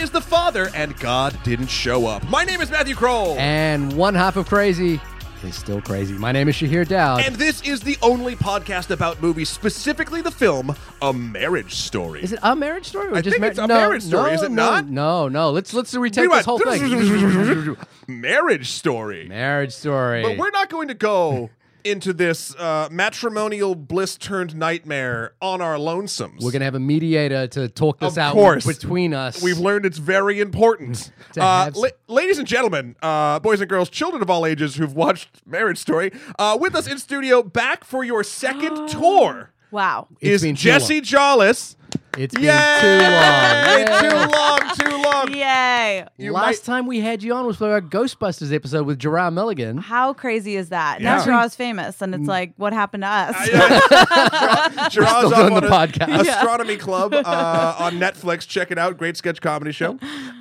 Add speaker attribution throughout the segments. Speaker 1: is the Father, and God didn't show up. My name is Matthew Kroll.
Speaker 2: And one half of crazy is still crazy. My name is Shahir Dowd.
Speaker 1: And this is the only podcast about movies, specifically the film A Marriage Story.
Speaker 2: is it a marriage story? Or
Speaker 1: I
Speaker 2: just
Speaker 1: think it's a
Speaker 2: no,
Speaker 1: marriage story,
Speaker 2: no,
Speaker 1: is it
Speaker 2: no,
Speaker 1: not?
Speaker 2: No, no. Let's let's retake
Speaker 1: Rewind.
Speaker 2: this whole thing.
Speaker 1: marriage Story.
Speaker 2: marriage story.
Speaker 1: But we're not going to go into this uh, matrimonial bliss turned nightmare on our lonesomes.
Speaker 2: We're gonna have a mediator to talk this
Speaker 1: Of
Speaker 2: out
Speaker 1: course.
Speaker 2: between us.
Speaker 1: We've learned it's very important.
Speaker 2: To
Speaker 1: uh,
Speaker 2: have-
Speaker 1: la- ladies and gentlemen, uh, boys and girls, children of all ages who've watched Marriage Story, uh, with us in studio, back for your second tour,
Speaker 3: Wow.
Speaker 2: It's been
Speaker 1: is
Speaker 2: too long.
Speaker 1: Jesse Jollis.
Speaker 2: It's been
Speaker 1: Yay!
Speaker 2: too long.
Speaker 1: Hey, too long, too long.
Speaker 3: Yay.
Speaker 1: You
Speaker 2: Last
Speaker 1: might-
Speaker 2: time we had you on was for our Ghostbusters episode with Gerard
Speaker 1: Ah.
Speaker 2: Milligan.
Speaker 3: How crazy is that?
Speaker 1: Yeah. Mm.
Speaker 3: Now Shara's famous, and it's like, what happened to us?
Speaker 1: Yeah. Gerard's
Speaker 2: still
Speaker 1: off
Speaker 2: doing the
Speaker 1: on a-
Speaker 2: podcast.
Speaker 3: Yeah.
Speaker 1: Astronomy Club uh, on Netflix. Check it out. Great sketch comedy show.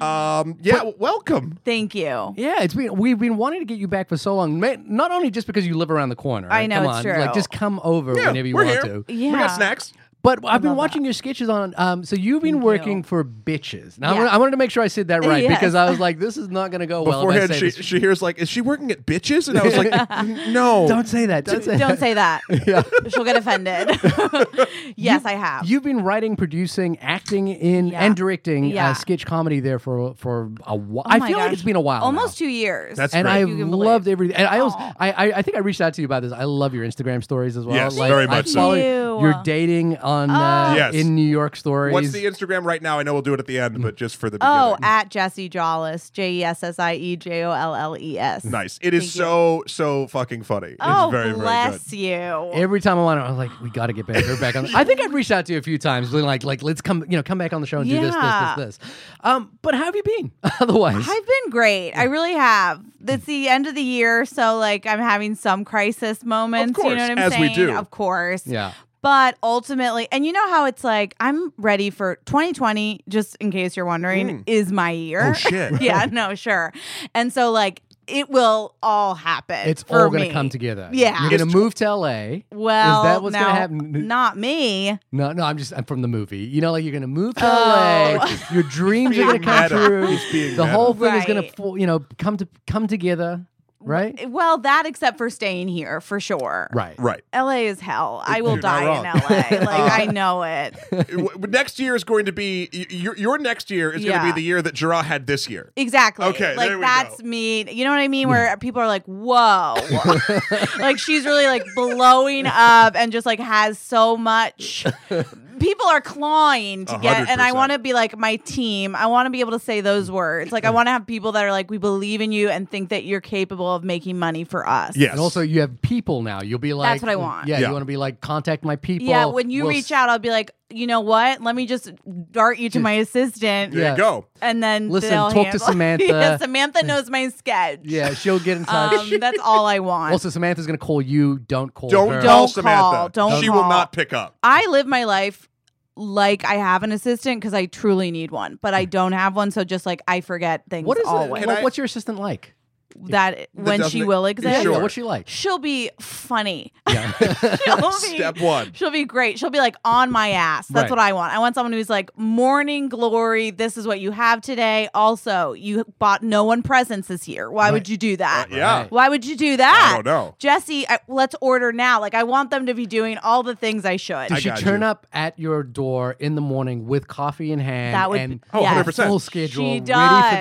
Speaker 1: Um, yeah, w- welcome.
Speaker 3: Thank you.
Speaker 2: Yeah, it's been we've been wanting to get you back for so long. Ma- Not only just because you live around the corner.
Speaker 3: I
Speaker 2: right?
Speaker 3: know,
Speaker 2: come
Speaker 3: it's
Speaker 2: on,
Speaker 3: true.
Speaker 2: Like just come over
Speaker 1: Yeah,
Speaker 2: whenever you
Speaker 1: we're
Speaker 2: want
Speaker 1: here.
Speaker 2: to.
Speaker 1: We
Speaker 3: Yeah.
Speaker 1: got snacks.
Speaker 2: But I've been
Speaker 3: love
Speaker 2: watching your sketches on. Um, so you've been
Speaker 3: Thank
Speaker 2: working
Speaker 3: you.
Speaker 2: for bitches. Now I
Speaker 3: Yeah. Eh,
Speaker 2: wanna- I wanted to make sure I said that right
Speaker 3: Yes.
Speaker 2: because I was like, this is not going to go well. If
Speaker 1: Beforehand,
Speaker 2: I say
Speaker 1: she,
Speaker 2: this.
Speaker 1: she hears like, is she working at bitches? And I was like, no.
Speaker 2: Don't say that. Don't say that.
Speaker 3: Don't say that.
Speaker 2: Yeah.
Speaker 3: She'll get offended. yes, I have.
Speaker 2: You've been writing, producing, acting in,
Speaker 3: Yeah.
Speaker 2: and directing
Speaker 3: Yeah.
Speaker 2: uh, sketch comedy there for for a while.
Speaker 3: Oh
Speaker 2: I
Speaker 3: my
Speaker 2: feel like
Speaker 3: gosh.
Speaker 2: it's been a while. now.
Speaker 3: Almost two years.
Speaker 1: That's
Speaker 2: and
Speaker 1: great.
Speaker 2: I
Speaker 3: You can believe.
Speaker 2: loved everything. And I also,
Speaker 3: Aw.
Speaker 2: I, I, I think I reached out to you about this. I love your Instagram stories as well.
Speaker 1: Yes, very much
Speaker 2: I
Speaker 1: so.
Speaker 2: follow
Speaker 3: Thank you.
Speaker 2: Your dating on uh,
Speaker 1: Yes.
Speaker 2: in New York stories.
Speaker 1: What's the Instagram right now? I know we'll do it at the end, but just for the beginning.
Speaker 3: Oh, at Jesse Jolles, J E S S I E J O L L E S.
Speaker 1: nice. It is
Speaker 3: Thank you.
Speaker 1: so so fucking funny.
Speaker 3: Oh,
Speaker 1: it's very very
Speaker 3: bless
Speaker 1: good.
Speaker 3: you.
Speaker 2: Every time I'm on it, I'm like, we got to get back. We're back on. I think I've reached out to you a few times, been like, like let's come, you know, come back on the show and do this,
Speaker 3: Yeah.
Speaker 2: this, this, this. Um, but how have you been otherwise?
Speaker 3: I've been great.
Speaker 1: Mm.
Speaker 3: I really have. It's the end of the year, so like I'm having some crisis moments. you
Speaker 1: course,
Speaker 3: know what I'm
Speaker 1: as we
Speaker 3: saying?
Speaker 1: do.
Speaker 3: Of course.
Speaker 2: yeah,
Speaker 3: But ultimately, and you know how it's like, I'm ready for 2020, just in case you're wondering, is my year.
Speaker 1: Hmm. Oh, shit.
Speaker 3: yeah, no, sure. And so, like, it will all happen.
Speaker 2: it's
Speaker 3: for
Speaker 2: all going
Speaker 3: me.
Speaker 2: to come together.
Speaker 3: Yeah.
Speaker 2: you're going
Speaker 1: It's-
Speaker 2: to move to LA.
Speaker 3: Well,
Speaker 2: is that what's
Speaker 3: now,
Speaker 2: going to happen?
Speaker 3: Not me.
Speaker 2: No, no, I'm just I'm from the movie. You know, like you're gonna move to
Speaker 3: Oh.
Speaker 2: LA. Your dreams are gonna
Speaker 1: Being
Speaker 2: come
Speaker 1: meta.
Speaker 2: true.
Speaker 1: He's being
Speaker 2: The
Speaker 1: meta.
Speaker 2: whole thing is gonna,
Speaker 3: Right.
Speaker 2: fo- you know, come to come together, right?
Speaker 3: Well, that except for staying here for sure.
Speaker 2: Right.
Speaker 1: Right.
Speaker 3: LA is hell. I
Speaker 1: You're
Speaker 3: will
Speaker 1: not
Speaker 3: die
Speaker 1: wrong.
Speaker 3: in LA. Like, I know it.
Speaker 1: W- w- next year is going to be y- your your next year is going
Speaker 3: Yeah.
Speaker 1: to be the year that Gerard had this year.
Speaker 3: Exactly.
Speaker 1: Okay,
Speaker 3: Like
Speaker 1: there we
Speaker 3: that's
Speaker 1: go.
Speaker 3: me. You know what I mean?
Speaker 2: Hmm.
Speaker 3: Where people are like, "Whoa!" like she's really like blowing up and just like has so much. People are clawing to
Speaker 1: A
Speaker 3: get,
Speaker 1: hundred
Speaker 3: and I
Speaker 1: percent.
Speaker 3: want to be like my team. I want to be able to say those words. Like I want to have people that are like, "We believe in you," and think that you're capable of making money for us.
Speaker 1: Yes.
Speaker 2: And also, you have people now. You'll be like,
Speaker 3: That's what I want.
Speaker 2: Yeah,
Speaker 1: Yeah.
Speaker 2: you want to be like, contact my people.
Speaker 3: Yeah, when you
Speaker 2: We'll
Speaker 3: reach
Speaker 2: s-
Speaker 3: out, I'll be like, you know what? Let me just dart you to my assistant,
Speaker 1: there
Speaker 2: Yeah.
Speaker 1: you go.
Speaker 3: and then
Speaker 2: Listen,
Speaker 3: they'll
Speaker 2: talk to
Speaker 3: handle-
Speaker 2: Samantha.
Speaker 3: yeah, Samantha knows my sketch.
Speaker 2: yeah, she'll get in touch.
Speaker 3: um, that's all I want.
Speaker 2: also, Samantha's gonna call you. Don't call
Speaker 1: Don't
Speaker 2: her.
Speaker 1: call
Speaker 3: Don't
Speaker 1: Samantha.
Speaker 3: call. Don't
Speaker 1: she will
Speaker 3: call.
Speaker 1: not pick up.
Speaker 3: I live my life like I have an assistant because I truly need one, but I don't have one. So just like I forget things
Speaker 2: What is it?
Speaker 3: always.
Speaker 2: What,
Speaker 1: Can I-
Speaker 2: what's your assistant like?
Speaker 3: that when she
Speaker 1: doesn't-
Speaker 3: will
Speaker 2: Yeah,
Speaker 3: exist,
Speaker 1: Sure.
Speaker 2: what's she like?
Speaker 3: she'll be funny.
Speaker 2: Yeah.
Speaker 3: She'll be,
Speaker 1: Step one.
Speaker 3: She'll be great. She'll be like on my ass. That's
Speaker 2: Right.
Speaker 3: what I want. I want someone who's like morning glory. This is what you have today. Also, you bought no one presents this year. Why
Speaker 2: Right.
Speaker 3: would you do that?
Speaker 1: Uh, yeah.
Speaker 3: Why would you do that?
Speaker 1: I don't know.
Speaker 3: Jesse, I, let's order now. Like I want them to be doing all the things I should.
Speaker 2: Does she
Speaker 1: got
Speaker 2: turn
Speaker 1: you.
Speaker 2: up at your door in the morning with coffee in hand
Speaker 3: That would
Speaker 2: and
Speaker 3: be- Oh, yes. 100%.
Speaker 2: full schedule,
Speaker 3: She
Speaker 2: ready for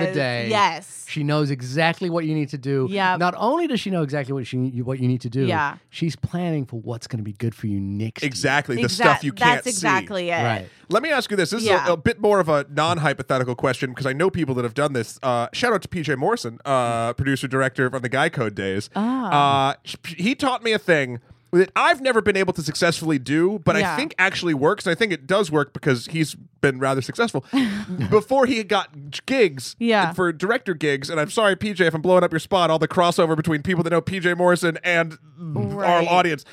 Speaker 2: the
Speaker 3: does,
Speaker 2: day?
Speaker 3: yes.
Speaker 2: She knows exactly what you need to do.
Speaker 3: Yep.
Speaker 2: Not only does she know exactly what she what you need to do,
Speaker 3: Yeah.
Speaker 2: she's planning for what's going to be good for you next. year.
Speaker 1: Exactly. The
Speaker 3: Exact-
Speaker 1: stuff you can't
Speaker 3: That's exactly it.
Speaker 2: Right.
Speaker 1: Let me ask you this. This is
Speaker 3: Yeah.
Speaker 1: a, a bit more of a non-hypothetical question because I know people that have done this. Uh, shout out to PJ Morrison, uh, producer director from the Guy Code days.
Speaker 3: Ah.
Speaker 1: Uh, sh- he taught me a thing that I've never been able to successfully do, but I
Speaker 3: Yeah.
Speaker 1: think actually works. I think it does work because he's been rather successful. Before he got gigs
Speaker 3: Yeah.
Speaker 1: for director gigs, and I'm sorry, PJ, if I'm blowing up your spot, all the crossover between people that know PJ Morrison and
Speaker 3: Right.
Speaker 1: our audience.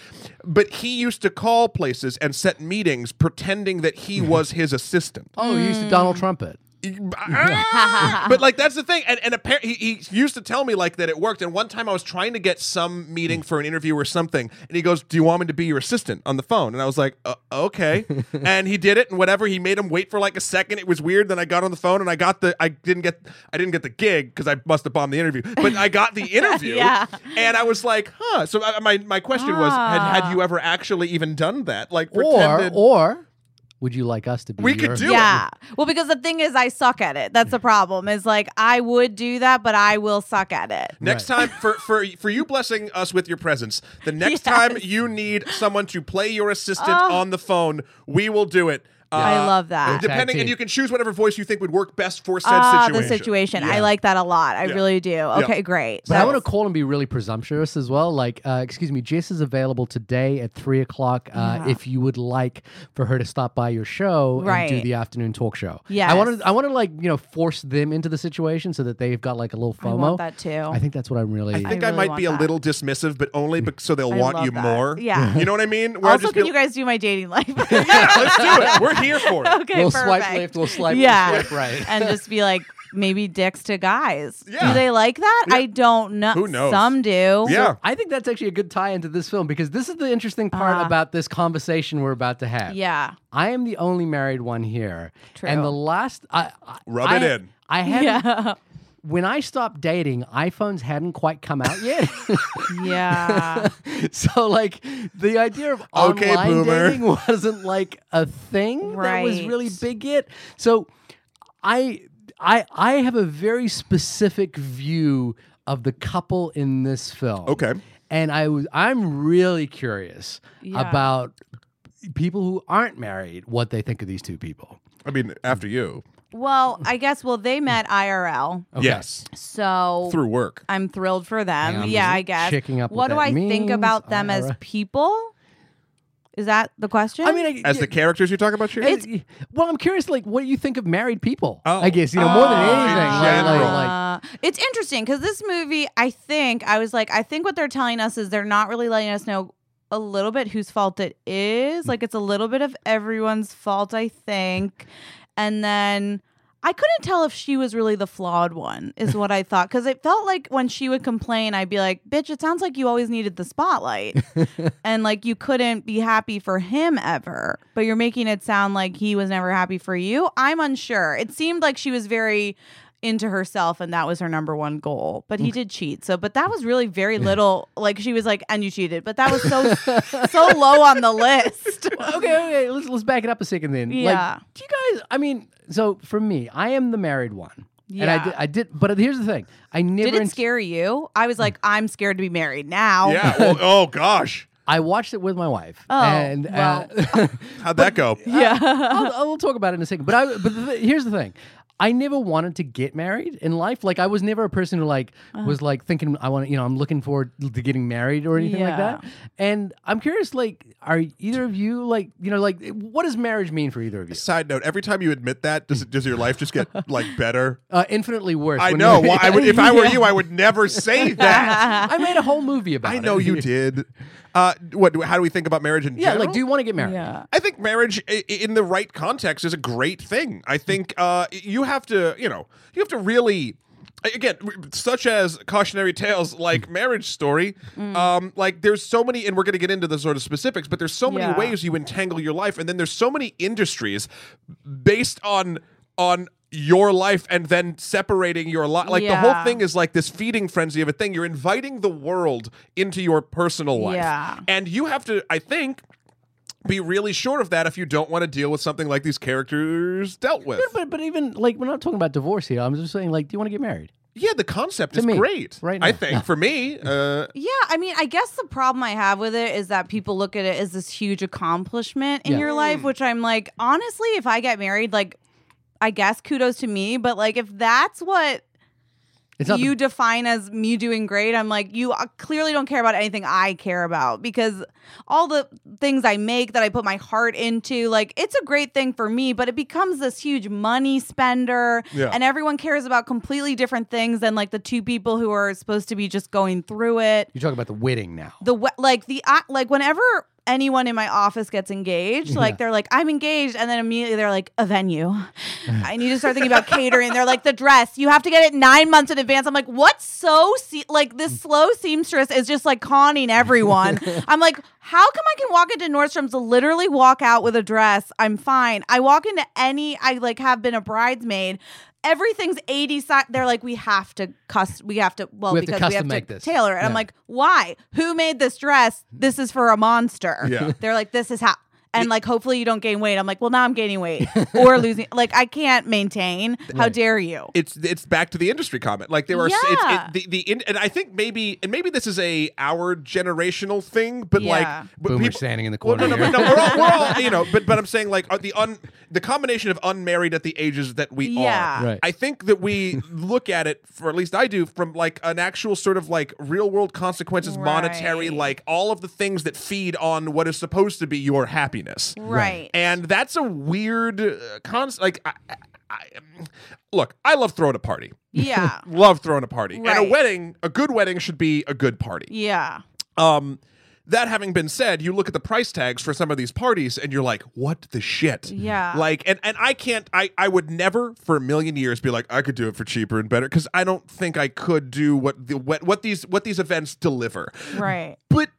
Speaker 1: But he used to call places and set meetings pretending that he was his assistant. Mm.
Speaker 2: Oh, you used to Donald Trumpet.
Speaker 1: Ah! but like that's the thing, and and apparently he, he used to tell me like that it worked. And one time I was trying to get some meeting for an interview or something, and he goes, "Do you want me to be your assistant on the phone?" And I was like, uh, "Okay." and he did it, and whatever. He made him wait for like a second. It was weird. Then I got on the phone, and I got the I didn't get I didn't get the gig because I must have bombed the interview, but I got the interview,
Speaker 3: Yeah.
Speaker 1: and I was like, "Huh." So I, my my question was, had, had you ever actually even done that? Like
Speaker 2: Or
Speaker 1: pretended?
Speaker 2: or would you like us to be?
Speaker 1: We could
Speaker 2: your-
Speaker 1: do it.
Speaker 3: yeah. Well, because the thing is, I suck at it. That's the problem. Is like I would do that, but I will suck at it.
Speaker 1: Next time, for for for you blessing us with your presence, the next
Speaker 3: Yes. Oh.
Speaker 1: time you need someone to play your assistant on the phone, we will do it. Uh,
Speaker 3: I love
Speaker 2: Tag
Speaker 3: that.
Speaker 1: Depending,
Speaker 2: team.
Speaker 1: and you can choose whatever voice you think would work best for said
Speaker 3: Ah,
Speaker 1: situation.
Speaker 3: the situation. I like that a lot. I
Speaker 1: Yeah.
Speaker 3: really do. Okay, great.
Speaker 2: But I want to
Speaker 3: That's-
Speaker 2: call and be really presumptuous as well. Like, uh, excuse me, Jess is available today at three o'clock. Uh, If you would like for her to stop by your show and do
Speaker 3: Right.
Speaker 2: the afternoon talk show. I
Speaker 3: Yes.
Speaker 2: want to. I want to like you know force them into the situation so that they've got like a little FOMO.
Speaker 3: I want that too.
Speaker 2: I think that's what I'm really.
Speaker 1: I think I,
Speaker 3: really
Speaker 1: might
Speaker 3: want
Speaker 1: be a
Speaker 3: that.
Speaker 1: little dismissive, but only bec- so they'll
Speaker 3: I
Speaker 1: want
Speaker 3: love
Speaker 1: you
Speaker 3: that.
Speaker 1: more.
Speaker 3: Yeah.
Speaker 1: you know what I mean. Where I'll
Speaker 3: also,
Speaker 1: just
Speaker 3: can
Speaker 1: be
Speaker 3: you guys do my dating life?
Speaker 1: like, yeah, let's do it. We're here for it.
Speaker 3: okay,
Speaker 2: we'll
Speaker 3: perfect.
Speaker 2: swipe left. We'll swipe.
Speaker 3: Yeah.
Speaker 2: We'll swipe right.
Speaker 3: and just be like, maybe dicks to guys.
Speaker 1: Yeah.
Speaker 3: Do they like that? I don't know.
Speaker 1: Who knows?
Speaker 3: Some do.
Speaker 1: Yeah.
Speaker 2: I think that's actually a good tie into this film because this is the interesting part
Speaker 3: Ah.
Speaker 2: about this conversation we're about to have.
Speaker 3: Yeah.
Speaker 2: I am the only married one here. And
Speaker 3: True.
Speaker 2: the last, I, I
Speaker 1: Rub
Speaker 2: I-
Speaker 1: it in.
Speaker 2: I haven't.
Speaker 3: Yeah.
Speaker 2: When I stopped dating, iPhones hadn't quite come out yet.
Speaker 3: Yeah.
Speaker 2: so, like, the idea of
Speaker 1: Okay,
Speaker 2: online
Speaker 1: boomer.
Speaker 2: dating wasn't like a thing that was
Speaker 3: Right.
Speaker 2: really big yet. So, I, I, I have a very specific view of the couple in this film.
Speaker 1: Okay.
Speaker 2: And I was, I'm really curious
Speaker 3: Yeah.
Speaker 2: about people who aren't married, what they think of these two people.
Speaker 1: I mean, after you,
Speaker 3: well, I guess, well, they met IRL.
Speaker 1: yes,
Speaker 3: So
Speaker 1: through work.
Speaker 3: I'm thrilled for them.
Speaker 2: Hang on,
Speaker 3: yeah,
Speaker 2: just
Speaker 3: I guess.
Speaker 2: checking up
Speaker 3: what
Speaker 2: what
Speaker 3: do
Speaker 2: that
Speaker 3: I think
Speaker 2: means.
Speaker 3: about them as
Speaker 2: IRL.
Speaker 3: people? Is that the question?
Speaker 2: I mean, I,
Speaker 1: As the characters you're talking about, Sharon?
Speaker 2: It's, well, I'm curious, like, what do you think of married people?
Speaker 1: Oh.
Speaker 2: I guess, you know, more than
Speaker 1: Oh, in
Speaker 2: anything. like- like-
Speaker 1: general.
Speaker 2: like-
Speaker 3: Uh, it's interesting because this movie, I think, I was like, I think what they're telling us is they're not really letting us know a little bit whose fault it
Speaker 2: Mm.
Speaker 3: is. Like, it's a little bit of everyone's fault, I think. And then I couldn't tell if she was really the flawed one, is what I thought. Because it felt like when she would complain, I'd be like, bitch, it sounds like you always needed the spotlight. and like, you couldn't be happy for him ever. But you're making it sound like he was never happy for you. I'm unsure. It seemed like she was very into herself and that was her number one goal but he did cheat so but that was really very little like she was like and you cheated but that was so so low on the list
Speaker 2: okay, okay, let's let's back it up a second then.
Speaker 3: Yeah.
Speaker 2: Like, do you guys? I mean, so for me, I am the married one, and I
Speaker 3: Yeah.
Speaker 2: did, I did. But here's the thing: I never.
Speaker 3: did it
Speaker 2: ins-
Speaker 3: scare you i was like i'm scared to be married now
Speaker 1: yeah. Well, oh gosh,
Speaker 2: I watched it with my wife,
Speaker 3: Oh,
Speaker 2: and uh,
Speaker 1: how'd that go?
Speaker 3: yeah
Speaker 2: I'll, I'll talk about it in a second. But I, but the, th- here's the thing. I never wanted to get married in life. Like I was never a person who like
Speaker 3: Uh-huh.
Speaker 2: was like thinking I want to, you know, I'm looking forward to getting married or anything like
Speaker 3: Yeah.
Speaker 2: that. And I'm curious, like, are either of you like, you know, like, what does marriage mean for either of you?
Speaker 1: Side note: Every time you admit that, does it, does your life just get like better?
Speaker 2: Uh, infinitely worse.
Speaker 1: I
Speaker 2: when
Speaker 1: know.
Speaker 2: you-
Speaker 1: Well, I would, if I were you, I would never say that.
Speaker 2: I made a whole movie about it.
Speaker 1: I know you did. Uh, what? do- How do we think about marriage in
Speaker 2: Yeah,
Speaker 1: general?
Speaker 2: like, do you want to get married?
Speaker 3: yeah
Speaker 1: I think marriage i- i- in the right context is a great thing. I think uh, you have to, you know, you have to really. Again, such as cautionary tales like Marriage Story,
Speaker 3: Mm.
Speaker 1: um, like there's so many, and we're going to get into the sort of specifics, but there's so many
Speaker 3: Yeah.
Speaker 1: ways you entangle your life, and then there's so many industries based on on your life, and then separating your life. Like the whole
Speaker 3: Yeah.
Speaker 1: thing is like this feeding frenzy of a thing. You're inviting the world into your personal life,
Speaker 3: Yeah.
Speaker 1: and you have to, I think, be really sure of that if you don't want to deal with something like these characters dealt with.
Speaker 2: But, but even like we're not talking about divorce here. I'm just saying like, do you want to get married?
Speaker 1: Yeah, the concept is
Speaker 2: me,
Speaker 1: great.
Speaker 2: right
Speaker 1: I
Speaker 2: now.
Speaker 1: think for me, uh,
Speaker 3: Yeah, I mean, I guess the problem I have with it is that people look at it as this huge accomplishment in
Speaker 2: Yeah.
Speaker 3: your life, which I'm like, honestly, if I get married, like, I guess kudos to me, but like, if that's what
Speaker 2: It's not.
Speaker 3: you
Speaker 2: the-
Speaker 3: define as me doing great, I'm like, you uh, clearly don't care about anything I care about because all the things I make that I put my heart into, like, it's a great thing for me, but it becomes this huge money spender.
Speaker 1: Yeah.
Speaker 3: And everyone cares about completely different things than like the two people who are supposed to be just going through it
Speaker 2: you're talking about the wedding now.
Speaker 3: the we- like the uh, like whenever anyone in my office gets engaged. Like they're like, I'm engaged, and then immediately they're like, a venue. I need to start thinking about catering. They're like, the dress. You have to get it nine months in advance. I'm like, what's so se-? like
Speaker 2: Mm.
Speaker 3: this slow seamstress is just like conning everyone. I'm like, how come I can walk into Nordstrom's literally walk out with a dress? I'm fine. I walk into any. I like have been a bridesmaid. Everything's 80 si- They're like, we have to cuss. We have to, well,
Speaker 2: We have to
Speaker 3: because we have
Speaker 2: custom
Speaker 3: to
Speaker 2: make this.
Speaker 3: tailor it. And I'm
Speaker 2: Yeah.
Speaker 3: like, why? Who made this dress? This is for a monster.
Speaker 1: Yeah.
Speaker 3: They're like, this is how. And like, hopefully you don't gain weight. I'm like, well, now I'm gaining weight or losing. Like, I can't maintain. How dare you?
Speaker 1: it's it's back to the industry comment. Like there are s-
Speaker 3: Yeah.
Speaker 1: it's, it, the the in, and I think maybe and maybe this is a our generational thing, but
Speaker 3: Yeah.
Speaker 1: like but
Speaker 2: Boomer
Speaker 1: people-
Speaker 2: standing in the
Speaker 1: Well, no,
Speaker 2: corner.
Speaker 1: no,
Speaker 2: here.
Speaker 1: but no, we're all, we're all you know, but but I'm saying like are the un the combination of unmarried at the ages that we
Speaker 3: Yeah.
Speaker 1: are.
Speaker 2: Right.
Speaker 1: I think that we look at it, for at least I do, from like an actual sort of like real world consequences, monetary,
Speaker 3: Right.
Speaker 1: like all of the things that feed on what is supposed to be your happiness
Speaker 3: Right.
Speaker 1: and that's a weird uh, cons. Like, I, I, I- look, I love throwing a party.
Speaker 3: yeah.
Speaker 1: Love throwing a party. And
Speaker 3: Right.
Speaker 1: a wedding, a good wedding should be a good party.
Speaker 3: Yeah.
Speaker 1: Um, that having been said, you look at the price tags for some of these parties and you're like, what the shit?
Speaker 3: Yeah.
Speaker 1: Like, and, and I can't, I, I would never for a million years be like, I could do it for cheaper and better because I don't think I could do what the, what, what these, what these events deliver.
Speaker 3: Right.
Speaker 1: But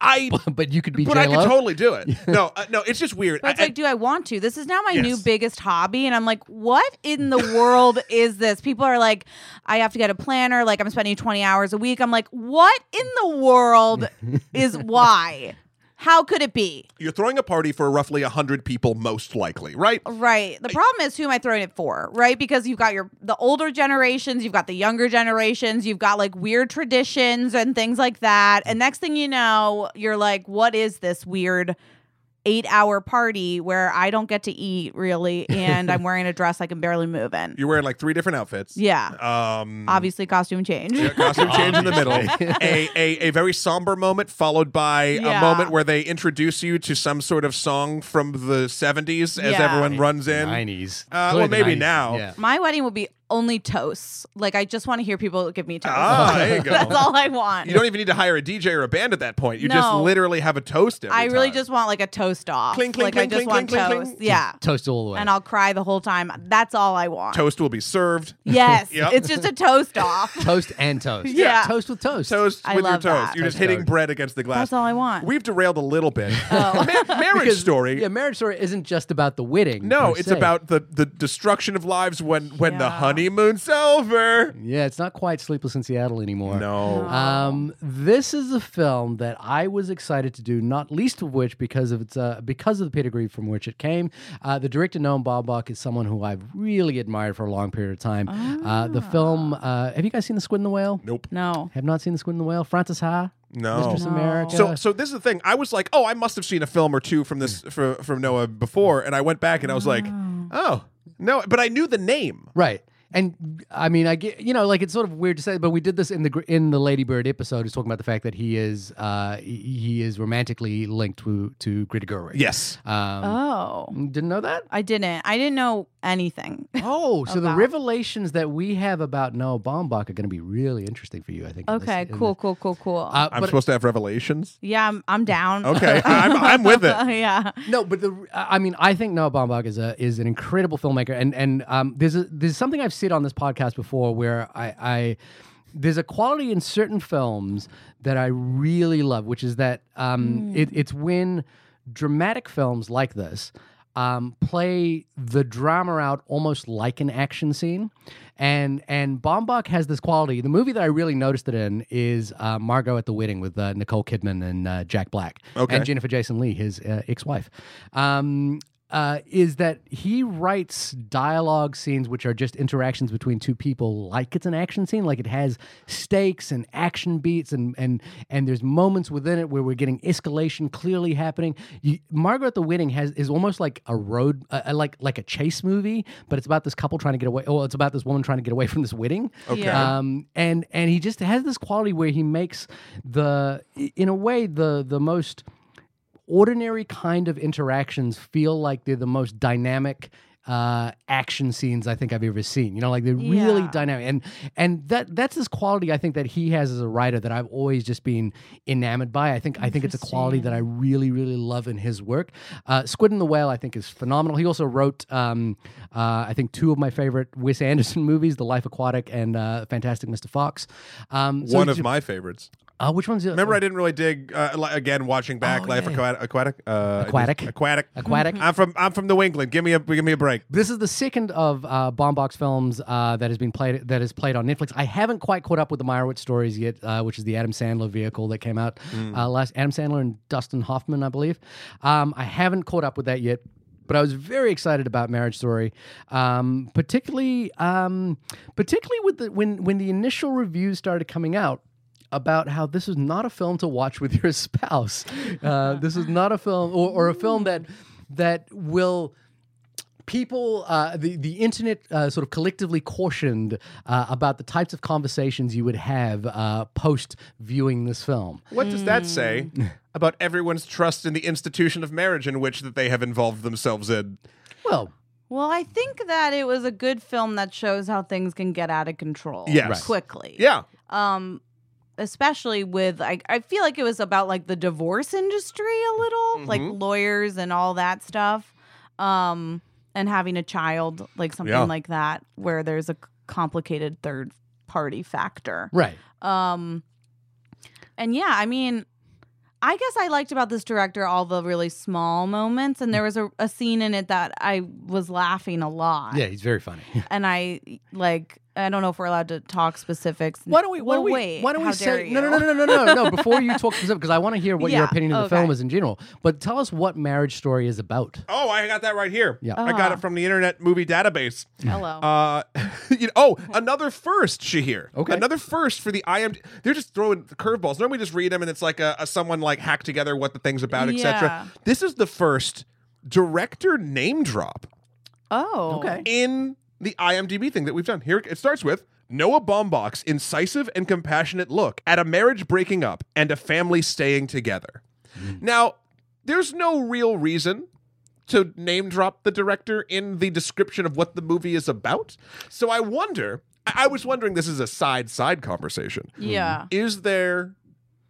Speaker 1: I,
Speaker 2: but you could be
Speaker 1: but I could
Speaker 2: J-Lo.
Speaker 1: totally do it. No, uh, no, it's just weird.
Speaker 3: But it's
Speaker 1: I-
Speaker 3: like, do I want to? This is now my new
Speaker 1: Yes.
Speaker 3: biggest hobby. And I'm like, what in the world is this? People are like, I have to get a planner. Like, I'm spending 20 hours a week. I'm like, what in the world is why? How could it be?
Speaker 1: you're throwing a party for roughly 100 people most likely right
Speaker 3: Right. The problem is who am I throwing it for? Right? Because you've got your the older generations, you've got the younger generations, you've got like weird traditions and things like that. And next thing you know, you're like, what is this weird eight hour party where I don't get to eat really and I'm wearing a dress I can barely move in?
Speaker 1: you're wearing like three different outfits
Speaker 3: Yeah.
Speaker 1: um
Speaker 3: Obviously costume change.
Speaker 1: yeah, costume change in the middle
Speaker 2: Obviously.
Speaker 1: a, a a very somber moment followed by a
Speaker 3: Yeah.
Speaker 1: moment where they introduce you to some sort of song from the 70s as
Speaker 3: Yeah.
Speaker 1: everyone runs in
Speaker 2: 90s.
Speaker 1: Uh,
Speaker 2: Clearly
Speaker 1: well,
Speaker 2: the
Speaker 1: maybe
Speaker 2: 90s,
Speaker 1: now.
Speaker 2: yeah.
Speaker 3: My wedding will be only toasts. Like I just want to hear people give me toasts.
Speaker 1: ah there you
Speaker 3: That's
Speaker 1: go
Speaker 3: all I want.
Speaker 1: you don't even need to hire a dj or a band at that point you just
Speaker 3: No.
Speaker 1: literally have a toast every
Speaker 3: I really
Speaker 1: time.
Speaker 3: just want like a toast off.
Speaker 1: Cling, cling,
Speaker 3: like I
Speaker 1: cling,
Speaker 3: just
Speaker 1: cling,
Speaker 3: want
Speaker 1: cling, cling,
Speaker 3: toast.
Speaker 1: cling.
Speaker 3: Yeah.
Speaker 2: Toast all the way.
Speaker 3: and I'll cry the whole time. That's all I want.
Speaker 1: toast will be served
Speaker 3: Yes,
Speaker 1: Yep.
Speaker 3: it's just a toast off.
Speaker 2: toast and toast.
Speaker 3: Yeah.
Speaker 2: Toast with toast.
Speaker 1: toast
Speaker 3: I
Speaker 1: with your
Speaker 3: love
Speaker 1: toast
Speaker 3: that.
Speaker 1: you're just
Speaker 2: Toast
Speaker 1: hitting
Speaker 2: toast.
Speaker 1: bread against the glass
Speaker 3: That's all I want. Oh.
Speaker 1: we've derailed a little bit Ma- marriage
Speaker 2: Because-
Speaker 1: story
Speaker 2: Yeah, marriage story isn't just about the wedding.
Speaker 1: No,
Speaker 2: per
Speaker 1: it's
Speaker 2: se.
Speaker 1: about the the destruction of lives when when the
Speaker 3: Yeah.
Speaker 1: honeymoon's over.
Speaker 2: Yeah, it's not quite Sleepless in Seattle anymore.
Speaker 1: No.
Speaker 2: Um, this is a film that I was excited to do, not least of which because of its uh, because of the pedigree from which it came. Uh, the director Noam Baumbach is someone who I've really admired for a long period of time. Uh, the film,
Speaker 3: Ah.
Speaker 2: uh, have you guys seen The Squid and the Whale?
Speaker 1: Nope.
Speaker 3: no.
Speaker 2: Have not seen The Squid and the Whale. Francis Ha,
Speaker 1: No.
Speaker 2: Mistress
Speaker 3: No.
Speaker 2: America.
Speaker 1: So so this is the thing. I was like, oh, I must have seen a film or two from
Speaker 2: Mm.
Speaker 1: this from, from Noah before, and I went back and I was like,
Speaker 2: Ah.
Speaker 1: oh no, but I knew the name.
Speaker 2: Right. And I mean, I get you know, like it's sort of weird to say, but we did this in the gr- in the Lady Bird episode. Is talking about the fact that he is uh, he- he is romantically linked to to Greta Gerwig.
Speaker 1: Yes.
Speaker 2: Um,
Speaker 3: Oh,
Speaker 2: Didn't know that.
Speaker 3: I didn't. I didn't know anything.
Speaker 2: Oh, so the
Speaker 3: About-
Speaker 2: revelations that we have about Noah Baumbach are going to be really interesting for you, I think. in this-
Speaker 3: Okay,
Speaker 2: in
Speaker 3: cool,
Speaker 2: the-
Speaker 3: cool, cool, cool.
Speaker 2: uh,
Speaker 1: I'm
Speaker 2: but-
Speaker 1: supposed to have revelations.
Speaker 3: yeah, I'm, I'm down.
Speaker 1: Okay, I'm I'm with it.
Speaker 3: yeah.
Speaker 2: No, but the I mean, I think Noah Baumbach is a is an incredible filmmaker, and and um, there's a, there's something I've said on this podcast before where I. I there's a quality in certain films that I really love, which is that um, it, it's when dramatic films like this um, play the drama out almost like an action scene, and and Bombach has this quality. The movie that I really noticed it in is uh, Margot at the Wedding with uh, Nicole Kidman and uh, Jack Black,
Speaker 1: Okay.
Speaker 2: and Jennifer Jason Lee, his uh, ex-wife, um, uh, is that he writes dialogue scenes which are just interactions between two people, like it's an action scene, like it has stakes and action beats, and and and there's moments within it where we're getting escalation clearly happening. You, Margaret the Wedding has is almost like a road, uh, uh, like like a chase movie, but it's about this couple trying to get away. Oh, it's about this woman trying to get away from this wedding.
Speaker 1: Okay.
Speaker 3: Yeah.
Speaker 2: Um, and and he just has this quality where he makes the in a way the the most ordinary kind of interactions feel like they're the most dynamic uh, action scenes I think I've ever seen. You know, like they're really
Speaker 3: Yeah.
Speaker 2: dynamic, and and that that's this quality I think that he has as a writer that I've always just been enamored by. I think I think it's a quality that I really really love in his work. Uh, Squid and the Whale I think is phenomenal. He also wrote um, uh, I think two of my favorite Wes Anderson movies, The Life Aquatic and uh, Fantastic Mr. Fox. Um, so
Speaker 1: One
Speaker 2: he's
Speaker 1: of my favorites.
Speaker 2: ju- uh, which one's
Speaker 1: Remember, I didn't really dig. Uh, li- again, watching back,
Speaker 2: Oh,
Speaker 1: Life
Speaker 2: yeah.
Speaker 1: Aquatic. Aquatic. Uh, it
Speaker 2: Aquatic.
Speaker 1: is- aquatic.
Speaker 2: Aquatic.
Speaker 1: I'm from. I'm from New England. Give me a. Give me a break.
Speaker 2: This is the second of uh, Bombbox films uh, that has been played that is played on Netflix. I haven't quite caught up with the Meyerowitz stories yet, uh, which is the Adam Sandler vehicle that came out uh, last. Adam Sandler and Dustin Hoffman, I believe. Um, I haven't caught up with that yet, but I was very excited about Marriage Story, um, particularly um, particularly with the when when the initial reviews started coming out about how this is not a film to watch with your spouse. Uh, this is not a film or, or a film that that will people uh, the, the internet uh, sort of collectively cautioned uh, about the types of conversations you would have uh, post viewing this film
Speaker 1: What does that say
Speaker 2: Hmm.
Speaker 1: about everyone's trust in the institution of marriage in which that they have involved themselves in?
Speaker 2: well
Speaker 3: Well, I think that it was a good film that shows how things can get out of control
Speaker 1: Yes. Right.
Speaker 3: quickly.
Speaker 1: Yeah.
Speaker 3: Um especially with I I feel like it was about like the divorce industry a little, like lawyers and all that stuff. Um and having a child, like something
Speaker 1: Yeah.
Speaker 3: like that where there's a complicated third party factor.
Speaker 2: right
Speaker 3: Um, and yeah, I mean, I guess I liked about this director all the really small moments, and there was a, a scene in it that I was laughing a lot.
Speaker 2: yeah he's very funny
Speaker 3: And I like, I don't know if we're allowed to talk specifics.
Speaker 2: why don't we why
Speaker 3: Well,
Speaker 2: don't we
Speaker 3: wait,
Speaker 2: why don't
Speaker 3: how
Speaker 2: we
Speaker 3: dare
Speaker 2: say no no
Speaker 3: you.
Speaker 2: no no no no no before you talk specific because i want to hear what your
Speaker 3: Yeah,
Speaker 2: opinion of the
Speaker 3: okay.
Speaker 2: film is in general but tell us what marriage story is about
Speaker 1: Oh, I got that right here.
Speaker 2: Yeah.
Speaker 1: I got it from the Internet Movie Database.
Speaker 3: Hello.
Speaker 1: Uh, you know, oh, another first, Shahir.
Speaker 2: Okay.
Speaker 1: Another first for the IMD. They're just throwing curveballs. Normally, just read them and it's like a, a someone like hack together what the thing's about,
Speaker 3: Yeah.
Speaker 1: etc. This is the first director name drop
Speaker 3: oh.
Speaker 2: okay
Speaker 1: in the IMDb thing that we've done. Here it starts with Noah Baumbach's incisive and compassionate look at a marriage breaking up and a family staying together. Now, there's no real reason to name drop the director in the description of what the movie is about. So I wonder, I I was wondering this is a side side conversation.
Speaker 2: Mm-hmm.
Speaker 3: Yeah.
Speaker 1: Is there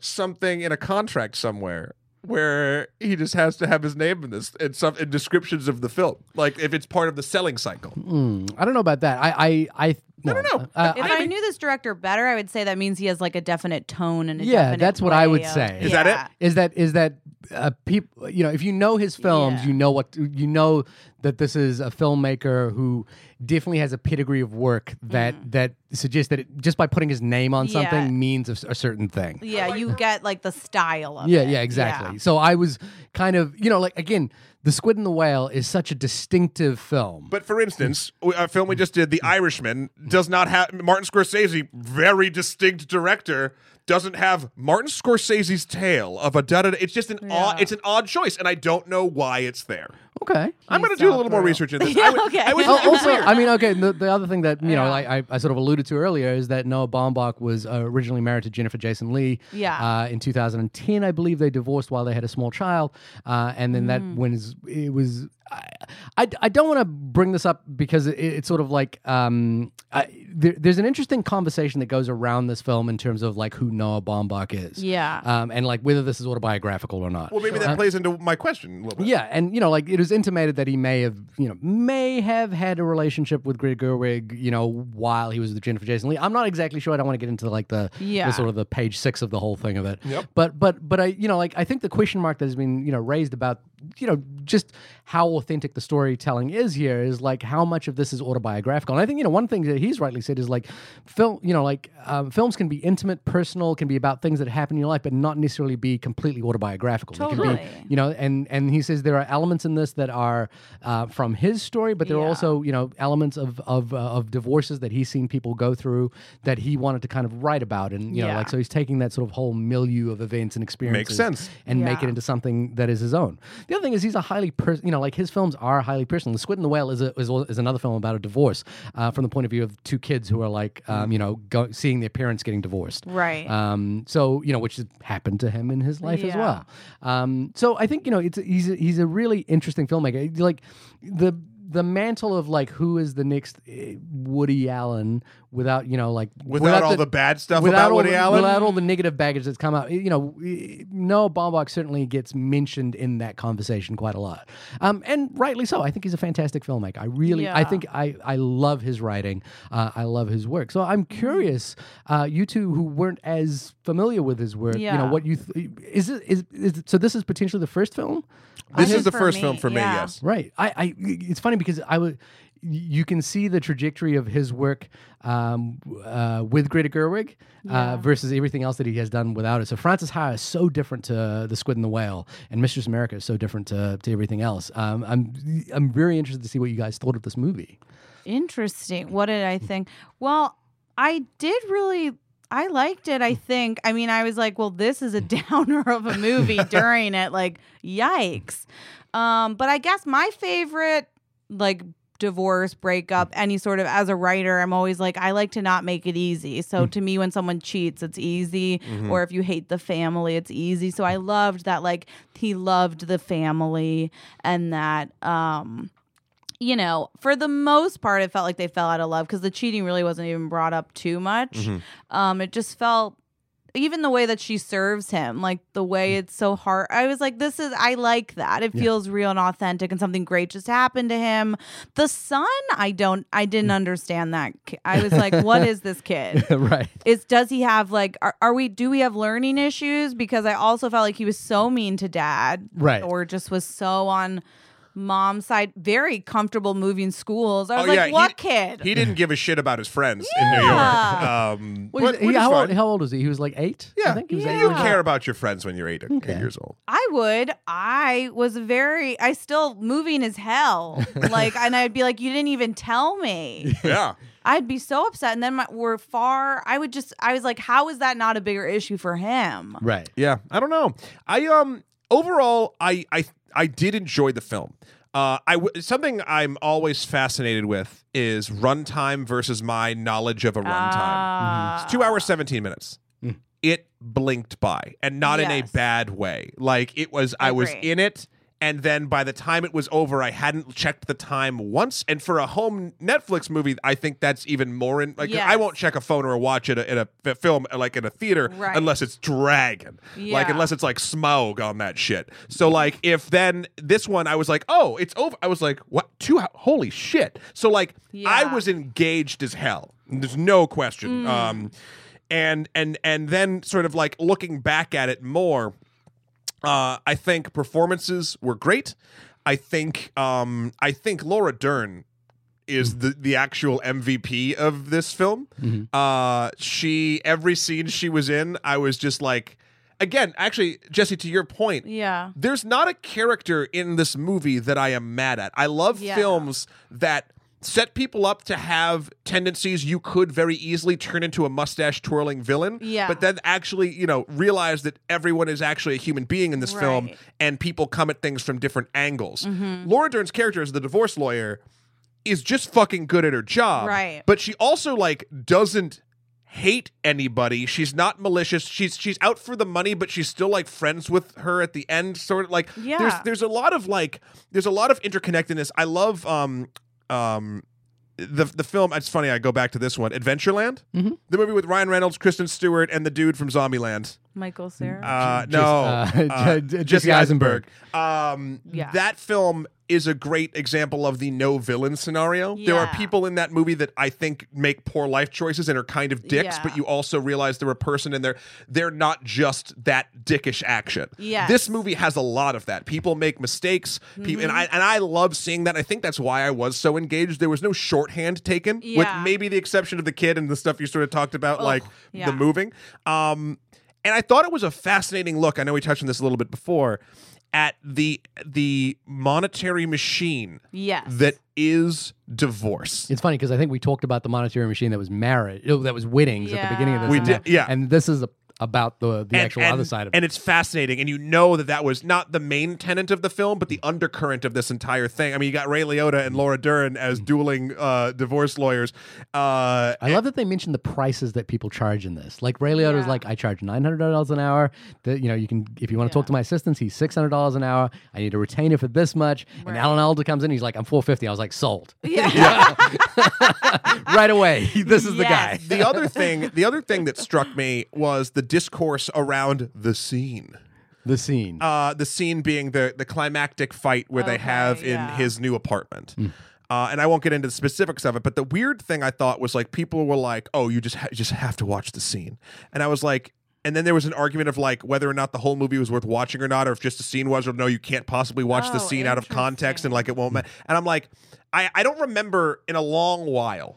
Speaker 1: something in a contract somewhere where he just has to have his name in this in some in descriptions of the film? Like if it's part of the selling cycle.
Speaker 2: Hmm, i don't know about that i i i no
Speaker 1: no, no.
Speaker 2: uh,
Speaker 3: If I, knew this director better, I would say that means he has like a definite tone and a
Speaker 2: Yeah,
Speaker 3: definite
Speaker 2: that's what I
Speaker 3: way
Speaker 2: would
Speaker 3: of-
Speaker 2: say. Is
Speaker 1: that it?
Speaker 3: Yeah.
Speaker 2: is that is that uh, people you know if you know his films
Speaker 3: Yeah.
Speaker 2: you know what you know that this is a filmmaker who definitely has a pedigree of work that that suggests that it, just by putting his name on something
Speaker 3: Mm. Yeah.
Speaker 2: means a, s- a certain thing
Speaker 3: Yeah, you get like the style of
Speaker 2: yeah
Speaker 3: it.
Speaker 2: yeah exactly so i was kind of you know like again the squid and the whale is such a distinctive film
Speaker 1: But for instance, w- a film we just did, The Irishman, does not have Martin Scorsese, very distinct director, doesn't have Martin Scorsese's tale of a da da. It's just an odd,
Speaker 3: Yeah.
Speaker 1: it's an odd choice, and I don't know why it's there.
Speaker 2: okay
Speaker 1: I'm going to do a little more
Speaker 3: through.
Speaker 1: research in this.
Speaker 3: Yeah,
Speaker 1: I was,
Speaker 3: okay.
Speaker 1: I was,
Speaker 2: Oh,
Speaker 1: it was
Speaker 2: also,
Speaker 1: weird.
Speaker 2: I mean, okay. The, the other thing that you know, I, I, I sort of alluded to earlier is that Noah Baumbach was uh, originally married to Jennifer Jason Lee.
Speaker 3: Yeah.
Speaker 2: Uh, in 2010, I believe they divorced while they had a small child, uh, and then that
Speaker 3: Mm.
Speaker 2: when is- it was. I, I, I don't want to bring this up because it, it's sort of like um, I, there, there's an interesting conversation that goes around this film in terms of like who Noah Baumbach is.
Speaker 3: Yeah.
Speaker 2: Um, and like whether this is autobiographical or not.
Speaker 1: well, maybe that plays into my question a little bit.
Speaker 2: uh, Yeah, and you know, like it was intimated that he may have, you know, may have had a relationship with Greta Gerwig, you know, while he was with Jennifer Jason Lee. I'm not exactly sure. I don't want to get into like the, the
Speaker 3: Yeah.
Speaker 2: sort of the page six of the whole thing of it.
Speaker 1: Yep.
Speaker 2: But but but I you know like I think the question mark that has been you know raised about you know just how authentic the storytelling is here is like how much of this is autobiographical. And I think you know one thing that he's rightly said is like film you know like um, films can be intimate, personal, can be about things that happen in your life, but not necessarily be completely autobiographical. They can be,
Speaker 3: Totally.
Speaker 2: you know and and he says there are elements in this that are uh, from his story but there are
Speaker 3: Yeah.
Speaker 2: also you know elements of of uh, of divorces that he's seen people go through that he wanted to kind of write about and you know
Speaker 3: Yeah.
Speaker 2: like so he's taking that sort of whole milieu of events and experiences
Speaker 1: sense.
Speaker 2: and make it
Speaker 3: Yeah.
Speaker 2: into something that is his own the other thing is he's a highly pers- you know like his films are highly personal the squid and the whale is a, is, is another film about a divorce uh, from the point of view of two kids who are like
Speaker 3: Hmm.
Speaker 2: um, you know go- seeing their parents getting divorced
Speaker 3: Right.
Speaker 2: um, so you know, which has happened to him in his life as
Speaker 3: Yeah.
Speaker 2: well. Um, so I think you know, it's he's a, he's a really interesting filmmaker. Like the the mantle of like who is the next eh, Woody Allen without you know like
Speaker 1: Without, all the, bad stuff
Speaker 2: without
Speaker 1: about
Speaker 2: all
Speaker 1: Woody
Speaker 2: the,
Speaker 1: Allen.
Speaker 2: without all the negative baggage that's come out. You know, eh, Noah Baumbach certainly gets mentioned in that conversation quite a lot, um, and rightly so. I think he's a fantastic filmmaker. I really, I
Speaker 3: Yeah.
Speaker 2: think I I love his writing. Uh, I love his work. So I'm
Speaker 3: Mm-hmm.
Speaker 2: curious, uh, you two who weren't as familiar with his work, you know,
Speaker 3: Yeah.
Speaker 2: what you th- is, it, is is so this is potentially the first film.
Speaker 1: this
Speaker 3: I
Speaker 1: is the
Speaker 3: think for
Speaker 1: first
Speaker 3: me,
Speaker 1: film for me.
Speaker 3: yeah.
Speaker 1: Yes.
Speaker 2: Right. I, I it's funny because I was you can see the trajectory of his work um, uh, with Greta Gerwig uh, versus everything else that he has done without it. So Francis Ha is so different to The Squid and the Whale, and Mistress America is so different to, to everything else. Um, I'm I'm very interested to see what you guys thought of this movie.
Speaker 3: Interesting. What did I think? Well, I did really. I liked it. I think. I mean, I was like, well, this is a downer of a movie during it. Like, yikes. Um, but I guess my favorite, like, divorce, breakup, any sort of, as a writer, I'm always like, I like to not make it easy. So to me, when someone cheats, it's easy. Or if you hate the family, it's easy. So I loved that, like, he loved the family and that, um, you know, for the most part, it felt like they fell out of love because the cheating really wasn't even brought up too much. Um, it just felt even the way that she serves him, like the way it's so hard. I was like, this is I like that. It feels real and authentic, and something great just happened to him. The son, I don't, I didn't understand that. ki- I was like, what is this kid?
Speaker 2: right.
Speaker 3: Is does he have like are, are we do we have learning issues? Because I also felt like he was so mean to dad,
Speaker 2: Right.
Speaker 3: Or just was so on mom's side, very comfortable moving schools. I was
Speaker 1: Oh,
Speaker 3: like,
Speaker 1: yeah,
Speaker 3: what
Speaker 1: he-
Speaker 3: kid?
Speaker 1: He didn't give a shit about his friends in New York.
Speaker 3: Yeah.
Speaker 1: Um,
Speaker 2: Well,
Speaker 1: but-
Speaker 2: he's-
Speaker 1: which is
Speaker 2: he- how, old,
Speaker 1: fine.
Speaker 2: how old was he? He was like eight.
Speaker 1: Yeah,
Speaker 2: I think he was
Speaker 1: you
Speaker 2: eight.
Speaker 3: Yeah.
Speaker 1: don't care about your friends when you're eight, eight years old.
Speaker 3: I would. I was very. I still moving as hell. Like, and I'd be like, you didn't even tell me.
Speaker 1: Yeah.
Speaker 3: I'd be so upset. And then my, we're far. I would just. I was like, how is that not a bigger issue for him?
Speaker 2: Right.
Speaker 1: Yeah, I don't know. I um overall, I I I did enjoy the film. Uh, I w- something I'm always fascinated with is runtime versus my knowledge of a runtime. Mm-hmm.
Speaker 3: Ah.
Speaker 1: it's two hours seventeen minutes. It blinked by, and not in a
Speaker 3: Yes.
Speaker 1: bad way. Like it was, I, was
Speaker 3: Agree.
Speaker 1: in it. And then by the time it was over, I hadn't checked the time once. And for a home Netflix movie, I think that's even more. In, like, I
Speaker 3: Yes.
Speaker 1: won't check a phone or a watch at a, at a f- film like in a theater
Speaker 3: Right.
Speaker 1: unless it's dragging. Like
Speaker 3: Yeah.
Speaker 1: unless it's like smog on that shit. So like if then this one I was like, "Oh, it's over." I was like, "What? Two hou- holy shit." So like I
Speaker 3: Yeah.
Speaker 1: was engaged as hell. There's no question. Um and and and then sort of like looking back at it more, uh, I think performances were great. I think um, I think Laura Dern is the the actual MVP of this film. Uh, she every scene she was in, I was just like, again, actually, Jesse, to your point,
Speaker 3: Yeah.
Speaker 1: there's not a character in this movie that I am mad at. I love
Speaker 3: Yeah.
Speaker 1: films that set people up to have tendencies you could very easily turn into a mustache twirling villain
Speaker 3: Yeah.
Speaker 1: but then actually you know realize that everyone is actually a human being in this film
Speaker 3: Right.
Speaker 1: and people come at things from different angles
Speaker 3: Mm-hmm.
Speaker 1: Mm-hmm. laura dern's character as the divorce lawyer is just fucking good at her job
Speaker 3: Right.
Speaker 1: but she also like doesn't hate anybody. She's not malicious. She's she's out for the money, but she's still like friends with her at the end. Sort of like there's
Speaker 3: Yeah.
Speaker 1: there's a lot of like there's a lot of interconnectedness. I love um um the the film. It's funny. I go back to this one, Adventureland,
Speaker 3: Mm-hmm.
Speaker 2: Mhm.
Speaker 1: the movie with Ryan Reynolds, Kristen Stewart, and the dude from Zombieland.
Speaker 3: Michael Sarah.
Speaker 1: Uh,
Speaker 2: Just-
Speaker 1: no,
Speaker 2: uh,
Speaker 1: uh,
Speaker 2: J- J-
Speaker 1: Jesse
Speaker 2: Jesse
Speaker 1: Eisenberg.
Speaker 2: Eisenberg.
Speaker 1: Um,
Speaker 3: Yeah.
Speaker 1: that film is a great example of the no villain scenario. There are
Speaker 3: Yeah.
Speaker 1: people in that movie that I think make poor life choices and are kind of dicks,
Speaker 3: Yeah.
Speaker 1: but you also realize they're a person and they're they're not just that dickish action.
Speaker 3: Yes.
Speaker 1: this movie has a lot of that. People make mistakes, people,
Speaker 3: Mm-hmm.
Speaker 1: and I and I love seeing that. I think that's why I was so engaged. There was no shorthand taken, with
Speaker 3: Yeah.
Speaker 1: maybe the exception of the kid and the stuff you sort of talked about, like
Speaker 3: yeah.
Speaker 1: the moving. Um, and I thought it was a fascinating look. I know we touched on this a little bit before at the the monetary machine
Speaker 3: yes.
Speaker 1: that is divorce.
Speaker 2: It's funny because I think we talked about the monetary machine that was marriage, oh, that was weddings at the beginning of this.
Speaker 3: We
Speaker 2: and
Speaker 1: did-
Speaker 2: that-
Speaker 1: yeah.
Speaker 2: And this is a, about the the actual other side of it.
Speaker 1: and it's fascinating, and you know that that was not the main tenant of the film, but the undercurrent of this entire thing. I mean, you got Ray Liotta and Laura Dern as
Speaker 2: Hmm.
Speaker 1: dueling uh, divorce lawyers. Uh,
Speaker 2: I love that they mentioned the prices that people charge in this. Like Ray Liotta's
Speaker 3: Yeah.
Speaker 2: like, I charge nine hundred dollars an hour. That you know, you can if you want to talk to my assistants, he's six hundred dollars an hour. I need a retainer for this much. And
Speaker 3: Right.
Speaker 2: Alan Alda comes in, he's like, I'm four fifty. I was like, sold
Speaker 3: Yeah.
Speaker 2: right away. This is the guy.
Speaker 3: Yes.
Speaker 1: the other thing, the other thing that struck me was the discourse around the scene.
Speaker 2: The scene.
Speaker 1: Uh, the scene being the the climactic fight where they
Speaker 3: Okay,
Speaker 1: have in
Speaker 3: yeah.
Speaker 1: his new apartment. Uh, and I won't get into the specifics of it, but the weird thing I thought was like people were like, "Oh, you just ha- you just have to watch the scene," and I was like, and then there was an argument of like whether or not the whole movie was worth watching or not, or if just the scene was, or no, you can't possibly watch the
Speaker 3: Oh,
Speaker 1: scene out of context and like it won't matter. And I'm like, I I don't remember in a long while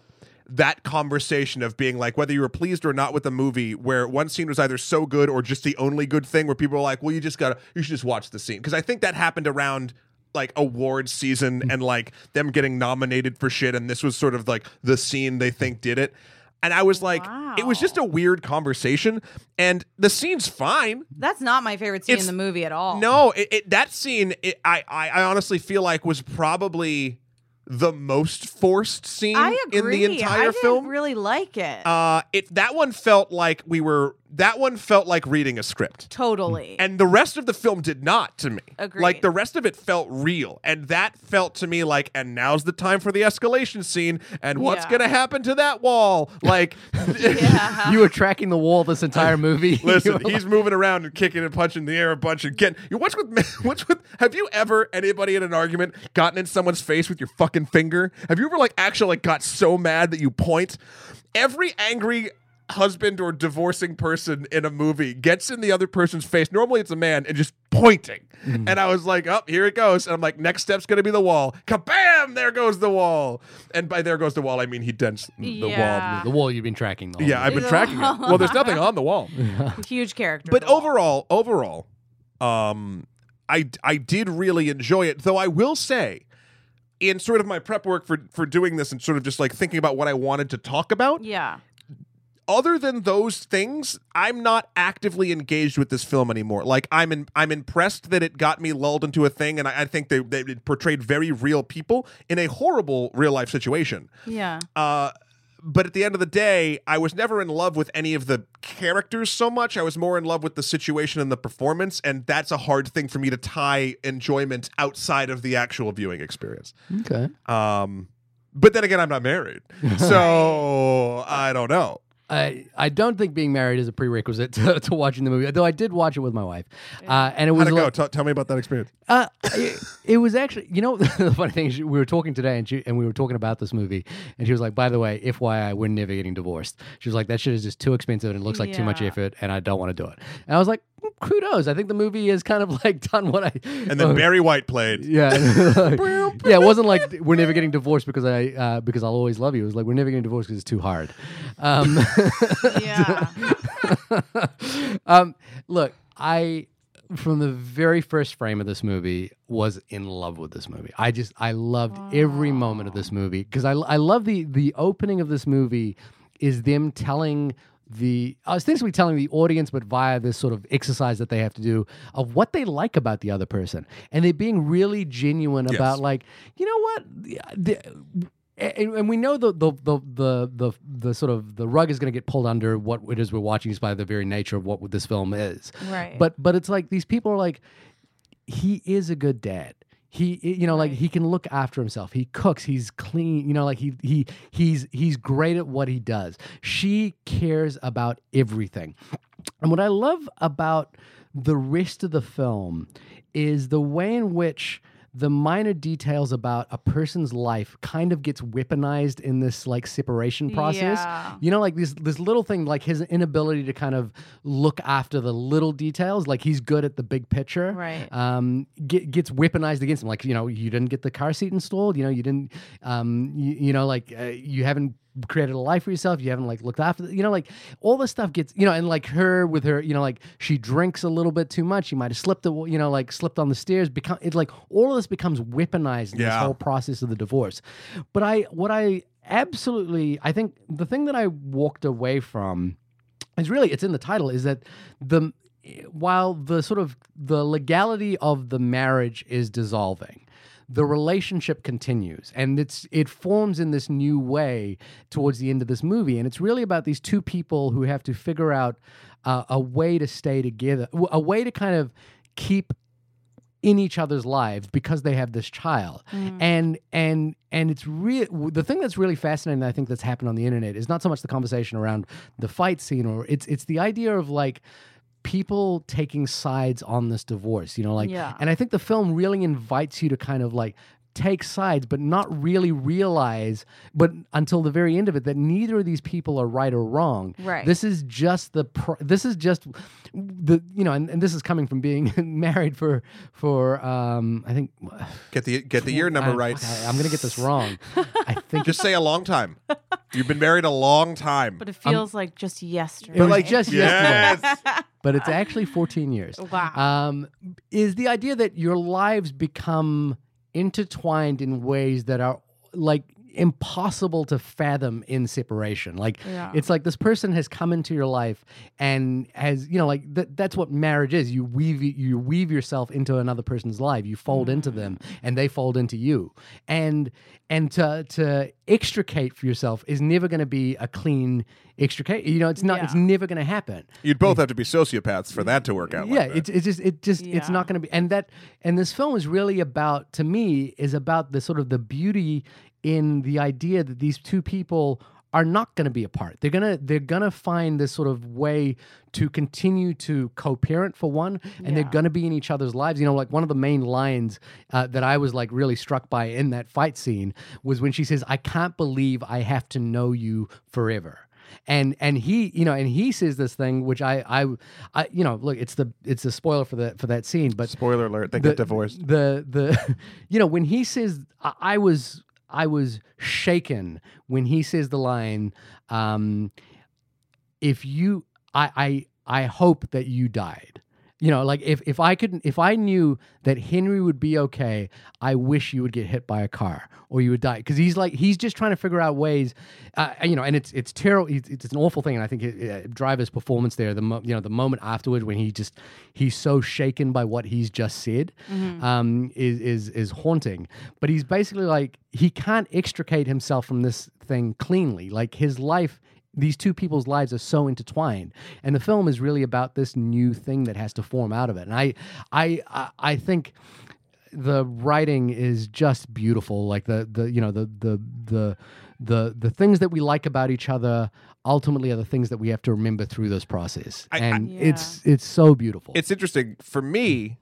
Speaker 1: that conversation of being like whether you were pleased or not with the movie where one scene was either so good or just the only good thing where people were like well you just gotta you should just watch the scene because i think that happened around like award
Speaker 3: Mm-hmm.
Speaker 1: season and like them getting nominated for shit and this was sort of like the scene they think did it and i was like it was
Speaker 3: Wow.
Speaker 1: just a weird conversation and the scene's fine
Speaker 3: That's not my favorite scene
Speaker 1: It's-
Speaker 3: in the movie at all.
Speaker 1: no, it, it, that scene, it, I, I, I honestly feel like was probably the most forced scene
Speaker 3: I
Speaker 1: in
Speaker 3: agree.
Speaker 1: the
Speaker 3: I
Speaker 1: entire
Speaker 3: didn't
Speaker 1: film.
Speaker 3: really like it.
Speaker 1: uh, it that one felt like we were that one felt like reading a script,
Speaker 3: totally.
Speaker 1: and the rest of the film did not to me.
Speaker 3: Agreed.
Speaker 1: Like the rest of it felt real, and that felt to me like, and now's the time for the escalation scene, and what's
Speaker 3: Yeah.
Speaker 1: gonna happen to that wall? Like,
Speaker 3: yeah.
Speaker 2: you were tracking the wall this entire movie.
Speaker 1: Uh-huh. Listen, he's moving around and kicking and punching the air a bunch and getting. You what's with what's with? Have you ever anybody in an argument gotten in someone's face with your fucking finger? Have you ever like actually like got so mad that you point? Every angry husband or divorcing person in a movie gets in the other person's face. Normally it's a man and just pointing. And I was like, "Up oh, here it goes." And I'm like, "Next step's gonna be the wall." Kabam! There goes the wall. And by there goes the wall, I mean he dents the wall.
Speaker 3: Yeah.
Speaker 2: the wall you've been tracking. The whole
Speaker 1: Yeah, I've been
Speaker 3: The
Speaker 1: tracking it.
Speaker 3: wall.
Speaker 1: Well, there's nothing on the wall.
Speaker 3: Huge character.
Speaker 1: But
Speaker 3: development.
Speaker 1: overall, overall, um, I I did really enjoy it. Though I will say, in sort of my prep work for for doing this and sort of just like thinking about what I wanted to talk about,
Speaker 3: Yeah.
Speaker 1: other than those things, I'm not actively engaged with this film anymore. Like I'm in, I'm impressed that it got me lulled into a thing, and I, I think they they portrayed very real people in a horrible real life situation.
Speaker 3: Yeah.
Speaker 1: Uh, but at the end of the day, I was never in love with any of the characters so much. I was more in love with the situation and the performance, and that's a hard thing for me to tie enjoyment outside of the actual viewing experience.
Speaker 2: Okay.
Speaker 1: Um, but then again, I'm not married, so I don't know.
Speaker 2: I I don't think being married is a prerequisite to, to watching the movie. Though I did watch it with my wife, uh, and it was
Speaker 1: How'd it
Speaker 2: like-
Speaker 1: go? Tell- tell me about that experience.
Speaker 2: Uh, it, it was actually, you know, the funny thing is she- we were talking today, and she and we were talking about this movie, and she was like, "By the way, FYI, we're never getting divorced." She was like, "That shit is just too expensive, and it looks like too much
Speaker 3: Yeah.
Speaker 2: effort, and I don't want to do it." And I was like, "Mm, "Kudos! I think the movie has kind of like done what I."
Speaker 1: And then
Speaker 2: uh,
Speaker 1: Barry White played.
Speaker 2: yeah, yeah. It wasn't like we're never getting divorced because I uh, because I'll always love you. It was like we're never getting divorced because it's too hard. Um,
Speaker 3: Yeah.
Speaker 2: um, look, I from the very first frame of this movie was in love with this movie. I just I loved every moment of this movie because I I love the the opening of this movie is them telling the I was essentially telling the audience, but via this sort of exercise that they have to do of what they like about the other person, and they're being really genuine about like you know what. The- the- and, and we know the the, the the the the sort of the rug is going to get pulled under what it is we're watching just by the very nature of what this film is.
Speaker 3: Right.
Speaker 2: But but it's like these people are like, he is a good dad. He you know like
Speaker 3: Right.
Speaker 2: he can look after himself. He cooks. He's clean. You know like he he he's he's great at what he does. She cares about everything. And what I love about the rest of the film is the way in which the minor details about a person's life kind of gets weaponized in this like separation process.
Speaker 3: Yeah.
Speaker 2: You know, like this this little thing, like his inability to kind of look after the little details. Like he's good at the big picture,
Speaker 3: Right.
Speaker 2: Um, get, gets weaponized against him. Like you know, you didn't get the car seat installed. You know, you didn't. Um, you, you know, like uh, you haven't created a life for yourself. You haven't like looked after. You know, like all this stuff gets. You know, and like her with her. You know, like she drinks a little bit too much. She might have slipped. a- You know, like slipped on the stairs. Become it's like all of this becomes weaponized in this
Speaker 1: Yeah.
Speaker 2: whole process of the divorce. But I, what I absolutely, I think the thing that I walked away from is really it's in the title is that the while the sort of the legality of the marriage is dissolving the relationship continues and it's it forms in this new way towards the end of this movie and it's really about these two people who have to figure out uh, a way to stay together a way to kind of keep in each other's lives because they have this child
Speaker 3: Mm.
Speaker 2: and and and it's real the thing that's really fascinating i think that's happened on the internet is not so much the conversation around the fight scene or it's it's the idea of like people taking sides on this divorce you know like
Speaker 3: Yeah.
Speaker 2: and i think the film really invites you to kind of like take sides but not really realize but until the very end of it that neither of these people are right or wrong
Speaker 3: Right.
Speaker 2: this is just the pr- this is just the you know and, and this is coming from being married for for um i think
Speaker 1: Get the get the year number
Speaker 2: I-
Speaker 1: right.
Speaker 2: I, am gonna get this wrong i think
Speaker 1: Just say a long time. You've been married a long time.
Speaker 3: But it feels like just yesterday.
Speaker 2: it was just yesterday
Speaker 1: yes.
Speaker 2: but it's actually 14 years
Speaker 3: Ah. Wow.
Speaker 2: um, is the idea that your lives become intertwined in ways that are like impossible to fathom in separation like
Speaker 3: Yeah.
Speaker 2: it's like this person has come into your life and has you know like th- that's what marriage is you weave you weave yourself into another person's life you fold into them
Speaker 3: Mm.
Speaker 2: and they fold into you and and to to extricate for yourself is never going to be a clean extricate you know it's not it's
Speaker 3: Yeah.
Speaker 2: never going to happen
Speaker 1: You'd both have to be sociopaths for that to work out.
Speaker 2: yeah
Speaker 1: like that.
Speaker 2: it's, it's just it just it's
Speaker 3: Yeah.
Speaker 2: not going to be and that and this film is really about to me is about the sort of the beauty in the idea that these two people are not going to be apart they're going to they're going to find this sort of way to continue to co-parent for one and they're
Speaker 3: Yeah.
Speaker 2: going to be in each other's lives you know like one of the main lines uh, that i was like really struck by in that fight scene was when she says i can't believe i have to know you forever and and he you know and he says this thing which I I, I you know look it's the it's a spoiler for that for that scene but
Speaker 1: Spoiler alert: they
Speaker 2: the,
Speaker 1: get divorced.
Speaker 2: the the you know when he says I, I was I was shaken when he says the line um if you I I I hope that you died you know like if if I could if I knew that Henry would be okay I wish you would get hit by a car or you would die because he's like he's just trying to figure out ways uh, you know and it's it's terrible it's, it's an awful thing and I think it, it, driver's performance there the mo- you know the moment afterward when he just he's so shaken by what he's just said um, is is is haunting but he's basically like he can't extricate himself from this thing cleanly like his life these two people's lives are so intertwined and the film is really about this new thing that has to form out of it and i i i, I think the writing is just beautiful like the the you know the the the the the things that we like about each other ultimately are the things that we have to remember through this process
Speaker 1: I- I-
Speaker 2: and it's it's so beautiful
Speaker 1: It's interesting for me.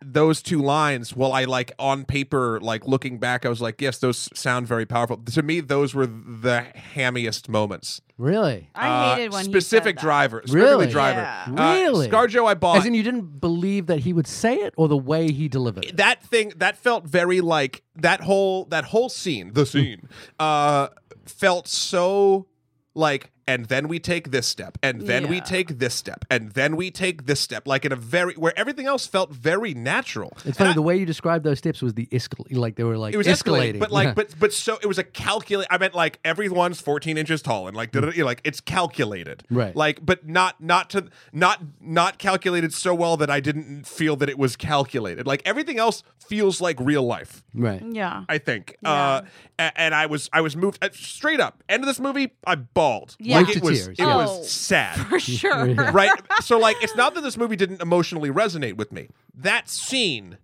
Speaker 1: Those two lines, while I like on paper, like looking back, I was like, yes, those sound very powerful. To me, those were the hammiest moments.
Speaker 2: really
Speaker 3: I
Speaker 1: Uh,
Speaker 3: hated when he said
Speaker 1: specific
Speaker 3: that.
Speaker 1: driver, specifically
Speaker 2: Really?
Speaker 1: driver.
Speaker 3: Yeah.
Speaker 1: Uh,
Speaker 2: Really?
Speaker 1: ScarJo, I bought.
Speaker 2: As in, you didn't believe that he would say it, or the way he delivered it.
Speaker 1: that thing that felt very like that whole that whole scene the scene uh felt so like and then we take this step and then we
Speaker 3: Yeah.
Speaker 1: take this step and then we take this step like in a very where everything else felt very natural
Speaker 2: It's funny the way you described those steps was the escal, like they were like
Speaker 1: it was escalating, but like but but so it was a calculate i meant like everyone's 14 inches tall and like da-da-da, like it's calculated
Speaker 2: Right.
Speaker 1: like but not not to not not calculated so well that i didn't feel that it was calculated like everything else feels like real life
Speaker 2: right.
Speaker 3: Yeah.
Speaker 1: I think. Uh, a- and I was I was moved uh, straight up. End of this movie, I bawled.
Speaker 3: Yeah.
Speaker 1: Like
Speaker 2: Like
Speaker 1: it
Speaker 2: to
Speaker 1: was
Speaker 2: tears,
Speaker 1: it
Speaker 2: yeah.
Speaker 3: Oh.
Speaker 1: was sad.
Speaker 3: For sure.
Speaker 1: right? So like it's not that this movie didn't emotionally resonate with me. That scene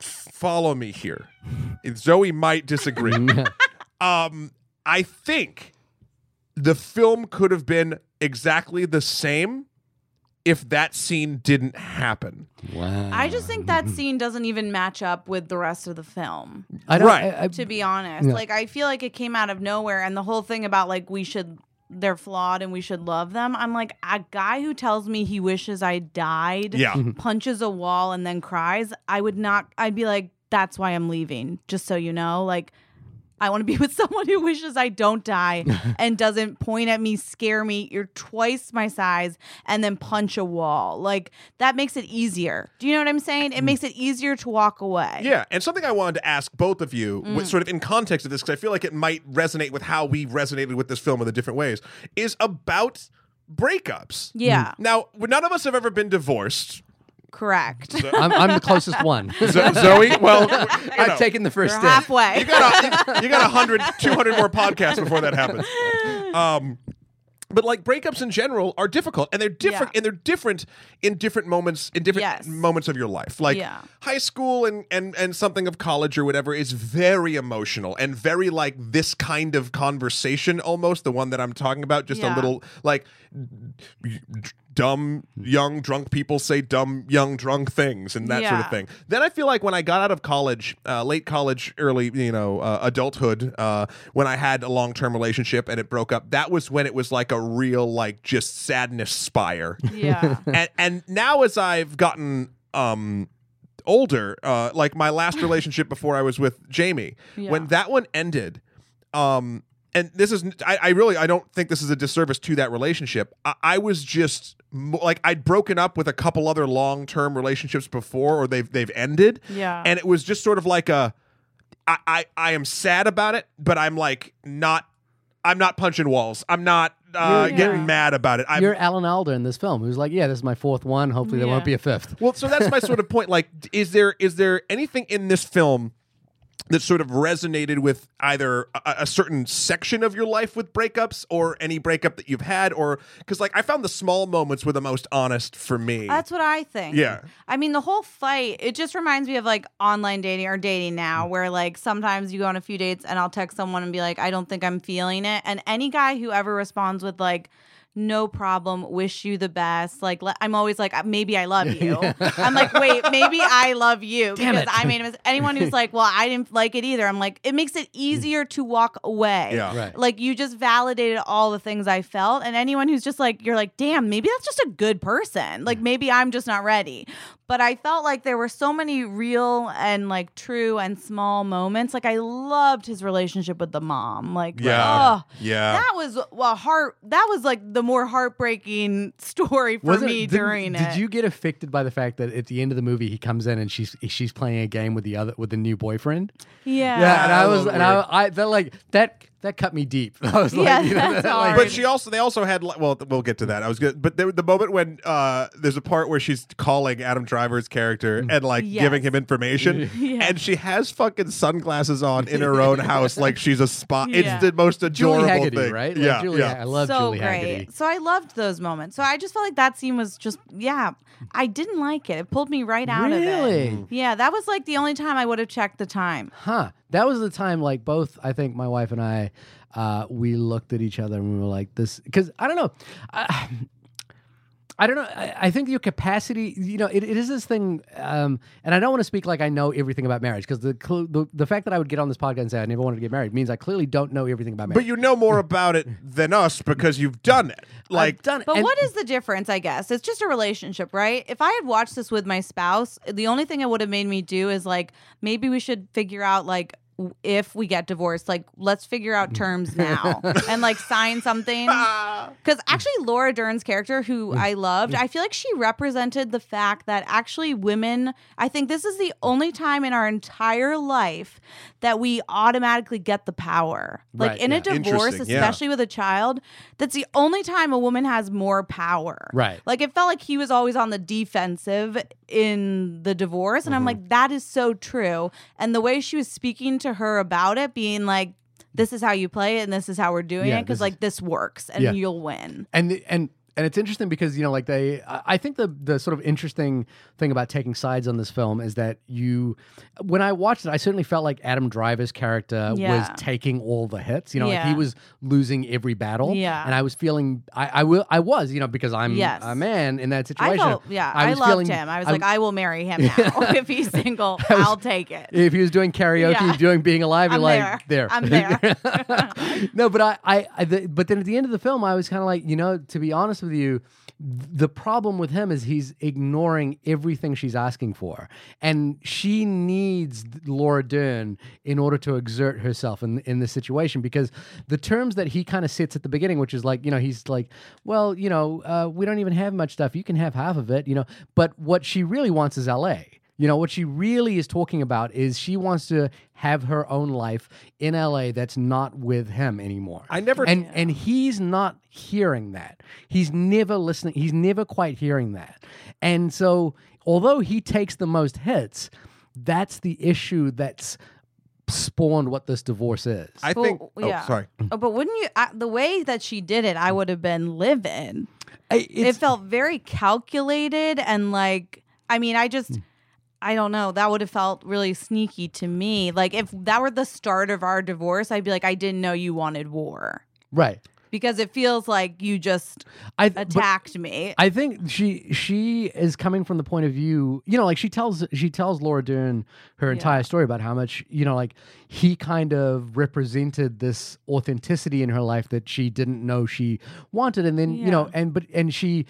Speaker 1: follow me here. Zoe might disagree. um I think the film could have been exactly the same if that scene didn't happen.
Speaker 2: Wow.
Speaker 3: I just think that scene doesn't even match up with the rest of the film.
Speaker 2: I don't,
Speaker 1: Right.
Speaker 2: I, I-
Speaker 3: to be honest. Like I feel like it came out of nowhere and the whole thing about like we should they're flawed and we should love them. I'm like a guy who tells me he wishes I died,
Speaker 1: Yeah.
Speaker 3: punches a wall and then cries, I would not I'd be like that's why I'm leaving, just so you know. Like I want to be with someone who wishes I don't die and doesn't point at me, scare me. You're twice my size, and then punch a wall. Like that makes it easier. Do you know what I'm saying? It makes it easier to walk away.
Speaker 1: Yeah, and something I wanted to ask both of you, with, sort of in context of this, because I feel like it might resonate with how we resonated with this film in the different ways, is about breakups.
Speaker 3: Yeah,
Speaker 1: Now, none of us have ever been divorced.
Speaker 3: correct.
Speaker 2: I'm, I'm the closest one.
Speaker 1: Zo- Zoe, well, you know,
Speaker 2: I've taken the first
Speaker 3: You're
Speaker 2: step.
Speaker 3: halfway.
Speaker 1: you got a, you, you got 100, 200 more podcasts before that happens. Um, but like breakups in general are difficult, and they're different,
Speaker 3: Yeah.
Speaker 1: and they're different in different moments in different
Speaker 3: Yes.
Speaker 1: moments of your life. Like
Speaker 3: Yeah.
Speaker 1: high school and and and something of college or whatever is very emotional and very like this kind of conversation almost the one that I'm talking about. Just a
Speaker 3: Yeah.
Speaker 1: little like dumb young drunk people say dumb young drunk things and that sort of
Speaker 3: Yeah.
Speaker 1: thing. Then I feel like when I got out of college, uh, late college, early you know uh, adulthood, uh, when I had a long term relationship and it broke up, that was when it was like a real like just sadness spire.
Speaker 3: yeah.
Speaker 1: and and now as I've gotten um older, uh, like my last relationship before I was with Jamie,
Speaker 3: Yeah.
Speaker 1: when that one ended, um, and this is I, I really I don't think this is a disservice to that relationship. I, I was just mo- like I'd broken up with a couple other long term relationships before, or they've they've ended,
Speaker 3: Yeah.
Speaker 1: and it was just sort of like a I, I I am sad about it, but I'm like not I'm not punching walls. I'm not uh,
Speaker 2: You're-
Speaker 1: getting
Speaker 3: you're-
Speaker 1: mad about it. I'm,
Speaker 2: You're Alan Alda in this film, who's like, yeah, this is my fourth one. Hopefully, there won't
Speaker 3: Yeah.
Speaker 2: be a fifth.
Speaker 1: Well, so that's my sort of point. Like, d- is there is there anything in this film that sort of resonated with either a, a certain section of your life with breakups, or any breakup that you've had, or because like I found the small moments were the most honest for me.
Speaker 3: That's what I think.
Speaker 1: Yeah.
Speaker 3: I mean, the whole fight, it just reminds me of like online dating or dating
Speaker 1: Mm.
Speaker 3: now, where like sometimes you go on a few dates and I'll text someone and be like, I don't think I'm feeling it. And any guy who ever responds with like, no problem, wish you the best. Like, le- I'm always like, "Uh, maybe I love you. I'm like, wait, maybe I love you
Speaker 2: Damn
Speaker 3: because
Speaker 2: it.
Speaker 3: I made a mis- Anyone who's like, well, I didn't like it either. I'm like, it makes it easier to walk away.
Speaker 1: Mm. Yeah.
Speaker 2: Right.
Speaker 3: Like you just validated all the things I felt. And anyone who's just like, you're like, damn, maybe that's just a good person. Like maybe I'm just not ready. But I felt like there were so many real and like true and small moments. Like I loved his relationship with the mom. Like,
Speaker 1: Yeah.
Speaker 3: oh,
Speaker 1: yeah.
Speaker 3: that was well heart that was like the more heartbreaking story for
Speaker 2: Was it-
Speaker 3: me
Speaker 2: did,
Speaker 3: during
Speaker 2: did
Speaker 3: it.
Speaker 2: you get affected by the fact that at the end of the movie he comes in and she's she's playing a game with the other with the new boyfriend?
Speaker 3: Yeah.
Speaker 2: yeah, and I
Speaker 1: that
Speaker 2: was
Speaker 1: was
Speaker 2: and I, I that like that that cut me deep. I was like,
Speaker 3: Yeah,
Speaker 2: you know,
Speaker 3: that's
Speaker 2: that,
Speaker 3: hard.
Speaker 1: But she also, they also had, li- well, th- we'll get to that. I was good. But there, the moment when uh, there's a part where she's calling Adam Driver's character
Speaker 2: Mm.
Speaker 1: and like
Speaker 3: Yes.
Speaker 1: giving him information,
Speaker 3: Yeah.
Speaker 1: and she has fucking sunglasses on in her own house, like she's a spy.
Speaker 3: Yeah.
Speaker 1: It's the most
Speaker 2: Julie
Speaker 1: adorable
Speaker 2: Haggerty,
Speaker 1: thing.
Speaker 2: right? Like,
Speaker 1: Yeah.
Speaker 2: Julie,
Speaker 1: yeah.
Speaker 2: I love Julie Haggerty.
Speaker 3: So I loved those moments. So I just felt like that scene was just yeah. I didn't like it. It pulled me right out of it.
Speaker 2: Really?
Speaker 3: Yeah, that was like the only time I would have checked the time.
Speaker 2: Huh. That was the time, like, both, I think my wife and I, uh, we looked at each other and we were like, this, because I don't know. I, I don't know. I, I think your capacity, you know, it, it is this thing. Um, and I don't want to speak like I know everything about marriage because the, cl- the the fact that I would get on this podcast and say I never wanted to get married means I clearly don't know everything about marriage.
Speaker 1: But you know more about it than us because you've done it. Like,
Speaker 2: I've done it.
Speaker 3: But
Speaker 2: And-
Speaker 3: what is the difference, I guess? It's just a relationship, right? If I had watched this with my spouse, the only thing it would have made me do is like maybe we should figure out like w- if we get divorced, like let's figure out terms now and like sign something. Because actually, Laura Dern's character,
Speaker 2: Mm.
Speaker 3: who I loved, I feel like she represented the fact that actually women, I think this is the only time in our entire life that we automatically get the power. Like
Speaker 2: Right,
Speaker 3: in
Speaker 2: yeah.
Speaker 3: a divorce,
Speaker 1: Interesting, yeah.
Speaker 3: especially with a child, that's the only time a woman has more power.
Speaker 2: Right.
Speaker 3: Like it felt like he was always on the defensive in the divorce.
Speaker 2: Mm-hmm.
Speaker 3: And I'm like, that is so true. And the way she was speaking to her about it, being like, this is how you play it and this is how we're doing
Speaker 2: Yeah,
Speaker 3: it. Cause
Speaker 2: this
Speaker 3: like this works and
Speaker 2: Yeah.
Speaker 3: you'll win.
Speaker 2: and the- and and it's interesting because you know like they i I think the the sort of interesting thing about taking sides on this film is that you when i watched it i certainly felt like adam driver's character
Speaker 3: Yeah.
Speaker 2: was taking all the hits you know like he
Speaker 3: Yeah.
Speaker 2: was losing every battle
Speaker 3: Yeah.
Speaker 2: and i was feeling i i will i was you know because i'm
Speaker 3: Yes.
Speaker 2: a man in that
Speaker 3: I
Speaker 2: situation
Speaker 3: felt, yeah, I,
Speaker 2: was
Speaker 3: loved
Speaker 2: feeling-
Speaker 3: him. I was like, I will marry him now. if he's single, I'll take it.
Speaker 2: if he was doing karaoke,
Speaker 3: Yeah.
Speaker 2: doing being alive, you're
Speaker 3: I'm
Speaker 2: like there.
Speaker 3: there. I'm there.
Speaker 2: no, but I, I, I the, but then at the end of the film, I was kind of like, you know, to be honest with you, the problem with him is he's ignoring everything she's asking for and she needs laura dern in order to exert herself in, in this situation because the terms that he kind of sets at the beginning which is like you know he's like well you know uh, we don't even have much stuff you can have half of it you know but what she really wants is la you know, what she really is talking about is she wants to have her own life in LA that's not with him anymore.
Speaker 1: I never-
Speaker 2: and and he's not hearing that. He's never listening. He's never quite hearing that. And so, although he takes the most hits, that's the issue that's spawned what this divorce is.
Speaker 1: I
Speaker 3: Well,
Speaker 1: think. Oh,
Speaker 3: yeah.
Speaker 1: sorry.
Speaker 3: Oh, but wouldn't you? I, the way that she did it, I would have been living.
Speaker 2: I-
Speaker 3: It
Speaker 2: it's-
Speaker 3: felt very calculated and like. I mean, I
Speaker 2: Hmm.
Speaker 3: just. I don't know. That would have felt really sneaky to me. Like if that were the start of our divorce, I'd be like, I didn't know you wanted war
Speaker 2: right.
Speaker 3: because it feels like you just
Speaker 2: I but-
Speaker 3: attacked me.
Speaker 2: I think she she is coming from the point of view, you know, like she tells she tells Laura Dern her entire story about how much, you know, like he kind of represented this authenticity in her life that she didn't know she wanted and then, you know, and but and she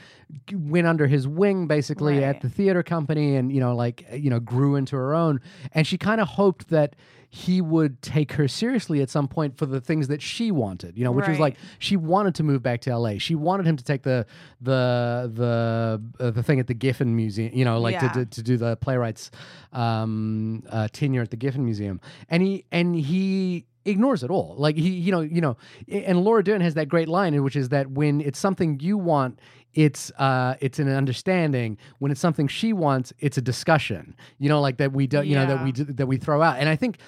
Speaker 2: g- went under his wing basically at
Speaker 3: Right.
Speaker 2: the theater company and, you know, like, you know, grew into her own and she kind of hoped that he would take her seriously at some point for the things that she wanted, you know, which was
Speaker 3: Right.
Speaker 2: like she wanted to move back to LA. She wanted him to take the the the uh, the thing at the Giffen Museum, you know, like to,
Speaker 3: Yeah.
Speaker 2: to, to do the playwrights um, uh, tenure at the Giffen Museum, and he and he ignores it all. Like he, you know, you know, and Laura Dern has that great line, which is that when it's something you want. It's uh, it's an understanding. When it's something she wants, it's a discussion. You know, like that we don't. You know that
Speaker 3: Yeah.
Speaker 2: we d- that we throw out. And I think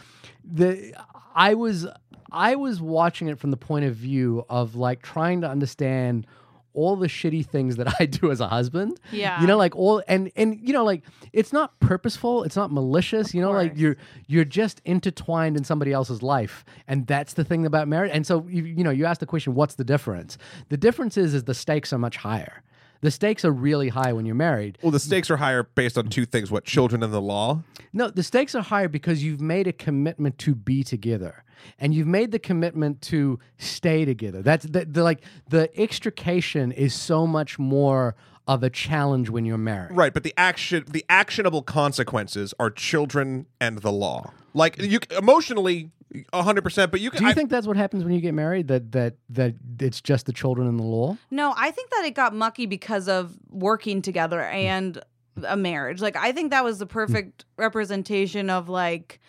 Speaker 2: the I was I was watching it from the point of view of like trying to understand all the shitty things that I do as a husband.
Speaker 3: Yeah.
Speaker 2: You know, like all and and you know, like it's not purposeful, it's not malicious, you know, like
Speaker 3: course.
Speaker 2: you're you're just intertwined in somebody else's life. And that's the thing about marriage. And so you, you know, you ask the question, what's the difference? The difference is is the stakes are much higher. The stakes are really high when you're married.
Speaker 1: Well, the stakes are higher based on two things: what children and the law.
Speaker 2: No, the stakes are higher because you've made a commitment to be together, and you've made the commitment to stay together. That's the, the like the extrication is so much more of a challenge when you're married.
Speaker 1: Right, but the action, the actionable consequences are children and the law. Like you emotionally, hundred percent. But you can.
Speaker 2: Do you
Speaker 1: I-
Speaker 2: think that's what happens when you get married? That that that it's just the children and the law.
Speaker 3: No, I think that it got mucky because of working together
Speaker 2: Hmm.
Speaker 3: and a marriage. Like I think that was the perfect representation of like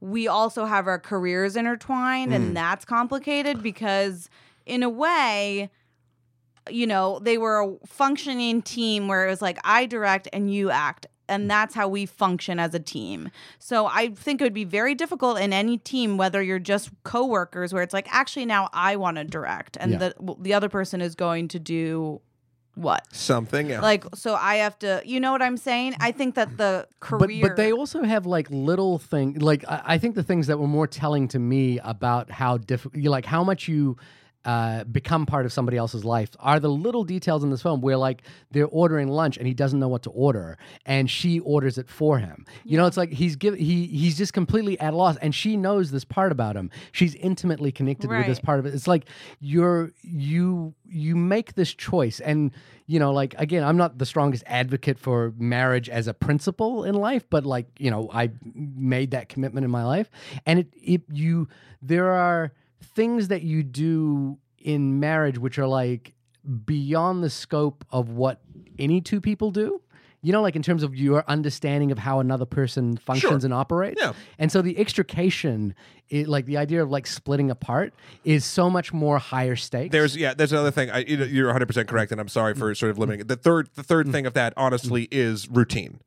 Speaker 3: we also have our careers intertwined
Speaker 2: Hmm.
Speaker 3: and that's complicated because in a way you know, they were a functioning team where it was like I direct and you
Speaker 2: Mm.
Speaker 3: act. And that's how we function as a team. So I think it would be very difficult in any team, whether you're just coworkers, where it's like, actually, now I want to direct, and
Speaker 2: Yeah.
Speaker 3: the w- the other person is going to do what?
Speaker 1: something? else.
Speaker 3: Like, so I have to, you know what I'm saying? I think that the career,
Speaker 2: But but they also have like little thing. Like I, I think the things that were more telling to me about how difficult, like how much you. Uh, become part of somebody else's life are the little details in this film where like they're ordering lunch and he doesn't know what to order and she orders it for him you know it's like he's give he he's just completely at a loss and she knows this part about him she's intimately connected with this
Speaker 3: Right.
Speaker 2: part of it it's like you're you you make this choice and you know like again i'm not the strongest advocate for marriage as a principle in life but like you know i made that commitment in my life and it, it you there are things that you do in marriage which are like beyond the scope of what any two people do you know like in terms of your understanding of how another person functions and operates
Speaker 1: Yeah.
Speaker 2: and so the extrication it, like the idea of like splitting apart is so much more higher stakes
Speaker 1: There's yeah. There's another thing. I, you know, you're 100 percent correct, and I'm sorry
Speaker 2: Mm.
Speaker 1: for sort of limiting it. The third, the third thing of that, honestly, is routine.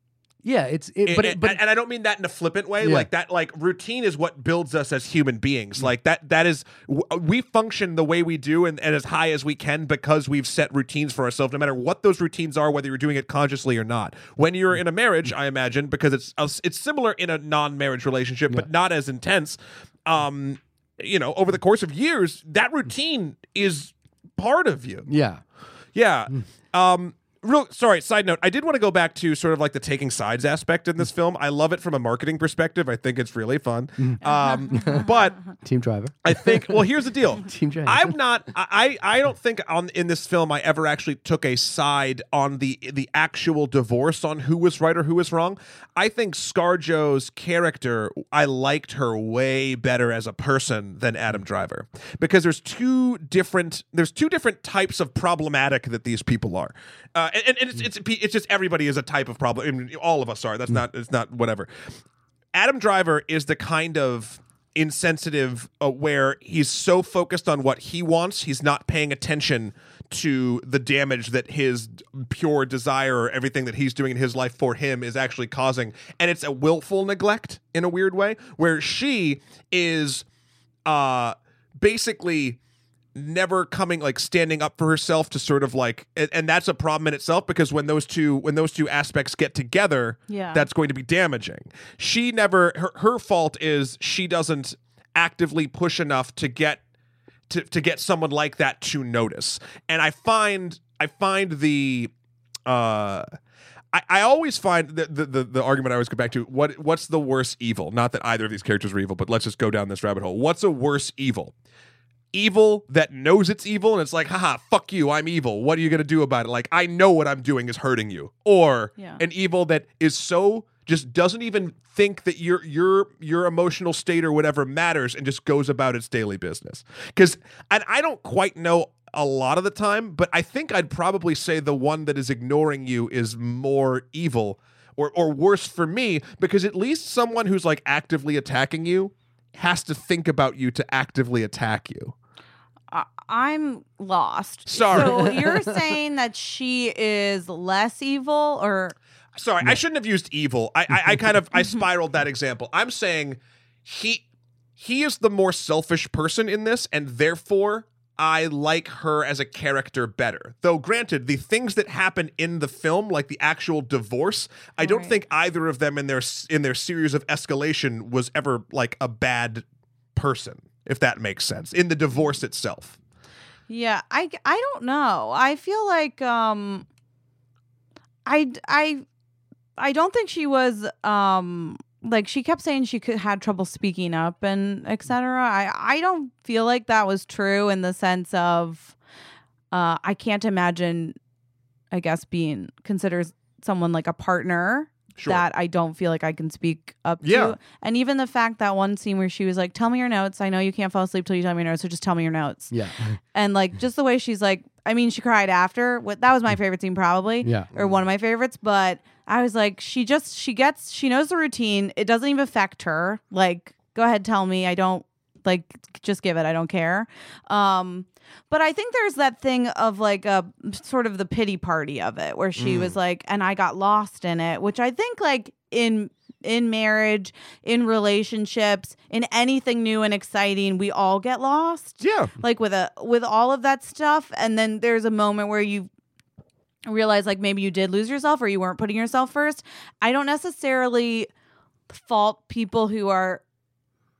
Speaker 2: yeah it's it, but it,
Speaker 1: and,
Speaker 2: but
Speaker 1: and I don't mean that in a flippant way.
Speaker 2: Yeah. Mm.
Speaker 1: Like that, like routine is what builds us as human beings. Like that, that is w- uh, we function the way we do and, and as high as we can because we've set routines for ourselves. No matter what those routines are, whether you're doing it consciously or not. When you're in a marriage, I imagine because it's uh, it's similar in a non-marriage relationship, but not as intense. Um, you know, over the course of
Speaker 2: Mm.
Speaker 1: years, that routine is part of you.
Speaker 2: yeah
Speaker 1: Yeah. Um, real sorry, side note. I did want to go back to sort of like the taking sides aspect in this film. I love it from a marketing perspective. I think it's really fun. Um, but
Speaker 2: Team driver.
Speaker 1: I think well, here's the deal.
Speaker 2: Team driver.
Speaker 1: I'm not. I I I don't think on in this film I ever actually took a side on the the actual divorce on who was right or who was wrong. I think ScarJo's character I liked her way better as a person than Adam Driver because there's two different there's two different types of problematic that these people are, uh, and, and it's, it's it's just everybody is a type of problem. I mean, all of us are. That's not it's not whatever. Adam Driver is the kind of insensitive uh, where he's so focused on what he wants, he's not paying attention to the damage that his d- pure desire or everything that he's doing in his life for him is actually causing. And it's a willful neglect in a weird way, where she is uh basically never coming like standing up for herself to sort of like and, and that's a problem in itself because when those two when those two aspects get together
Speaker 3: Yeah.
Speaker 1: that's going to be damaging she never her, her fault is she doesn't actively push enough to get to, to get someone like that to notice and i find i find the uh I, I always find the, the, the, the argument I always go back to what what's the worst evil? Not that either of these characters are evil, but let's just go down this rabbit hole. What's a worse evil? evil that knows it's evil and it's like, haha, fuck you, I'm evil. What are you gonna do about it? Like, I know what I'm doing is hurting you. Or
Speaker 3: Yeah.
Speaker 1: an evil that is so just doesn't even think that your your your emotional state or whatever matters and just goes about its daily business. Cause and I don't quite know a lot of the time, but I think I'd probably say the one that is ignoring you is more evil or or worse for me, because at least someone who's like actively attacking you has to think about you to actively attack you.
Speaker 3: I- I'm lost.
Speaker 1: Sorry.
Speaker 3: So you're saying that she is less evil, or
Speaker 1: Sorry, I shouldn't have used evil. I, I, I kind of I spiraled that example. I'm saying he he is the more selfish person in this, and therefore I like her as a character better. Though granted, the things that happen in the film, like the actual divorce, I don't
Speaker 3: Right.
Speaker 1: think either of them in their s- in their series of escalation was ever like a bad person, if that makes sense. In the divorce itself.
Speaker 3: yeah, I I don't know. I feel like um, I I I don't think she was um like she kept saying she could had trouble speaking up and etc. I I don't feel like that was true in the sense of uh I can't imagine I guess being considered someone like a partner
Speaker 1: Sure.
Speaker 3: that I don't feel like I can speak up
Speaker 1: Yeah.
Speaker 3: to. And even the fact that one scene where she was like, Tell me your notes. I know you can't fall asleep till you tell me your notes, so just tell me your notes.
Speaker 2: Yeah.
Speaker 3: And like just the way she's like, I mean, she cried after. What that was my favorite scene probably.
Speaker 2: Yeah.
Speaker 3: Or one of my favorites, but I was like, she just she gets she knows the routine. It doesn't even affect her. Like, go ahead, tell me. I don't like just give it. I don't care. Um but I think there's that thing of like a sort of the pity party of it where she was like and I got lost in it, which I think like in in marriage, in relationships, in anything new and exciting, we all get lost
Speaker 1: Yeah.
Speaker 3: like with a with all of that stuff and then there's a moment where you realize like maybe you did lose yourself or you weren't putting yourself first i don't necessarily fault people who are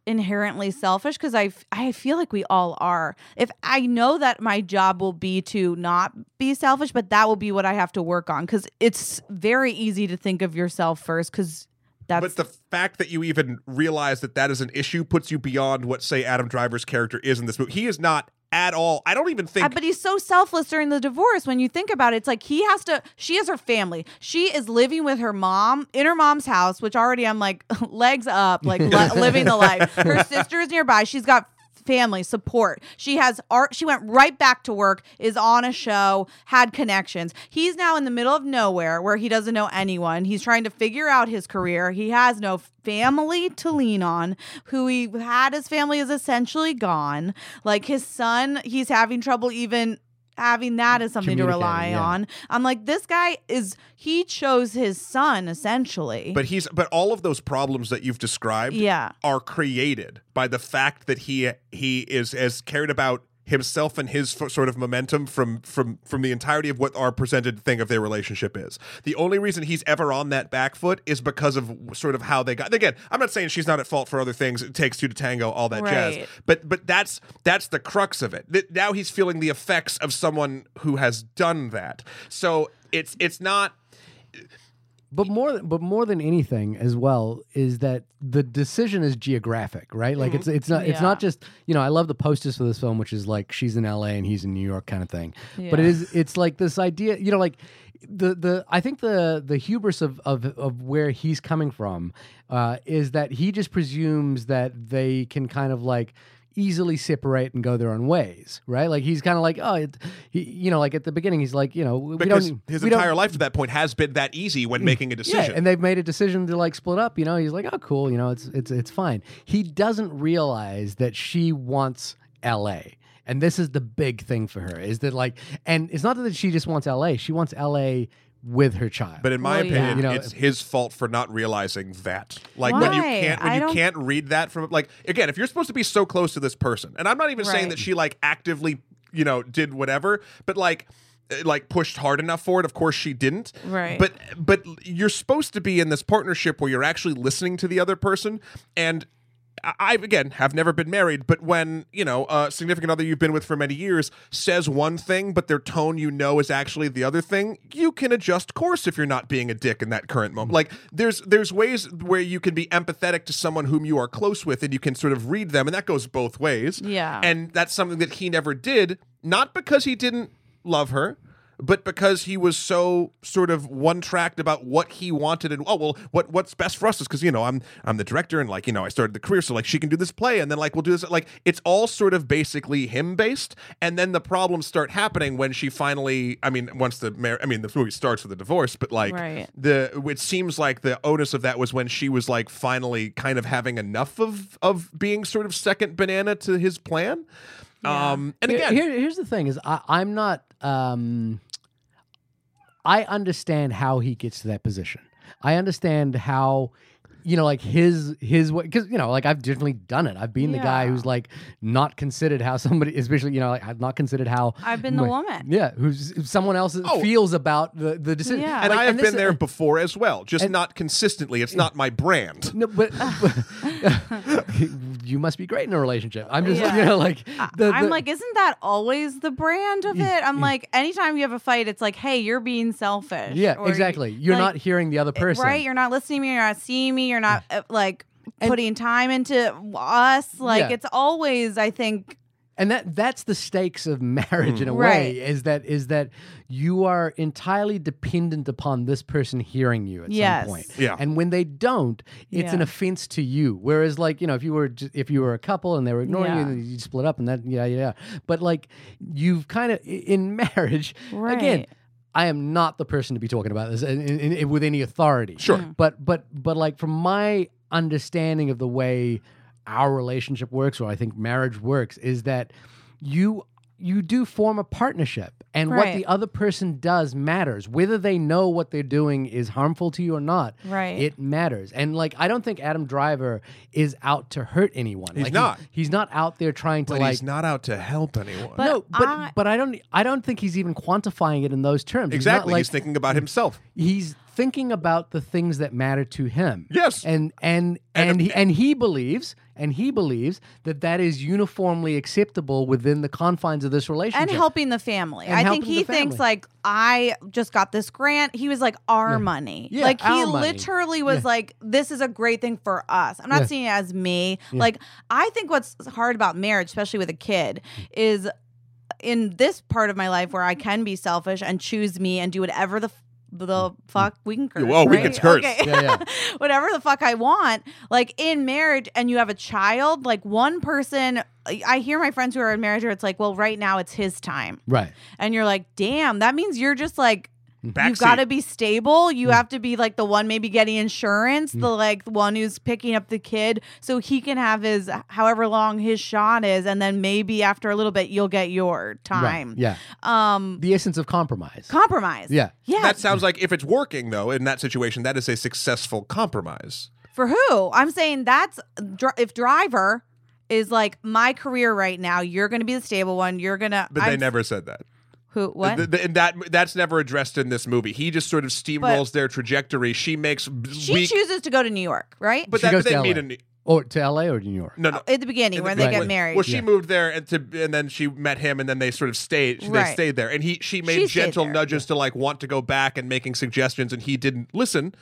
Speaker 3: inherently selfish because I, f- I feel like we all are if i know that my job will be to not be selfish but that will be what i have to work on because it's very easy to think of yourself first because that's
Speaker 1: but the fact that you even realize that that is an issue puts you beyond what, say, Adam Driver's character is in this movie. He is not at all. I don't even think.
Speaker 3: Uh, but he's so selfless during the divorce. When you think about it, it's like he has to. She is her family. She is living with her mom in her mom's house, which already I'm like legs up, like li- living the life. Her sister is nearby. She's got family support. She has art. She went right back to work. Is on a show. Had connections. He's now in the middle of nowhere where he doesn't know anyone. He's trying to figure out his career. He has no family to lean on. Who he had his family is essentially gone. Like his son, he's having trouble even having that as something to rely
Speaker 2: Communicating, yeah.
Speaker 3: on. I'm like, this guy is he chose his son essentially.
Speaker 1: but he's. But all of those problems that you've described
Speaker 3: yeah.
Speaker 1: are created by the fact that he he is as cared about himself and his f- sort of momentum from from from the entirety of what our presented thing of their relationship is. The only reason he's ever on that back foot is because of w- sort of how they got. Again, I'm not saying she's not at fault for other things. It takes two to tango, all that jazz.
Speaker 3: Right.
Speaker 1: But but that's that's the crux of it. Th- now he's feeling the effects of someone who has done that. So it's it's not
Speaker 2: But more, but more than anything, as well, is that the decision is geographic, right? Like it's it's not it's
Speaker 3: Mm-hmm. Yeah.
Speaker 2: not just you know I love the posters for this film, which is like she's in L.A. and he's in New York kind of thing. But it
Speaker 3: Yeah.
Speaker 2: is it's like this idea, you know, like the the I think the the hubris of of, of where he's coming from uh, is that he just presumes that they can kind of like easily separate and go their own ways, right? Like he's kind of like oh, it, he, you know, like at the beginning he's like you know we
Speaker 1: because
Speaker 2: don't
Speaker 1: his
Speaker 2: we don't- Mm.
Speaker 1: entire life to that point has been that easy when making a decision.
Speaker 2: yeah, and they've made a decision to like split up. You know, he's like, oh, cool. You know, it's it's it's fine. He doesn't realize that she wants L.A. And this is the big thing for her is that like, and it's not that she just wants L.A. She wants L.A. with her child.
Speaker 1: But in my
Speaker 3: Well, Oh, yeah.
Speaker 1: opinion,
Speaker 2: You know,
Speaker 1: it's his fault for not realizing that. Like when you
Speaker 3: Why?
Speaker 1: can't when
Speaker 3: I
Speaker 1: you
Speaker 3: don't-
Speaker 1: can't read that from like again, if you're supposed to be so close to this person, and I'm not even saying
Speaker 3: Right.
Speaker 1: that she like actively, you know, did whatever, but like eh, like pushed hard enough for it. Of course she didn't.
Speaker 3: Right.
Speaker 1: But but you're supposed to be in this partnership where you're actually listening to the other person and I- I again have never been married, but when you know a significant other you've been with for many years says one thing, but their tone you know is actually the other thing, you can adjust course if you're not being a dick in that current moment. Like there's there's ways where you can be empathetic to someone whom you are close with, and you can sort of read them, and that goes both ways.
Speaker 3: Yeah.
Speaker 1: and that's something that he never did, not because he didn't love her. But because he was so sort of one tracked about what he wanted and oh well what what's best for us is because you know I'm I'm the director and like you know I started the career so like she can do this play and then like we'll do this like it's all sort of basically him based and then the problems start happening when she finally I mean once the mar- I mean the movie starts with the divorce but like
Speaker 3: Right.
Speaker 1: the it seems like the onus of that was when she was like finally kind of having enough of of being sort of second banana to his plan um and
Speaker 2: Here-
Speaker 1: again
Speaker 2: here- here's the thing: is I, I'm not. Um, I understand how he gets to that position. I understand how, you know, like his his way because you know, like I've definitely done it. I've been the guy
Speaker 3: Yeah.
Speaker 2: who's like not considered how somebody, especially you know, like I've not considered how
Speaker 3: I've been the
Speaker 2: my-
Speaker 3: woman.
Speaker 2: Yeah, who's who someone else
Speaker 1: Oh.
Speaker 2: feels about the the decision.
Speaker 3: Yeah.
Speaker 1: and
Speaker 2: Like,
Speaker 1: I have
Speaker 2: this-
Speaker 1: been there before as well, just not consistently. It's not my brand.
Speaker 2: No, but, you must be great in a relationship. I'm just,
Speaker 3: Yeah.
Speaker 2: you know, like the-
Speaker 3: I'm
Speaker 2: the- Mm,
Speaker 3: like, isn't that always the brand of it? I'm like, anytime you have a fight, it's like, hey, you're being selfish.
Speaker 2: yeah,
Speaker 3: or,
Speaker 2: exactly. You're
Speaker 3: like,
Speaker 2: not hearing the other person,
Speaker 3: Right? You're not listening to me. You're not seeing me. You're not uh, like putting time into us. Like
Speaker 2: Yeah.
Speaker 3: it's always, I think,
Speaker 2: and that that's the stakes of marriage in a
Speaker 3: Mm. Right.
Speaker 2: way is that is that you are entirely dependent upon this person hearing you at
Speaker 3: Yes.
Speaker 2: some point
Speaker 1: Yeah.
Speaker 2: and when they don't it's an
Speaker 3: Yeah.
Speaker 2: offense to you whereas like you know if you were ju- if you were a couple and they were ignoring you
Speaker 3: Yeah.
Speaker 2: then you split up and that yeah yeah yeah. but like you've kind of in marriage again
Speaker 3: Right.
Speaker 2: I am not the person to be talking about this in, in, in, with any authority.
Speaker 1: Sure.
Speaker 3: Hmm.
Speaker 2: But but but like from my understanding of the way our relationship works, or I think marriage works, is that you you do form a partnership, and what
Speaker 3: Right.
Speaker 2: the other person does matters. Whether they know what they're doing is harmful to you or not,
Speaker 3: Right.
Speaker 2: It matters. And like I don't think Adam Driver is out to hurt anyone. He's
Speaker 1: not.
Speaker 2: he's not out there trying to
Speaker 1: But
Speaker 2: like
Speaker 1: he's not out to help anyone.
Speaker 3: But
Speaker 2: no, but
Speaker 3: I-
Speaker 2: but I don't I don't think he's even quantifying it in those terms. He's not,
Speaker 1: exactly.
Speaker 2: like-
Speaker 1: he's thinking about himself.
Speaker 2: he's thinking about the things that matter to him.
Speaker 1: Yes.
Speaker 2: And and and he, and he believes and he believes that that is uniformly acceptable within the confines of this relationship.
Speaker 3: and helping the family.
Speaker 2: And
Speaker 3: I
Speaker 2: helping
Speaker 3: think
Speaker 2: the
Speaker 3: he thinks
Speaker 2: family.
Speaker 3: like I just got this grant. He was like our money.
Speaker 2: Yeah,
Speaker 3: like he
Speaker 2: our money.
Speaker 3: literally was like this is a great thing for us. I'm not
Speaker 2: Yeah.
Speaker 3: seeing it as me. Like I think what's hard about marriage, especially with a kid,
Speaker 2: Mm.
Speaker 3: is in this part of my life where I can be selfish and choose me and do whatever the f- the
Speaker 2: Mm.
Speaker 3: fuck we can curse.
Speaker 1: Whoa, we can
Speaker 3: right?
Speaker 1: curse.
Speaker 3: Okay.
Speaker 2: Yeah, yeah.
Speaker 3: whatever the fuck I want. Like in marriage, and you have a child, like one person, I I hear my friends who are in marriage where it's like, well, right now it's his time.
Speaker 2: Right.
Speaker 3: And you're like, damn, that means you're just like,
Speaker 1: Backseat.
Speaker 3: you've got to be stable. You
Speaker 2: Mm.
Speaker 3: have to be like the one maybe getting insurance, the like one who's picking up the kid so he can have his however long his shot is. And then maybe after a little bit, you'll get your time.
Speaker 2: Right. Yeah.
Speaker 3: Um,
Speaker 2: The essence of compromise.
Speaker 3: compromise.
Speaker 2: yeah.
Speaker 3: Yeah.
Speaker 1: That sounds like if it's working though in that situation, that is a successful compromise.
Speaker 3: For who? I'm saying that's dr- if Driver is like my career right now. You're going to be the stable one. You're going to.
Speaker 1: But they never said that.
Speaker 3: Who? What?
Speaker 1: Th- th- and that that's never addressed in this movie. He just sort of steamrolls their trajectory. She makes b-
Speaker 3: she
Speaker 1: weak,
Speaker 3: chooses to go to New York, right?
Speaker 1: but
Speaker 2: She
Speaker 1: that
Speaker 2: goes
Speaker 1: they
Speaker 2: to
Speaker 1: meet
Speaker 2: LA.
Speaker 1: in
Speaker 2: or to LA or to New York.
Speaker 1: no no.
Speaker 3: in the beginning,
Speaker 1: in
Speaker 3: Uh, when
Speaker 1: the
Speaker 3: they get
Speaker 1: beginning.
Speaker 3: married.
Speaker 1: Well, she
Speaker 2: Yeah.
Speaker 1: moved there and to and then she met him and then they sort of stayed. They
Speaker 3: Right.
Speaker 1: stayed there and he she made
Speaker 3: She stayed
Speaker 1: gentle
Speaker 3: there.
Speaker 1: nudges to like want to go back and making suggestions and he didn't listen.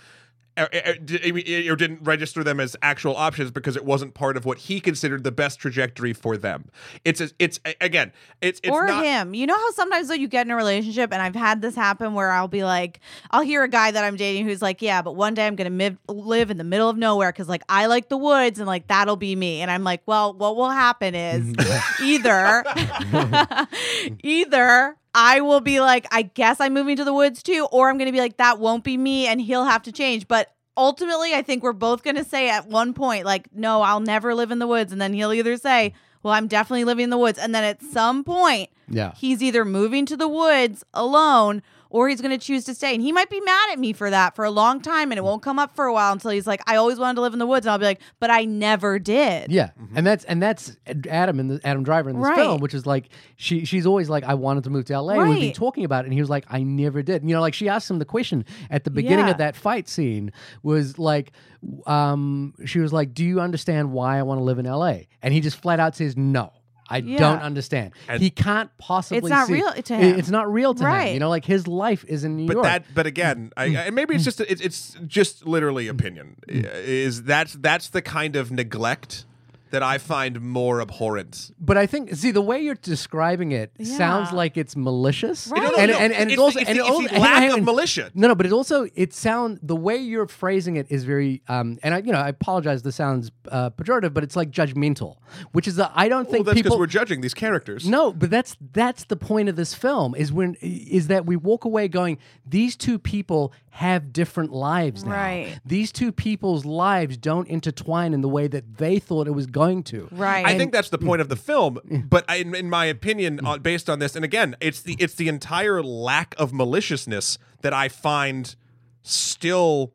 Speaker 1: uh, Or, or- or didn't register them as actual options because it wasn't part of what he considered the best trajectory for them. It's a, it's a- again, it's it's
Speaker 3: or
Speaker 1: not
Speaker 3: him. You know how sometimes though you get in a relationship, and I've had this happen where I'll be like, I'll hear a guy that I'm dating who's like, yeah, but one day I'm gonna miv- live in the middle of nowhere because like I like the woods and like that'll be me. And I'm like, well, what will happen is either, either. I will be like, I guess I'm moving to the woods too, or I'm going to be like, that won't be me, and he'll have to change. But ultimately, I think we're both going to say at one point, like, no, I'll never live in the woods. And then he'll either say, well, I'm definitely living in the woods. And then at some point,
Speaker 2: Yeah.
Speaker 3: he's either moving to the woods alone or he's going to choose to stay. And he might be mad at me for that for a long time and it won't come up for a while until he's like, I always wanted to live in the woods. And I'll be like, but I never did.
Speaker 2: Yeah,
Speaker 1: Mm-hmm.
Speaker 2: and that's and that's Adam and the Adam Driver in this
Speaker 3: Right.
Speaker 2: film, which is like she she's always like, I wanted to move to LA. We've been
Speaker 3: Right.
Speaker 2: talking about it, and he was like, I never did. You know, like she asked him the question at the beginning
Speaker 3: Yeah.
Speaker 2: of that fight scene was like, um, she was like, Do you understand why I want to live in LA? And he just flat out says, No. I
Speaker 3: Yeah.
Speaker 2: don't understand.
Speaker 1: And-
Speaker 2: he can't possibly.
Speaker 3: It's not
Speaker 2: see-
Speaker 3: real to
Speaker 2: I-
Speaker 3: him.
Speaker 2: It's not real to him.
Speaker 3: Right.
Speaker 2: You know, like his life is in New
Speaker 1: but
Speaker 2: York.
Speaker 1: that but again
Speaker 2: Mm.
Speaker 1: I, I- maybe it's just it's, it's just literally opinion is that's that's the kind of neglect that i find more abhorrent
Speaker 2: But I think see the way you're describing it sounds
Speaker 3: Yeah.
Speaker 2: like it's malicious,
Speaker 3: Right. No, no,
Speaker 2: and,
Speaker 1: no.
Speaker 2: and and
Speaker 1: It's
Speaker 2: it's
Speaker 1: the-
Speaker 2: also
Speaker 1: it's
Speaker 2: and
Speaker 1: the-
Speaker 2: it
Speaker 1: it's
Speaker 2: also-
Speaker 1: the
Speaker 2: hang on,
Speaker 1: lack
Speaker 2: hang
Speaker 1: of
Speaker 2: on.
Speaker 1: militia.
Speaker 2: No, no, but it also it sound the way you're phrasing it is very um and I you know I apologize this sounds uh, pejorative, but it's like judgmental, which is the, I don't
Speaker 1: well
Speaker 2: think
Speaker 1: Oh, that's because
Speaker 2: people
Speaker 1: we're judging these characters
Speaker 2: no, but that's that's the point of this film is when is that we walk away going these two people have different lives now.
Speaker 3: Right.
Speaker 2: These two people's lives don't intertwine in the way that they thought it was going to.
Speaker 3: Right.
Speaker 1: I think that's the point of the film, but I, in, in my opinion, on- based on this, and again, it's the it's the entire lack of maliciousness that I find still.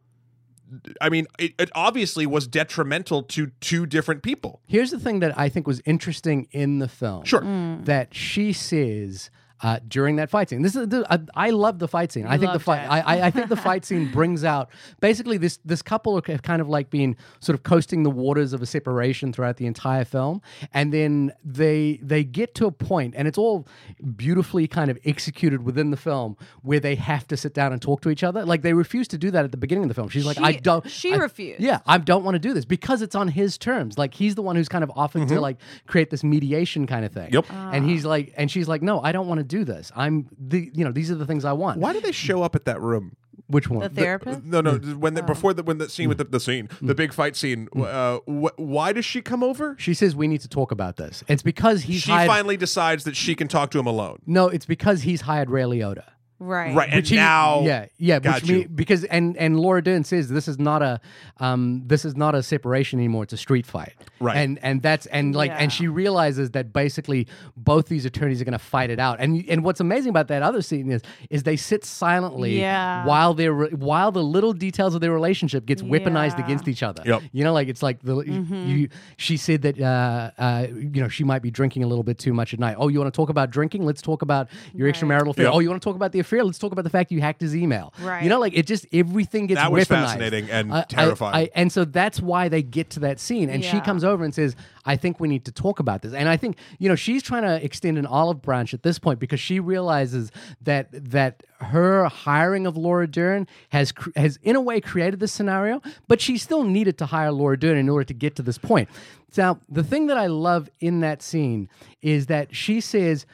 Speaker 1: I mean, it, it obviously was detrimental to two different people.
Speaker 2: Here's the thing that I think was interesting in the film.
Speaker 1: Sure.
Speaker 3: Mm.
Speaker 2: That she says uh, during that fight scene. This is the, uh, I, I love the fight scene. I think the
Speaker 3: loved
Speaker 2: fight.
Speaker 3: it.
Speaker 2: I, I, I think the fight scene brings out basically this this couple have kind of like been sort of coasting the waters of a separation throughout the entire film, and then they they get to a point, and it's all beautifully kind of executed within the film where they have to sit down and talk to each other. Like they refuse to do that at the beginning of the film. She's like, I
Speaker 3: She-
Speaker 2: don't.
Speaker 3: she
Speaker 2: I-
Speaker 3: refused.
Speaker 2: Yeah, I don't want to do this because it's on his terms. Like he's the one who's kind of offered to like create this mediation kind of thing.
Speaker 1: Mm-hmm. Yep.
Speaker 2: And he's like, and she's like, no, I don't want to do this. I'm the, you know, these are the things I want.
Speaker 1: Why did they show up at that room? Mm. Uh.
Speaker 2: Which one?
Speaker 3: The therapist?
Speaker 1: No, no. When the, before the when the scene with the, the scene, the big fight scene. Uh, wh- why does she come over?
Speaker 2: she says we need to talk about this. It's because he's
Speaker 1: She
Speaker 2: hired.
Speaker 1: finally decides that she can talk to him alone.
Speaker 2: no, it's because he's hired Ray Liotta.
Speaker 3: Right.
Speaker 1: Right, and
Speaker 2: Which he-
Speaker 1: now
Speaker 2: yeah, yeah,
Speaker 1: got
Speaker 2: which
Speaker 1: you.
Speaker 2: me, because and and Laura Dern says this is not a, um, this is not a separation anymore. It's a street fight,
Speaker 1: Right.
Speaker 2: And and that's and like
Speaker 3: Yeah.
Speaker 2: and she realizes that basically both these attorneys are going to fight it out. And and what's amazing about that other scene is is they sit silently
Speaker 3: Yeah.
Speaker 2: while they're while the little details of their relationship gets weaponized
Speaker 3: Yeah. Mm-hmm.
Speaker 2: against each other.
Speaker 1: Yep.
Speaker 2: You know, like it's like the you. She said that uh, uh, you know she might be drinking a little bit too much at night. Oh, you want to talk about drinking? Let's talk about your extramarital affair.
Speaker 1: Yep.
Speaker 2: Oh, you want to talk about the affair? Let's talk about the fact you hacked his email.
Speaker 3: Right.
Speaker 2: You know, like it just everything gets
Speaker 1: That was
Speaker 2: weaponized.
Speaker 1: fascinating and
Speaker 2: I- I-
Speaker 1: terrifying.
Speaker 2: I- and so that's why they get to that scene. And she
Speaker 3: Yeah.
Speaker 2: comes over and says, "I think we need to talk about this." And I think you know she's trying to extend an olive branch at this point because she realizes that that her hiring of Laura Dern has cr- has in a way created this scenario, but she still needed to hire Laura Dern in order to get to this point. Now, the thing that I love in that scene is that she says.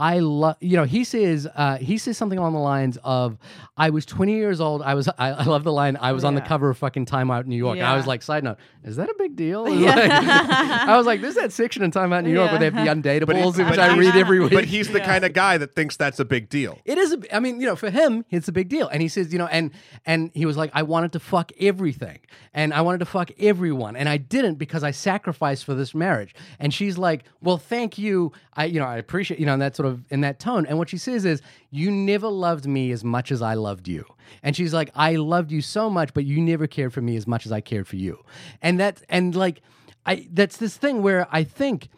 Speaker 2: I love, you know, he says, uh, he says something along the lines of, I was 20 years old. I was, I, I love the line, I was on the cover of fucking Time Out New York. And I
Speaker 3: Yeah.
Speaker 2: was like, side note, is that a big deal? Like, I was like, there's that section in Time Out New York where they have the undateables,
Speaker 1: he-
Speaker 2: which
Speaker 1: but
Speaker 2: I
Speaker 1: he's-
Speaker 2: read every week.
Speaker 1: But he's the kind of guy that thinks that's a big deal.
Speaker 2: It is. A, I mean, you know, for him, it's a big deal. And he says, you know, and and he was like, I wanted to fuck everything, and I wanted to fuck everyone, and I didn't because I sacrificed for this marriage. And she's like, well, thank you. I, you know, I appreciate, you know, and that sort of in that tone. And what she says is, you never loved me as much as I loved you. And she's like, I loved you so much, but you never cared for me as much as I cared for you. And that, and like. I- I that's this thing where I think,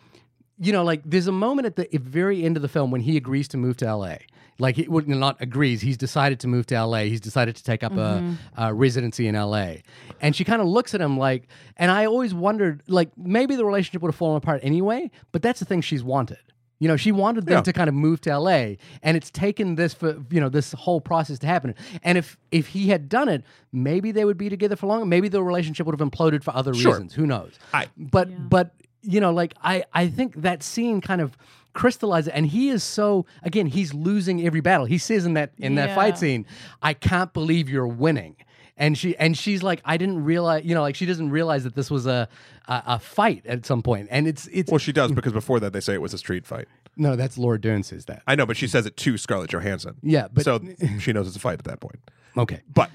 Speaker 2: you know, like there's a moment at the very end of the film when he agrees to move to LA. Like he would not agrees. He's decided to move to LA. He's decided to take up a, a residency in LA, and she kind of looks at him like. And I always wondered, like maybe the relationship would have fallen apart anyway. But that's the thing she's wanted. You know, she wanted them
Speaker 1: Yeah.
Speaker 2: to kind of move to LA, and it's taken this for you know this whole process to happen. And if if he had done it, maybe they would be together for longer. Maybe the relationship would have imploded for other
Speaker 1: Sure.
Speaker 2: reasons. Who knows?
Speaker 1: I-
Speaker 2: but but you know, like I I think that scene kind of crystallized it. and he is so again he's losing every battle he says in that in that
Speaker 3: Yeah.
Speaker 2: fight scene i can't believe you're winning and she and she's like i didn't realize you know like she doesn't realize that this was a a, a fight at some point and it's it's
Speaker 1: Well, she does because before that they say it was a street fight.
Speaker 2: no that's laura dern says that
Speaker 1: I know, but she says it to Scarlett Johansson.
Speaker 2: Yeah, but-
Speaker 1: so she knows it's a fight at that point.
Speaker 2: Okay.
Speaker 1: But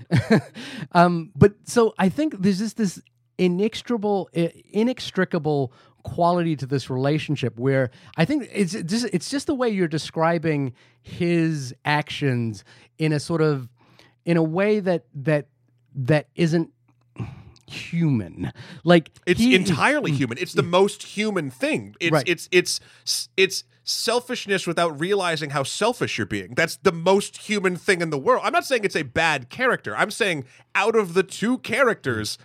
Speaker 2: um, but so I think there's just this inextricable, i- inextricable quality to this relationship where I think it's just it's just the way you're describing his actions in a sort of in a way that that that isn't human. Like
Speaker 1: It's
Speaker 2: he- Mm.
Speaker 1: entirely human. It's the most human thing. It's
Speaker 2: Right.
Speaker 1: it's it's it's selfishness without realizing how selfish you're being. That's the most human thing in the world. I'm not saying it's a bad character. I'm saying out of the two characters,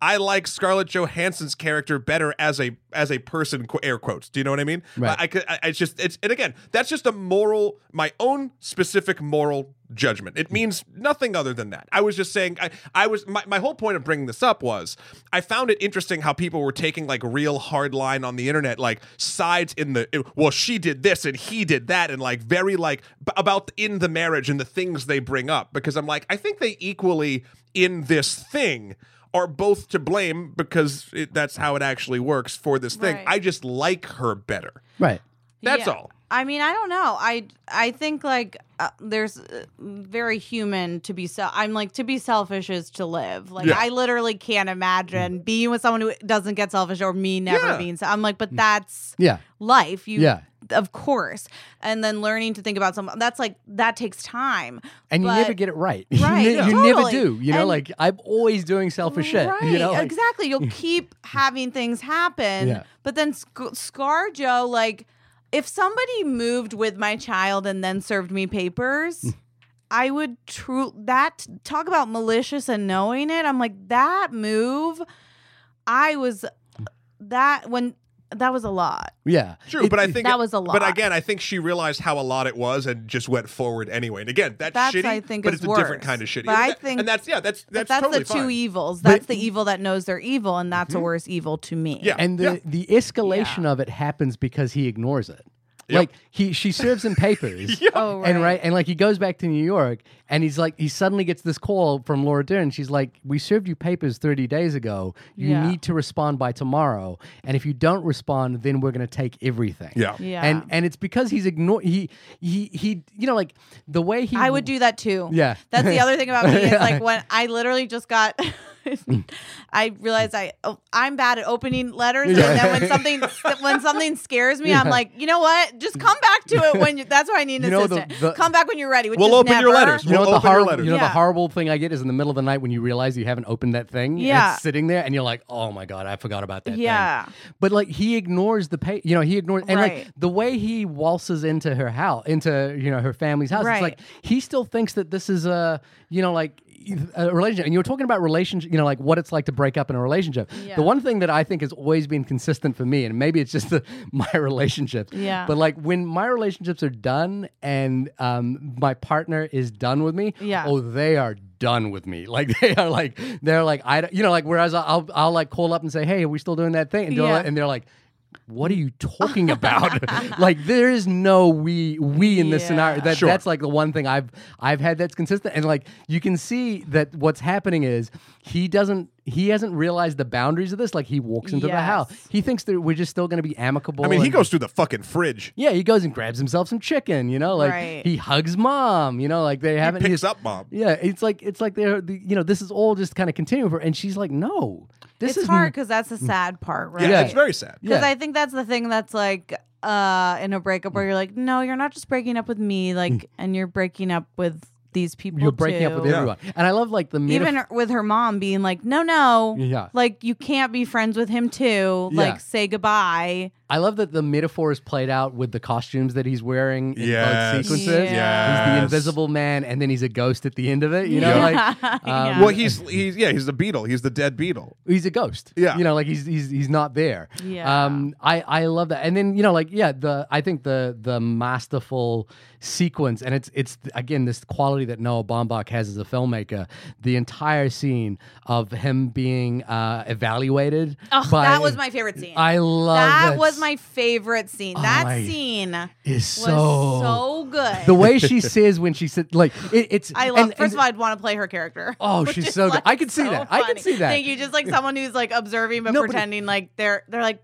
Speaker 1: I like Scarlett Johansson's character better as a as a person. qu- Air quotes. Do you know what I mean?
Speaker 2: Right.
Speaker 1: I, I could. I, it's just. It's and again, that's just a moral, my own specific moral judgment.
Speaker 3: Hmm.
Speaker 1: It means nothing other than that. I was just saying. I, I was my, my whole point of bringing this up was I found it interesting how people were taking like real hard line on the internet, like sides in the eh, well, she did this and he did that, and like very like b- about in the marriage and the things they bring up. Because I'm like, I think they equally in this thing are both to blame because it, that's how it actually works for this thing.
Speaker 3: Right.
Speaker 1: I just like her better.
Speaker 2: right.
Speaker 1: That's
Speaker 3: Yeah.
Speaker 1: all.
Speaker 3: I mean, I don't know. I I think like uh, there's uh, very human to be so. I'm like to be selfish is to live. Like
Speaker 1: Yeah.
Speaker 3: I literally can't imagine being with someone who doesn't get selfish or me never
Speaker 1: Yeah.
Speaker 3: being. So I'm like, but that's
Speaker 2: Mm. Yeah.
Speaker 3: life. You
Speaker 2: Yeah.
Speaker 3: of course. And then learning to think about someone that's like that takes time.
Speaker 2: And you never
Speaker 3: But-
Speaker 2: get it right.
Speaker 3: Right,
Speaker 2: you ne-
Speaker 3: yeah.
Speaker 2: you never
Speaker 3: totally.
Speaker 2: do. You know,
Speaker 3: And-
Speaker 2: like I'm always doing selfish shit. You know, like,
Speaker 3: Mm, exactly. You'll keep having things happen.
Speaker 2: Yeah.
Speaker 3: But then Sc- Scar Joe, like, if somebody moved with my child and then served me
Speaker 2: Mm.
Speaker 3: papers, I would true that talk about malicious and knowing it. I'm like that move. I was that when that was a lot.
Speaker 2: Yeah.
Speaker 1: True, but I think
Speaker 3: that was a
Speaker 1: But
Speaker 3: lot.
Speaker 1: again, I think she realized how a lot it was and just went forward anyway. And again, that's,
Speaker 3: That's,
Speaker 1: shitty.
Speaker 3: I think,
Speaker 1: but
Speaker 3: is
Speaker 1: it's a different
Speaker 3: worse.
Speaker 1: kind of shitty.
Speaker 3: But I
Speaker 1: And that-
Speaker 3: think-
Speaker 1: and that's yeah, that's
Speaker 3: But
Speaker 1: that's,
Speaker 3: that's
Speaker 1: totally
Speaker 3: the two
Speaker 1: fine.
Speaker 3: evils. That's the evil that knows they're evil, and
Speaker 2: Mm-hmm.
Speaker 3: that's a worse evil to me.
Speaker 1: Yeah.
Speaker 2: and the the escalation of it happens because he ignores it.
Speaker 1: Yep.
Speaker 2: Like he she serves him papers.
Speaker 3: Oh,
Speaker 2: And
Speaker 3: right.
Speaker 2: right, and like he goes back to New York, and he's like, he suddenly gets this call from Laura Dern. She's like, "We served you papers thirty days ago. You
Speaker 3: Yeah.
Speaker 2: need to respond by tomorrow. And if you don't respond, then we're going to take everything."
Speaker 1: Yeah.
Speaker 3: Yeah.
Speaker 2: and and it's because he's ignored. He he he. You know, like the way he.
Speaker 3: I would do that too.
Speaker 2: Yeah.
Speaker 3: That's the other thing about me. It's like when I literally just got I realized I oh, I'm bad at opening letters
Speaker 2: Yeah.
Speaker 3: and then when something when something scares me, I'm like, you know what? Just come back to it when you that's why I need an
Speaker 2: You know, the-
Speaker 3: assistant.
Speaker 2: the-
Speaker 3: come back when you're ready. Which
Speaker 1: We'll
Speaker 3: is
Speaker 1: open your
Speaker 3: never.
Speaker 1: letters.
Speaker 2: You know,
Speaker 1: We'll
Speaker 2: what the
Speaker 1: open your
Speaker 2: horrible,
Speaker 1: letters.
Speaker 2: you know the
Speaker 3: Yeah.
Speaker 2: horrible thing I get is in the middle of the night when you realize you haven't opened that thing. and
Speaker 3: Yeah.
Speaker 2: it's sitting there, and you're like, "Oh my god, I forgot about that." thing."
Speaker 3: Yeah.
Speaker 2: but like he ignores the pay. You know, he ignores and
Speaker 3: Right.
Speaker 2: like the way he waltzes into her house, into you know her family's house. It's
Speaker 3: Right.
Speaker 2: like he still thinks that this is a you know like a relationship. And you were talking about relationship. You know, like what it's like to break up in a relationship.
Speaker 3: Yeah.
Speaker 2: The one thing that I think has always been consistent for me, and maybe it's just the, my relationship.
Speaker 3: Yeah.
Speaker 2: But like when my relationships are done and um, my partner is done with me,
Speaker 3: Yeah.
Speaker 2: oh, they are done with me. Like they are like they're like I don't- you know like whereas I'll I'll, I'll like call up and say hey are we still doing that thing and, do all
Speaker 3: Yeah.
Speaker 2: that, and they're like. What are you talking about? like there is no we we in this
Speaker 3: Yeah.
Speaker 2: scenario. That
Speaker 1: Sure.
Speaker 2: that's like the one thing I've I've had that's consistent. And like you can see that what's happening is he doesn't he hasn't realized the boundaries of this. Like he walks into the
Speaker 3: Yes.
Speaker 2: house. He thinks that we're just still gonna be amicable.
Speaker 1: I mean, he
Speaker 2: and-
Speaker 1: goes through the fucking fridge.
Speaker 2: yeah, he goes and grabs himself some chicken, you know, like
Speaker 3: Right.
Speaker 2: he hugs mom, you know, like they haven't
Speaker 1: Picks
Speaker 2: he's-
Speaker 1: up mom.
Speaker 2: Yeah, it's like it's like they're the, you know, this is all just kind of continuing for and she's like, "No. This
Speaker 3: It's
Speaker 2: is Mm.
Speaker 3: hard because that's the sad part, right?
Speaker 1: Yeah,
Speaker 2: Yeah.
Speaker 1: it's very sad.
Speaker 3: Because
Speaker 2: Yeah.
Speaker 3: I think that's the thing that's like
Speaker 2: Mm.
Speaker 3: uh in a breakup where you're like, no, you're not just breaking up with me, like, and you're breaking up with these people.
Speaker 2: You're breaking up with
Speaker 3: too.
Speaker 1: Yeah.
Speaker 2: everyone. And I love like the metaf-
Speaker 3: Even her- with her mom being like, no, no,
Speaker 2: Yeah.
Speaker 3: like you can't be friends with him too.
Speaker 2: Yeah.
Speaker 3: Like, say goodbye.
Speaker 2: I love that the metaphor is played out with the costumes that he's wearing in both
Speaker 1: Yes.
Speaker 2: sequences.
Speaker 1: Yeah.
Speaker 2: He's the
Speaker 1: Yes.
Speaker 2: invisible man, and then he's a ghost at the end of it. You know,
Speaker 1: Yeah.
Speaker 2: like um,
Speaker 3: Yeah.
Speaker 1: Well, he's he's yeah, he's the beetle. He's the dead beetle.
Speaker 2: he's a ghost.
Speaker 1: Yeah.
Speaker 2: you know, like he's he's he's not there.
Speaker 3: Yeah.
Speaker 2: um, I I love that. And then you know, like yeah, the I think the the masterful sequence, and it's it's again this quality that Noah Baumbach has as a filmmaker. The entire scene of him being uh, evaluated.
Speaker 3: Ugh,
Speaker 2: by-
Speaker 3: that was my favorite scene.
Speaker 2: I love
Speaker 3: that
Speaker 2: that
Speaker 3: was my favorite scene. that
Speaker 2: my-
Speaker 3: scene was
Speaker 2: is
Speaker 3: so,
Speaker 2: so
Speaker 3: good.
Speaker 2: the way she says when she said like it, it's
Speaker 3: I love.
Speaker 2: and-
Speaker 3: first
Speaker 2: and-
Speaker 3: of all, I'd want to play her character.
Speaker 2: Oh,
Speaker 3: which
Speaker 2: she's
Speaker 3: is,
Speaker 2: so good.
Speaker 3: like,
Speaker 2: I could see
Speaker 3: so
Speaker 2: that. I could
Speaker 3: funny.
Speaker 2: see that.
Speaker 3: Thank you. Just like someone who's like observing but
Speaker 2: No, but-
Speaker 3: pretending like they're they're like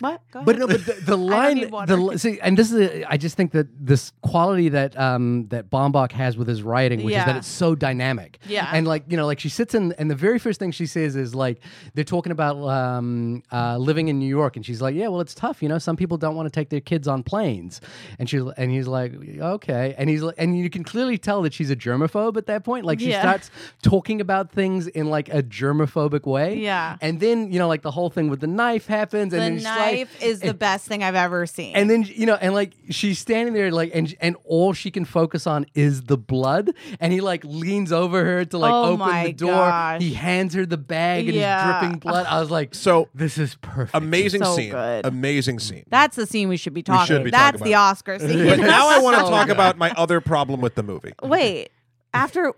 Speaker 3: what? Go
Speaker 2: But
Speaker 3: ahead.
Speaker 2: no, but the, the line,
Speaker 3: need
Speaker 2: the
Speaker 3: water.
Speaker 2: li- see, and this is, a, I just think that this quality that um that Bombach has with his writing, which is that
Speaker 3: Yeah.
Speaker 2: it's so dynamic.
Speaker 3: Yeah.
Speaker 2: And like you know, like she sits in, and the very first thing she says is like, they're talking about um uh, living in New York, and she's like, yeah, well, it's tough, you know. Some people don't want to take their kids on planes, and she and he's like, okay, and he's like, and you can clearly tell that she's a germaphobe at that point. Like she
Speaker 3: Yeah.
Speaker 2: starts talking about things in like a germophobic way.
Speaker 3: Yeah.
Speaker 2: And then you know, like the whole thing with the knife happens, and
Speaker 3: the
Speaker 2: then she's like-
Speaker 3: knife is the best thing I've ever seen.
Speaker 2: and then you know, and like she's standing there, like and and all she can focus on is the blood. And he like leans over her to like
Speaker 3: Oh
Speaker 2: open the
Speaker 3: my
Speaker 2: door.
Speaker 3: gosh.
Speaker 2: He hands her the bag and
Speaker 3: Yeah.
Speaker 2: he's dripping blood. I was like,
Speaker 1: So
Speaker 2: this is perfect.
Speaker 1: amazing
Speaker 3: So
Speaker 1: scene.
Speaker 3: good.
Speaker 1: Amazing scene.
Speaker 3: That's the scene we should be talking.
Speaker 1: should be
Speaker 3: That's
Speaker 1: talking
Speaker 3: the
Speaker 1: about
Speaker 3: Oscar scene.
Speaker 1: But now I want to
Speaker 2: So
Speaker 1: talk
Speaker 2: good.
Speaker 1: about my other problem with the movie.
Speaker 3: Wait, after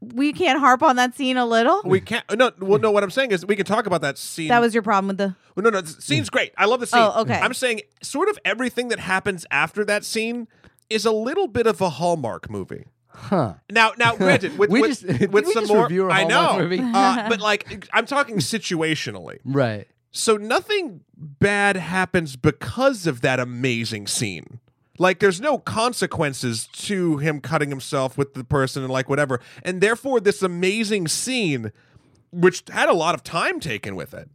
Speaker 3: we can't harp on that scene a little.
Speaker 1: We can't. No, well, no. What I'm saying is, we can talk about that scene.
Speaker 3: that was your problem with the.
Speaker 1: Well, no, no. The
Speaker 2: Mm.
Speaker 1: scene's great. I love the scene.
Speaker 3: Oh, okay.
Speaker 1: I'm saying sort of everything that happens after that scene is a little bit of a Hallmark movie.
Speaker 2: huh?
Speaker 1: Now, now, granted, with
Speaker 2: We
Speaker 1: with,
Speaker 2: just-
Speaker 1: with
Speaker 2: did we
Speaker 1: some
Speaker 2: just
Speaker 1: more,
Speaker 2: review a
Speaker 1: I know,
Speaker 2: Hallmark movie?
Speaker 1: uh, but like, I'm talking situationally.
Speaker 2: Right.
Speaker 1: So nothing bad happens because of that amazing scene. Like, there's no consequences to him cutting himself with the person and like whatever, and therefore this amazing scene, which had a lot of time taken with it.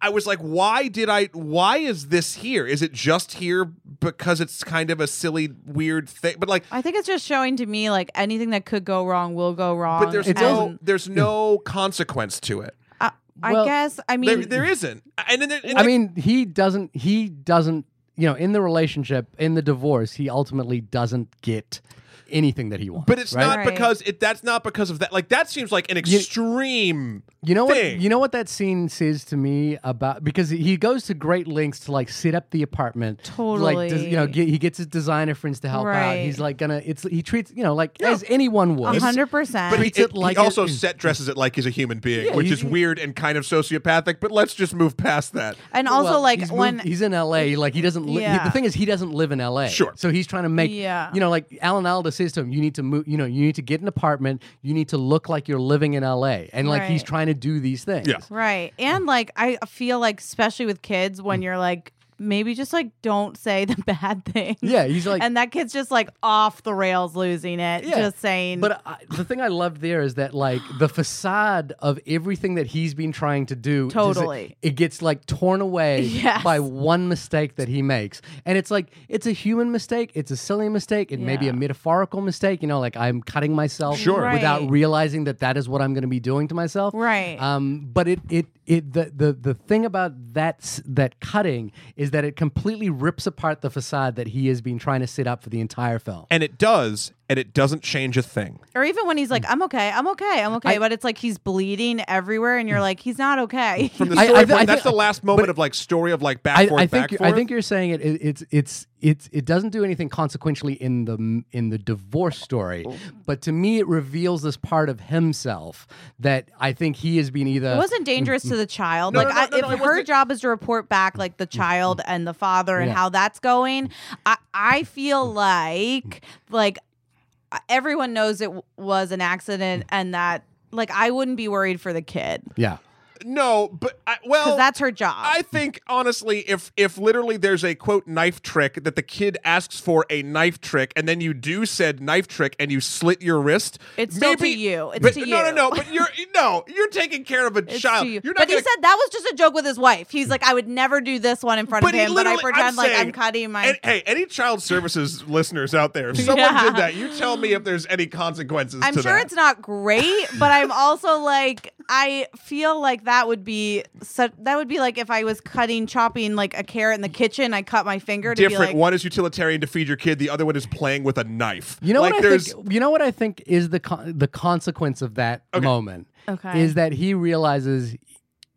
Speaker 1: I was like, why did I? Why is this here? Is it just here because it's kind of a silly, weird thing? But like,
Speaker 3: I think it's just showing to me like anything that could go wrong will go wrong.
Speaker 1: but there's
Speaker 3: and
Speaker 1: no there's no consequence to it.
Speaker 3: I, I
Speaker 2: Well-
Speaker 3: guess I mean
Speaker 1: There, there isn't. And then, and
Speaker 2: I
Speaker 1: then-
Speaker 2: mean, he doesn't. He doesn't. You know, in the relationship, in the divorce, he ultimately doesn't get anything that he wants.
Speaker 1: but it's
Speaker 2: right?
Speaker 1: not
Speaker 3: Right.
Speaker 1: because it. That's not because of that. Like that seems like an extreme.
Speaker 2: You know
Speaker 1: thing.
Speaker 2: what? You know what that scene says to me about because he goes to great lengths to like set up the apartment. Like des- you know,
Speaker 3: Totally.
Speaker 2: get, he gets his designer friends to help out.
Speaker 3: Right.
Speaker 2: He's like gonna. It's he treats you know like as anyone would.
Speaker 3: a hundred percent.
Speaker 1: but he,
Speaker 2: treats it
Speaker 1: it- he
Speaker 2: like
Speaker 1: also
Speaker 2: it-
Speaker 1: set dresses it like he's a human being,
Speaker 2: Yeah,
Speaker 1: which
Speaker 2: he's-
Speaker 1: is weird and kind of sociopathic. But let's just move past that.
Speaker 3: And also,
Speaker 2: Well,
Speaker 3: like
Speaker 2: he's moved-
Speaker 3: when
Speaker 2: he's in L.A., like he doesn't. Li-
Speaker 3: Yeah.
Speaker 2: the thing is, he doesn't live in L.A.
Speaker 1: Sure.
Speaker 2: So he's trying to make.
Speaker 3: Yeah.
Speaker 2: You know, like Alan Alda says to him, you need to move. You know, you need to get an apartment. You need to look like you're living in L.A. And like he's
Speaker 3: Right.
Speaker 2: trying to do these things.
Speaker 1: Yeah.
Speaker 3: right, and like I feel like especially with kids when you're like maybe just like don't say the bad thing.
Speaker 2: Yeah. He's like.
Speaker 3: and that kid's just like off the rails, losing it,
Speaker 2: Yeah.
Speaker 3: just saying.
Speaker 2: But I, the thing I loved there is that like the facade of everything that he's been trying to do, is it-
Speaker 3: Totally.
Speaker 2: it, gets like torn away
Speaker 3: Yes.
Speaker 2: by one mistake that he makes, and it's like it's a human mistake, it's a silly mistake, it may be
Speaker 3: Yeah.
Speaker 2: a metaphorical mistake, you know, like I'm cutting myself
Speaker 1: Sure.
Speaker 2: without
Speaker 3: Right.
Speaker 2: realizing that that is what I'm going to be doing to myself,
Speaker 3: Right.
Speaker 2: Um, but it it it the the the thing about that s- that cutting is that it completely rips apart the facade that he has been trying to set up for the entire film.
Speaker 1: And it does, and it doesn't change a thing.
Speaker 3: or even when he's like, "I'm okay, I'm okay, I'm okay,"
Speaker 2: I- Hmm.
Speaker 3: but it's like he's bleeding everywhere, and you're like, "He's not okay."
Speaker 1: From the
Speaker 2: I- I
Speaker 1: story
Speaker 2: thi-
Speaker 1: point,
Speaker 2: I
Speaker 1: that's
Speaker 2: think-
Speaker 1: the last moment of like story of like back
Speaker 2: I,
Speaker 1: forth,
Speaker 2: I think
Speaker 1: back
Speaker 2: you-
Speaker 1: forth.
Speaker 2: I think you're saying it, it. It's it's it's it doesn't do anything consequentially in the m- in the divorce story,
Speaker 1: Oh.
Speaker 2: but to me it reveals this part of himself that I think he has been either
Speaker 3: It wasn't dangerous to the child.
Speaker 1: No,
Speaker 3: like,
Speaker 1: no, no,
Speaker 3: I,
Speaker 1: no, no,
Speaker 3: if
Speaker 1: it
Speaker 3: her
Speaker 1: wasn't- Mm-hmm.
Speaker 3: job is to report back, like the child and the father and
Speaker 2: Yeah.
Speaker 3: how that's going, I, I feel
Speaker 1: Mm-hmm.
Speaker 3: like, like
Speaker 1: Mm-hmm.
Speaker 3: everyone knows it w- was an accident and that, like, I wouldn't be worried for the kid.
Speaker 2: yeah.
Speaker 1: no, but I, well,
Speaker 3: because that's her job.
Speaker 1: I think honestly, if if literally there's a quote knife trick that the kid asks for a knife trick, and then you do said knife trick and you slit your wrist,
Speaker 3: It's still
Speaker 1: maybe
Speaker 3: to you. It's
Speaker 1: but-
Speaker 3: to
Speaker 1: No, no,
Speaker 3: you.
Speaker 1: no. But you're no, you're taking care of a
Speaker 3: It's
Speaker 1: child.
Speaker 3: to you.
Speaker 1: You're not
Speaker 3: but
Speaker 1: gonna, Mm.
Speaker 3: he said that was just a joke with his wife. He's like, I would never do this one in front of
Speaker 1: he
Speaker 3: him, but I
Speaker 1: literally-
Speaker 3: pretend like
Speaker 1: saying-
Speaker 3: I'm cutting my.
Speaker 1: and- hey, any child services listeners out there, if someone
Speaker 3: Yeah.
Speaker 1: did that, you tell me if there's any consequences.
Speaker 3: I'm
Speaker 1: to
Speaker 3: sure
Speaker 1: that.
Speaker 3: it's not great, but I'm also like, I feel like that would be such. That would be like if I was cutting, chopping like a carrot in the kitchen. I cut my finger to
Speaker 1: different.
Speaker 3: be like,
Speaker 1: one is utilitarian to feed your kid. The other one is playing with a knife.
Speaker 2: You know
Speaker 1: like
Speaker 2: what I
Speaker 1: there's
Speaker 2: think. You know what I think is the con- the consequence of that moment.
Speaker 3: Okay.
Speaker 2: is that he realizes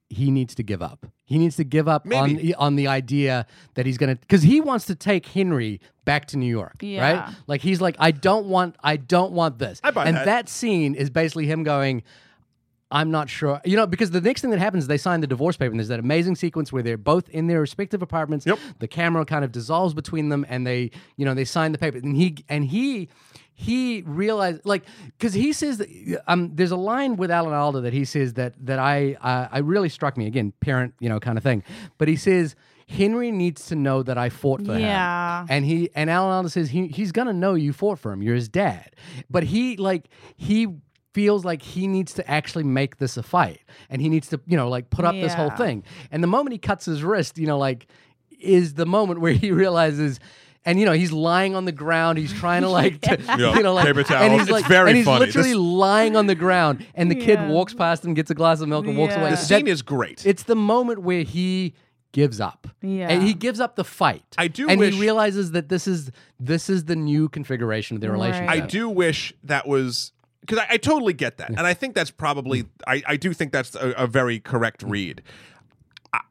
Speaker 2: he needs to give up. He needs to give up
Speaker 1: Maybe.
Speaker 2: on on the idea that he's gonna because he wants to take Henry back to New York,
Speaker 3: Yeah.
Speaker 2: right? Like he's like, I don't want, I don't want this.
Speaker 1: I buy
Speaker 2: and
Speaker 1: that.
Speaker 2: scene is basically him going. I'm not sure, you know, because the next thing that happens, is they sign the divorce paper, and there's that amazing sequence where they're both in their respective apartments.
Speaker 1: Yep.
Speaker 2: The camera kind of dissolves between them, and they, you know, they sign the paper, and he and he he realized like because he says that, um there's a line with Alan Alda that he says that that I uh, I really struck me again parent you know kind of thing, but he says Henry needs to know that I fought for him.
Speaker 3: Yeah.
Speaker 2: And he and Alan Alda says he he's gonna know you fought for him. You're his dad. But he like he feels like he needs to actually make this a fight, and he needs to you know like put up this whole
Speaker 3: Yeah.
Speaker 2: thing. And the moment he cuts his wrist, you know like is the moment where he realizes. And you know he's lying on the ground. He's trying to like, to,
Speaker 1: Yeah,
Speaker 2: you know, like,
Speaker 1: paper towels.
Speaker 2: and he's
Speaker 1: It's
Speaker 2: like,
Speaker 1: very
Speaker 2: and he's
Speaker 1: funny.
Speaker 2: literally
Speaker 1: This-
Speaker 2: lying on the ground. And the kid
Speaker 3: Yeah.
Speaker 2: walks past him, gets a glass of milk, and walks
Speaker 3: Yeah.
Speaker 2: away.
Speaker 1: the
Speaker 3: that-
Speaker 1: scene is great.
Speaker 2: It's the moment where he gives up.
Speaker 3: Yeah.
Speaker 2: And he gives up the fight.
Speaker 1: I do
Speaker 2: And
Speaker 1: wish-
Speaker 2: he realizes that this is this is the new configuration of their
Speaker 3: Right.
Speaker 2: relationship.
Speaker 1: I do wish that was because I, I totally get that, and I think that's probably I, I do think that's a, a very correct read. I-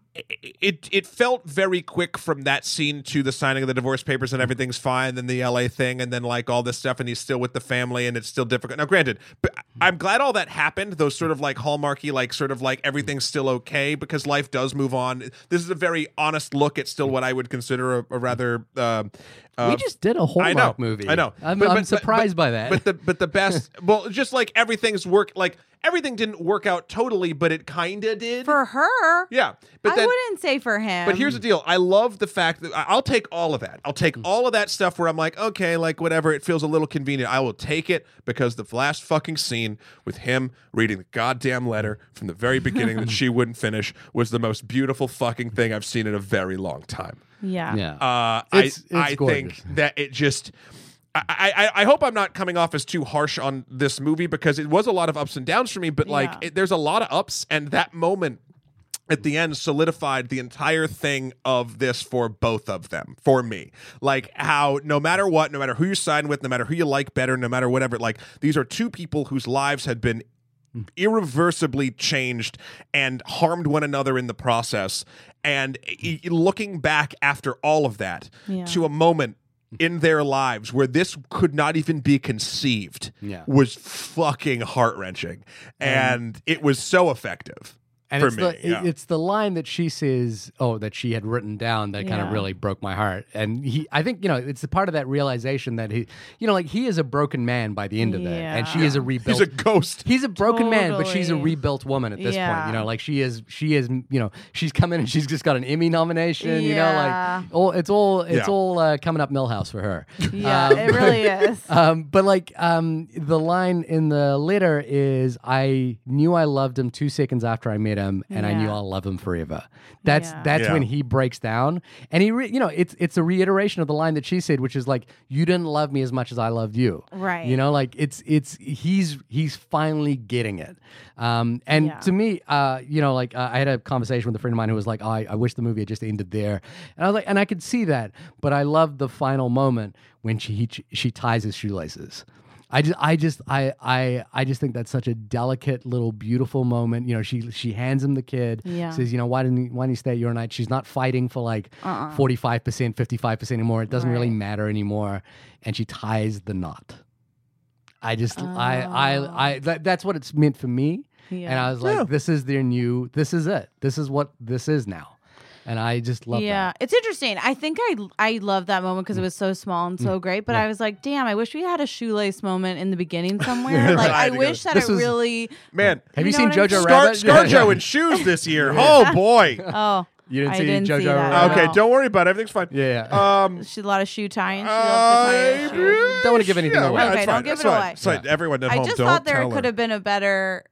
Speaker 1: It it felt very quick from that scene to the signing of the divorce papers and everything's fine, then the LA thing, and then like all this stuff, and he's still with the family, and it's still difficult. Now, granted, but I'm glad all that happened. Those sort of like hallmarky, like sort of like everything's still okay because life does move on. This is a very honest look at still what I would consider a, a rather. Uh, uh,
Speaker 2: We just did a Hallmark
Speaker 1: I know,
Speaker 2: movie.
Speaker 1: I know.
Speaker 2: I'm,
Speaker 1: But- but-
Speaker 2: I'm
Speaker 1: but-
Speaker 2: surprised
Speaker 1: but-
Speaker 2: by that.
Speaker 1: But the but the best. well, just like everything's work. Like everything didn't work out totally, but it kinda did.
Speaker 3: for her.
Speaker 1: yeah, but
Speaker 3: I
Speaker 1: then.
Speaker 3: wouldn't say for him.
Speaker 1: But here's the deal. I love the fact that I- I'll take all of that. I'll take
Speaker 2: Mm.
Speaker 1: all of that stuff where I'm like, okay, like whatever. It feels a little convenient. I will take it because the last fucking scene with him reading the goddamn letter from the very beginning that she wouldn't finish was the most beautiful fucking thing I've seen in a very long time.
Speaker 3: yeah.
Speaker 2: yeah.
Speaker 1: Uh,
Speaker 2: It's- it's
Speaker 1: I, I
Speaker 2: gorgeous.
Speaker 1: think that it just. I, I, I- I hope I'm not coming off as too harsh on this movie because it was a lot of ups and downs for me, but like
Speaker 3: Yeah.
Speaker 1: it, there's a lot of ups, and that moment at the end solidified the entire thing of this for both of them, for me. Like how no matter what, no matter who you sign with, no matter who you like better, no matter whatever, like these are two people whose lives had been irreversibly changed and harmed one another in the process. And e- e- looking back after all of that
Speaker 3: Yeah.
Speaker 1: to a moment in their lives where this could not even be conceived
Speaker 2: Yeah.
Speaker 1: was fucking heart wrenching. And, it was so effective.
Speaker 2: and
Speaker 1: for
Speaker 2: it's
Speaker 1: me,
Speaker 2: the
Speaker 1: yeah.
Speaker 2: it's the line that she says, oh, that she had written down that kind of
Speaker 3: Yeah.
Speaker 2: really broke my heart. And he, I think you know, it's a part of that realization that he, you know, like he is a broken man by the end of it, and she
Speaker 3: Yeah.
Speaker 2: is a rebuilt.
Speaker 1: He's a ghost.
Speaker 2: He's a broken man, but she's a
Speaker 3: Totally.
Speaker 2: rebuilt woman at this point.
Speaker 3: Yeah.
Speaker 2: You know, like she is, she is, you know, she's coming and she's just got an Emmy nomination.
Speaker 3: Yeah.
Speaker 2: You know, like all it's all it's
Speaker 1: Yeah.
Speaker 2: all uh, coming up Millhouse for her.
Speaker 3: Yeah,
Speaker 2: Um,
Speaker 3: it really is.
Speaker 2: Um, but like um, the line in the letter is, "I knew I loved him two seconds after I met him, and I knew
Speaker 3: Yeah.
Speaker 2: I'll love him forever." That's
Speaker 3: Yeah.
Speaker 2: that's
Speaker 1: Yeah.
Speaker 2: when he breaks down, and he, re- you know, it's it's a reiteration of the line that she said, which is like, "You didn't love me as much as I loved you."
Speaker 3: Right.
Speaker 2: You know, like it's it's he's he's finally getting it, um, and
Speaker 3: Yeah.
Speaker 2: to me, uh, you know, like uh, I had a conversation with a friend of mine who was like, oh, I, I wish the movie had just ended there. And I was like, and I could see that, but I love the final moment when she he, she ties his shoelaces. I just, I just, I, I, I just think that's such a delicate little beautiful moment. You know, she she hands him the kid,
Speaker 3: Yeah.
Speaker 2: says, you know, why didn't you, why didn't you stay at your night? She's not fighting for like forty five percent, fifty five percent anymore. It doesn't really
Speaker 3: Uh-uh. Right.
Speaker 2: matter anymore, and she ties the knot. I just, I, I, I, that, that's what it's meant for me.
Speaker 3: Oh. Yeah.
Speaker 2: And I was like, this is their new, this is it. This is what this is now. and I just love
Speaker 3: yeah,
Speaker 2: that. Mm.
Speaker 3: it's interesting. I think I I love that moment because it was so small and so great. But I was like, damn, I wish we had a shoelace moment in the beginning somewhere. like I
Speaker 1: Right, because
Speaker 3: wish that
Speaker 2: this
Speaker 3: it
Speaker 2: was-
Speaker 3: really.
Speaker 1: Man,
Speaker 2: Have
Speaker 3: You
Speaker 2: you,
Speaker 3: know
Speaker 2: seen
Speaker 3: what I mean?
Speaker 2: Jojo
Speaker 1: Scar-
Speaker 2: Rabbit?
Speaker 1: ScarJo in shoes this year. Oh boy.
Speaker 3: Oh,
Speaker 2: You didn't
Speaker 3: I
Speaker 2: see
Speaker 3: didn't
Speaker 2: Jojo
Speaker 3: see that. Oh,
Speaker 2: Rabbit?
Speaker 1: Okay,
Speaker 3: No.
Speaker 1: don't worry about it. Everything's fine.
Speaker 2: Yeah.
Speaker 1: Um.
Speaker 3: she had a lot of shoe tying. She loves to tie her
Speaker 1: I
Speaker 3: shoes.
Speaker 2: Don't wanna give anything away.
Speaker 1: it's
Speaker 3: Okay, don't
Speaker 1: fine,
Speaker 3: give
Speaker 1: it's
Speaker 3: it
Speaker 1: fine.
Speaker 3: away.
Speaker 1: It's fine. Everyone at
Speaker 3: I
Speaker 1: home,
Speaker 3: just
Speaker 1: don't
Speaker 3: thought there
Speaker 1: tell her.
Speaker 3: could have been a better.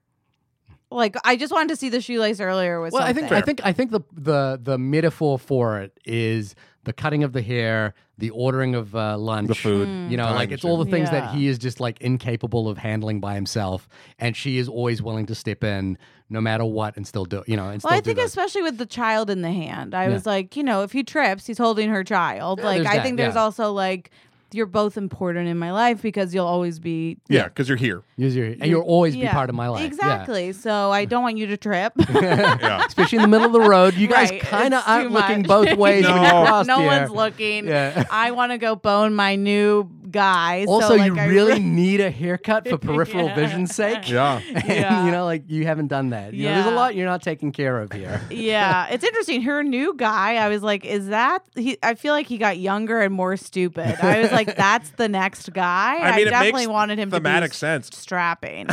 Speaker 3: Like I just wanted to see the shoelace earlier with
Speaker 2: well, I
Speaker 3: something.
Speaker 2: think I think I think the the the metaphor for it is the cutting of the hair, the ordering of uh, lunch,
Speaker 1: The food. Mm.
Speaker 2: You know,
Speaker 1: Time
Speaker 2: like it's
Speaker 1: and
Speaker 2: all the things that
Speaker 3: Hmm. Yeah.
Speaker 2: he is just like incapable of handling by himself, and she is always willing to step in no matter what and still do you know and
Speaker 3: Well, I
Speaker 2: still do
Speaker 3: think
Speaker 2: those.
Speaker 3: especially with the child in the hand, I was like, you know, if he trips, he's holding her child. like,
Speaker 2: there's
Speaker 3: I
Speaker 2: that,
Speaker 3: think there's
Speaker 2: yeah.
Speaker 3: also like, you're both important in my life because you'll always be.
Speaker 1: Yeah, because you're here.
Speaker 2: Use your, and you'll always be
Speaker 3: Yeah.
Speaker 2: part of my life. Yeah.
Speaker 3: Exactly. So I don't want you to trip.
Speaker 1: Yeah.
Speaker 2: Especially in the middle of the road, you guys
Speaker 3: Right,
Speaker 2: kind of
Speaker 3: it's too
Speaker 2: aren't looking
Speaker 3: much.
Speaker 2: both ways when you
Speaker 1: No.
Speaker 2: cross
Speaker 3: no
Speaker 2: here.
Speaker 3: one's looking.
Speaker 2: Yeah.
Speaker 3: I want to go bone my new guy.
Speaker 2: Also,
Speaker 3: so, like,
Speaker 2: you
Speaker 3: I
Speaker 2: really need a haircut for peripheral
Speaker 3: Yeah.
Speaker 2: vision's sake.
Speaker 1: Yeah.
Speaker 3: Yeah.
Speaker 2: you know, like you haven't done that. You know, there's
Speaker 3: Yeah.
Speaker 2: a lot you're not taking care of here.
Speaker 3: yeah, it's interesting. Her new guy, I was like, is that he? I feel like he got younger and more stupid. I was like, that's the next guy.
Speaker 1: I mean, it
Speaker 3: definitely
Speaker 1: makes
Speaker 3: wanted him
Speaker 1: thematic
Speaker 3: to be
Speaker 1: sense.
Speaker 3: strapping.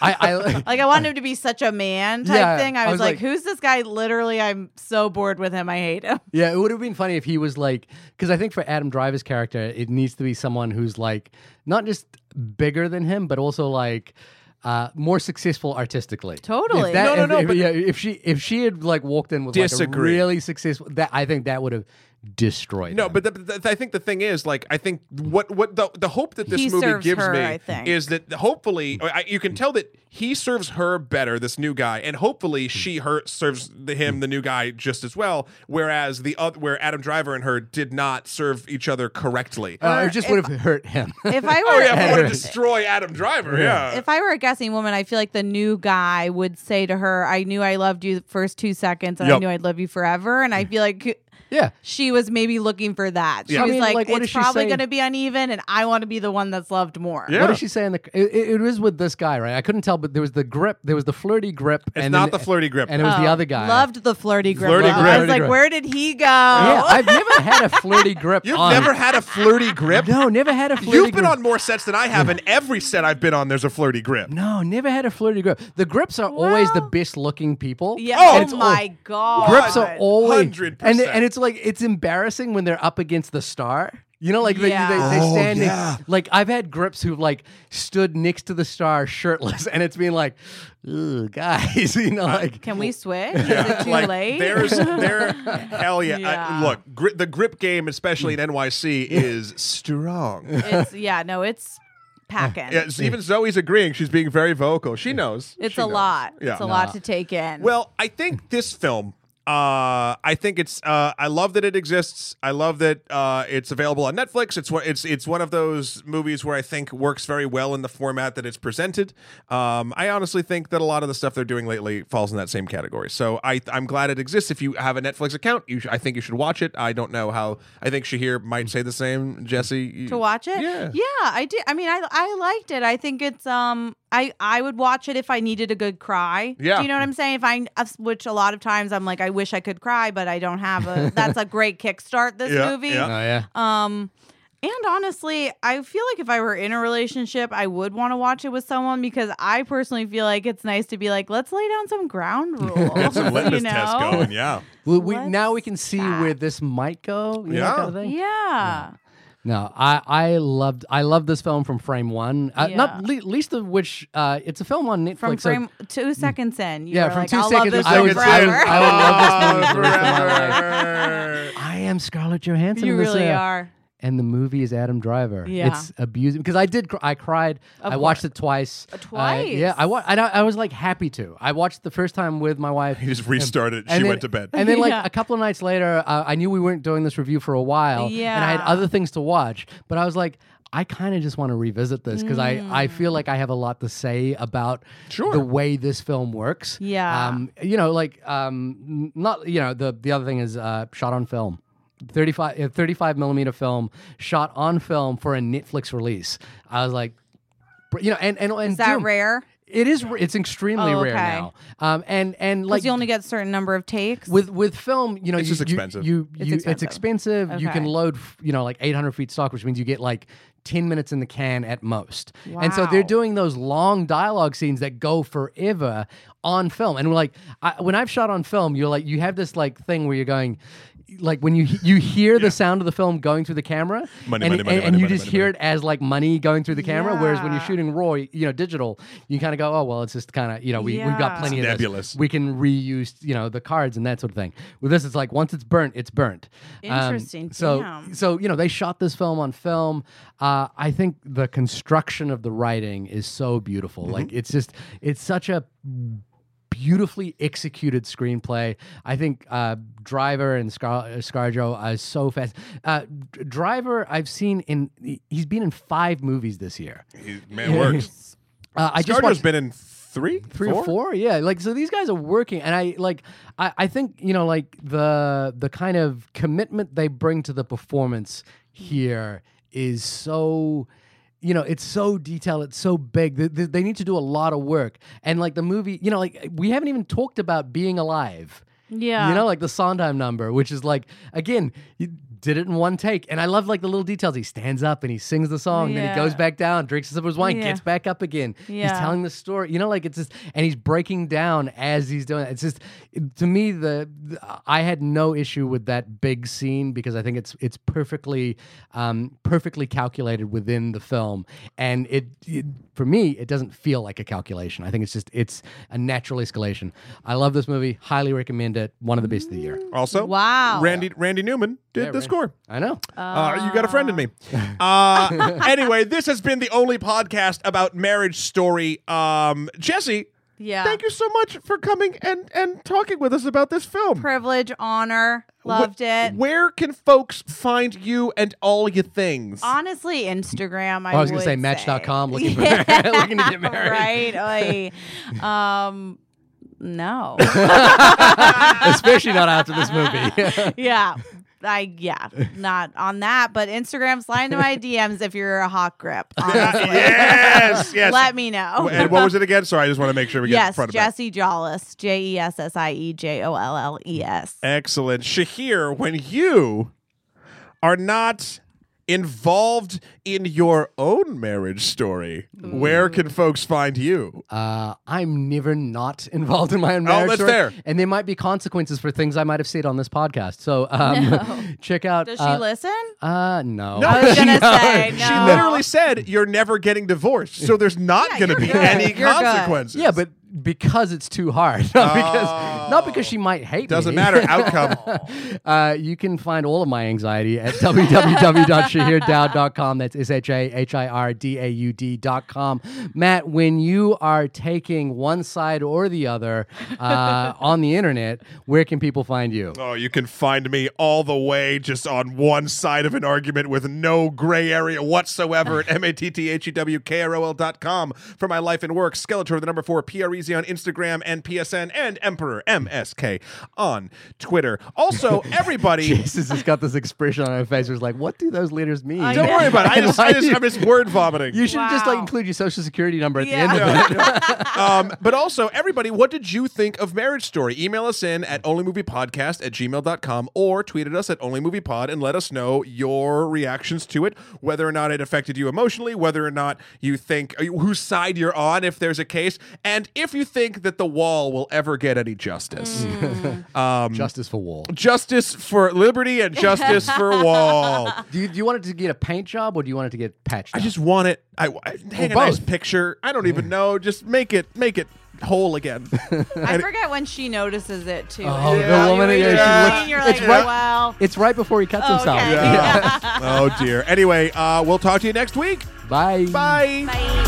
Speaker 2: I, I
Speaker 3: Like I wanted him to be such a man type
Speaker 2: Yeah,
Speaker 3: thing. I was, like, who's this guy? Literally, I'm so bored with him. I hate him.
Speaker 2: yeah, it would have been funny if he was like, because I think for Adam Driver's character, it needs to be someone who's like not just bigger than him, but also like. Uh, more successful artistically.
Speaker 3: Totally.
Speaker 2: If that,
Speaker 1: No, no, no,
Speaker 2: If, if,
Speaker 1: but-
Speaker 2: yeah, if she if she had like walked in with like a
Speaker 1: Disagree.
Speaker 2: really successful, that I think that would have destroyed.
Speaker 1: No,
Speaker 2: him.
Speaker 1: but the, the, I think the thing is, like, I think what what the the hope that this
Speaker 3: He
Speaker 1: movie
Speaker 3: serves
Speaker 1: gives
Speaker 3: her,
Speaker 1: me
Speaker 3: I think.
Speaker 1: is that hopefully I, you can tell that he serves her better, this new guy, and
Speaker 2: Hmm.
Speaker 1: hopefully she her serves the, him, the new guy, just as well. Whereas the oth- where Adam Driver and her did not serve each other correctly.
Speaker 3: Oh.
Speaker 2: uh, it just would have hurt him.
Speaker 3: If I were,
Speaker 1: oh yeah, if I want to
Speaker 2: Right.
Speaker 1: destroy Adam Driver, yeah.
Speaker 3: if I were a guessing woman, I feel like the new guy would say to her, "I knew I loved you the first two seconds, and I
Speaker 1: Yep.
Speaker 3: knew I'd love you forever." And I feel like
Speaker 2: yeah,
Speaker 3: she was maybe looking for that. She
Speaker 1: Yeah. I
Speaker 3: was
Speaker 2: mean,
Speaker 3: like,
Speaker 2: like, what does
Speaker 3: "It's
Speaker 2: she
Speaker 3: probably
Speaker 2: say?
Speaker 3: going to be uneven, and I want to be the one that's loved more."
Speaker 1: Yeah.
Speaker 2: What did she say in the? It, it- it was with this guy, right? I couldn't tell, but there was the grip. There was the flirty grip.
Speaker 1: it's
Speaker 2: and
Speaker 1: not
Speaker 2: then-
Speaker 1: the flirty grip.
Speaker 2: And it was the
Speaker 3: Oh,
Speaker 2: other guy.
Speaker 3: Loved the flirty grip.
Speaker 1: Flirty
Speaker 3: Well,
Speaker 1: grip.
Speaker 3: I was
Speaker 2: Flirty
Speaker 3: like,
Speaker 2: grip.
Speaker 3: "Where did he go?"
Speaker 2: Yeah, I've never had a flirty grip.
Speaker 1: You've
Speaker 2: on-
Speaker 1: never had a flirty grip.
Speaker 2: No, never had a flirty.
Speaker 1: You've been
Speaker 2: grip.
Speaker 1: on more sets than I have, and every set I've been on, there's a flirty grip.
Speaker 2: No, never had a flirty grip. The grips are always the
Speaker 3: Well-
Speaker 2: best looking people.
Speaker 3: Yeah.
Speaker 1: Oh,
Speaker 3: Oh,
Speaker 1: it's
Speaker 3: my god.
Speaker 2: Grips are always
Speaker 1: 100%.
Speaker 2: and and it's like it's embarrassing when they're up against the star. You know, like
Speaker 3: Yeah.
Speaker 2: they, they, they
Speaker 1: Oh,
Speaker 2: stand
Speaker 1: yeah.
Speaker 2: like I've had grips who've like stood next to the star shirtless, and it's been like, "Ooh, guys, you know, like
Speaker 3: Uh, Can we switch? Is it too
Speaker 1: like,
Speaker 3: late?
Speaker 1: There's there. Hell yeah! I-
Speaker 3: Yeah.
Speaker 1: look, gri- the grip game, especially in NYC, is strong.
Speaker 3: it's yeah, no, it's packing.
Speaker 1: Yeah, so even Zoe's agreeing. She's being very vocal. She knows.
Speaker 3: It's
Speaker 1: She
Speaker 3: a
Speaker 1: knows.
Speaker 3: lot.
Speaker 1: Yeah.
Speaker 3: It's a lot to take in.
Speaker 1: Well, I think this film. Uh, I think it's. Uh, I love that it exists. I love that uh, it's available on Netflix. It's one. It's it's one of those movies where I think works very well in the format that it's presented. Um, I honestly think that a lot of the stuff they're doing lately falls in that same category. So I I'm glad it exists. If you have a Netflix account, you sh- I think you should watch it. I don't know how. I think Shahir might say the same. Jesse you-
Speaker 3: to watch it.
Speaker 1: Yeah.
Speaker 3: I did. I mean, I I liked it. I think it's um I I would watch it if I needed a good cry.
Speaker 1: Yeah.
Speaker 3: Do you know what I'm saying? If I uh, which a lot of times I'm like I wish I could cry, but I don't have a that's a great kickstart this
Speaker 1: Yeah,
Speaker 3: movie.
Speaker 1: yeah.
Speaker 2: Oh yeah.
Speaker 3: Um and honestly, I feel like if I were in a relationship, I would want to watch it with someone because I personally feel like it's nice to be like, let's lay down some ground rules.
Speaker 1: Get some litmus
Speaker 3: you know?
Speaker 1: test going. Yeah.
Speaker 2: Well, we,
Speaker 3: What's
Speaker 2: now we can see where this might go. you know, that
Speaker 1: Yeah.
Speaker 2: kind of thing.
Speaker 3: Yeah.
Speaker 2: No, I, I loved I loved this film from frame one. Uh, Not le- least of which uh, it's a film on Netflix.
Speaker 3: From
Speaker 2: so-
Speaker 3: frame two seconds in, you
Speaker 2: Yeah,
Speaker 3: were
Speaker 2: from
Speaker 3: like,
Speaker 2: two
Speaker 3: I'll
Speaker 2: seconds
Speaker 3: love this
Speaker 2: in, I
Speaker 3: one
Speaker 2: would-
Speaker 1: It's
Speaker 2: I would-
Speaker 3: forever.
Speaker 1: in-
Speaker 2: I would love this movie for the rest of my life.
Speaker 1: forever.
Speaker 2: I am Scarlett Johansson.
Speaker 3: you
Speaker 2: in this,
Speaker 3: really
Speaker 2: uh,
Speaker 3: are.
Speaker 2: And the movie is Adam Driver.
Speaker 3: Yeah.
Speaker 2: it's abusing because I did cr- I cried.
Speaker 3: Of
Speaker 2: I watched it twice. Uh,
Speaker 3: twice?
Speaker 2: yeah, I, wa- I don't- I was like happy to. I watched the first time with my wife.
Speaker 1: He just restarted. She
Speaker 2: And then-
Speaker 1: went to bed.
Speaker 2: And then, like
Speaker 3: Yeah.
Speaker 2: a couple of nights later, uh, I knew we weren't doing this review for a while, and I had
Speaker 3: Yeah.
Speaker 2: other things to watch. But I was like, I kind of just want to revisit this because I, I
Speaker 3: Mm.
Speaker 2: feel like I have a lot to say about
Speaker 1: Sure.
Speaker 2: the way this film works.
Speaker 3: Yeah.
Speaker 2: um, you know, like um, n- not you know the the other thing is uh, shot on film. 35, uh, 35 millimeter film shot on film for a Netflix release. I was like, br- you know, and and, and
Speaker 3: Is that
Speaker 2: Doom-
Speaker 3: rare?
Speaker 2: it is. r- It's extremely
Speaker 3: Oh,
Speaker 2: rare
Speaker 3: okay.
Speaker 2: now. Um, and and like
Speaker 3: Because you only get a certain number of takes.
Speaker 2: with with film, you know,
Speaker 1: It's
Speaker 2: you,
Speaker 1: just
Speaker 2: you-
Speaker 1: expensive.
Speaker 2: You,
Speaker 3: It's
Speaker 2: you-
Speaker 3: expensive.
Speaker 2: expensive. You can
Speaker 3: Okay.
Speaker 2: load, f- you know, like 800 feet stock, which means you get like 10 minutes in the can at most. And so they're
Speaker 3: Wow.
Speaker 2: doing those long dialogue scenes that go forever on film. And we're like, I, when I've shot on film, you're like, you have this like thing where you're going. Like when you he- you hear the sound of the film going through the camera,
Speaker 1: Money,
Speaker 2: and,
Speaker 1: money, money,
Speaker 2: and- and
Speaker 1: money,
Speaker 2: you
Speaker 1: money,
Speaker 2: just
Speaker 1: money,
Speaker 2: hear
Speaker 1: money.
Speaker 2: it as like money going through the camera. Whereas when you're
Speaker 3: Yeah.
Speaker 2: shooting raw, you know, digital, you kind of go, oh well, it's just kind of you know we we've got
Speaker 3: Yeah.
Speaker 2: plenty of this.
Speaker 1: Nebulous.
Speaker 2: We can reuse you know the cards and that sort of thing. With this, it's like once it's burnt, it's burnt. Um,
Speaker 3: Interesting.
Speaker 2: so
Speaker 3: Damn.
Speaker 2: so you know they shot this film on film. Uh, I think the construction of the writing is so beautiful.
Speaker 1: Mm-hmm.
Speaker 2: Like it's just it's such a beautifully executed screenplay. I think uh, Driver and Scar- uh, ScarJo are so fast. Uh, D- Driver, I've seen in he- he's been in five movies this year.
Speaker 1: He- man works.
Speaker 2: Uh, I just
Speaker 1: Scarjo's
Speaker 2: watched
Speaker 1: been in three,
Speaker 2: three or four yeah like so these guys are working and i like I, I think you know like the the kind of commitment they bring to the performance here is so you know it's so detailed it's so big they, they, they need to do a lot of work and like the movie you know like we haven't even talked about being alive
Speaker 3: yeah.
Speaker 2: you know, like the Sondheim number, which is like, again, you did it in one take. And I love like the little details. He stands up and he sings the song, then he
Speaker 3: Yeah.
Speaker 2: goes back down, drinks a sip of his wine,
Speaker 3: Yeah.
Speaker 2: gets back up again. He's
Speaker 3: Yeah.
Speaker 2: telling the story. You know, like it's just, and he's breaking down as he's doing it. It's just, it- to me, the, the- I had no issue with that big scene because I think it's it's perfectly, um, perfectly calculated within the film. And it, it, for me, it doesn't feel like a calculation. I think it's just, it's a natural escalation. I love this movie. Highly recommend it. One of the best of the year.
Speaker 1: Also,
Speaker 3: Wow.
Speaker 1: Randy Randy Newman did the
Speaker 2: right.
Speaker 1: score.
Speaker 2: I know.
Speaker 1: Uh, you got a friend in me. Uh, anyway, this has been the only podcast about Marriage Story. Um, Jesse,
Speaker 3: yeah.
Speaker 1: thank you so much for coming and and talking with us about this film.
Speaker 3: Privilege, honor, loved
Speaker 1: Wh-
Speaker 3: it.
Speaker 1: Where can folks find you and all your things?
Speaker 3: Honestly, Instagram. I,
Speaker 2: I was
Speaker 3: going
Speaker 2: gonna
Speaker 3: to
Speaker 2: say Match.com, looking for- looking to get married.
Speaker 3: Right. oy. um, no.
Speaker 2: Especially not after this movie.
Speaker 3: yeah. I yeah, not on that, but Instagram slide into my DMs if you're a hot grip. Honestly.
Speaker 1: yes, yes.
Speaker 3: Let me know.
Speaker 1: and what was it again? Sorry, I just want to make sure we get in
Speaker 3: yes,
Speaker 1: front of that.
Speaker 3: Jesse Jollis, J E S S I E J O L L E S.
Speaker 1: Excellent. Shahir, when you are not involved in your own marriage story, where can folks find you?
Speaker 2: uh, I'm never not involved in my own marriage
Speaker 1: Oh, that's
Speaker 2: story,
Speaker 1: fair.
Speaker 2: and there might be consequences for things I might have said on this podcast. So um, check out.
Speaker 3: Does she
Speaker 2: uh,
Speaker 3: listen?
Speaker 2: uh, no.
Speaker 3: I was gonna say
Speaker 1: She
Speaker 3: no.
Speaker 1: literally said, You're never getting divorced. So there's not going to
Speaker 3: you're
Speaker 1: be
Speaker 3: good.
Speaker 1: any
Speaker 3: You're good.
Speaker 1: consequences.
Speaker 2: yeah, but because it's too hard, not because not because she might hate
Speaker 1: Oh. Doesn't
Speaker 2: me.
Speaker 1: matter. Outcome.
Speaker 2: Uh, you can find all of my anxiety at www.shahirdaud.com. That's S H A H I R D A U D.com. Matt, when you are taking one side or the other uh, on the internet, where can people find you?
Speaker 1: Oh, you can find me all the way just on one side of an argument with no gray area whatsoever at E M-A-T-T-H-E-W-K-R-O-L dot com for my life and work. Skeletor, the number four, P-R-E-Z on Instagram and PSN and Emperor M-S-K on Twitter. Also, everybody...
Speaker 2: Jesus has got this expression on her face where it's like, what do those letters mean?
Speaker 3: I
Speaker 1: Don't
Speaker 3: know.
Speaker 1: worry about it. I
Speaker 2: And
Speaker 1: just,
Speaker 2: why
Speaker 1: I just,
Speaker 2: you-
Speaker 1: I'm just word vomiting.
Speaker 2: You should just like
Speaker 3: Wow.
Speaker 2: include your social security number at
Speaker 3: Yeah.
Speaker 2: the end of it.
Speaker 1: um, but also, everybody, what did you think of Marriage Story? Email us in at onlymoviepodcast at gmail.com or tweet at us at onlymoviepod and let us know your reactions to it, whether or not it affected you emotionally, whether or not you think uh, whose side you're on, if there's a case, and if you think that the wall will ever get any justice.
Speaker 2: Justice for Wall.
Speaker 1: Justice for liberty and justice for wall.
Speaker 2: Do you, do you want it to get a paint job or do you want it to get patched?
Speaker 1: I
Speaker 2: up?
Speaker 1: just want it. I, I hang a
Speaker 2: both.
Speaker 1: nice picture. I don't even know. Just make it, make it whole again.
Speaker 3: I forget when she notices it too.
Speaker 2: Oh,
Speaker 3: And
Speaker 2: the
Speaker 3: now you
Speaker 2: woman-
Speaker 3: were
Speaker 2: yeah,
Speaker 1: she
Speaker 3: just-
Speaker 1: looks-
Speaker 3: you're
Speaker 2: it's
Speaker 3: like,
Speaker 2: right-
Speaker 3: well,
Speaker 2: it's right before he cuts
Speaker 3: Oh,
Speaker 2: himself.
Speaker 3: okay.
Speaker 1: Yeah. oh dear. Anyway, uh, we'll talk to you next week.
Speaker 2: Bye.
Speaker 1: Bye.
Speaker 3: bye.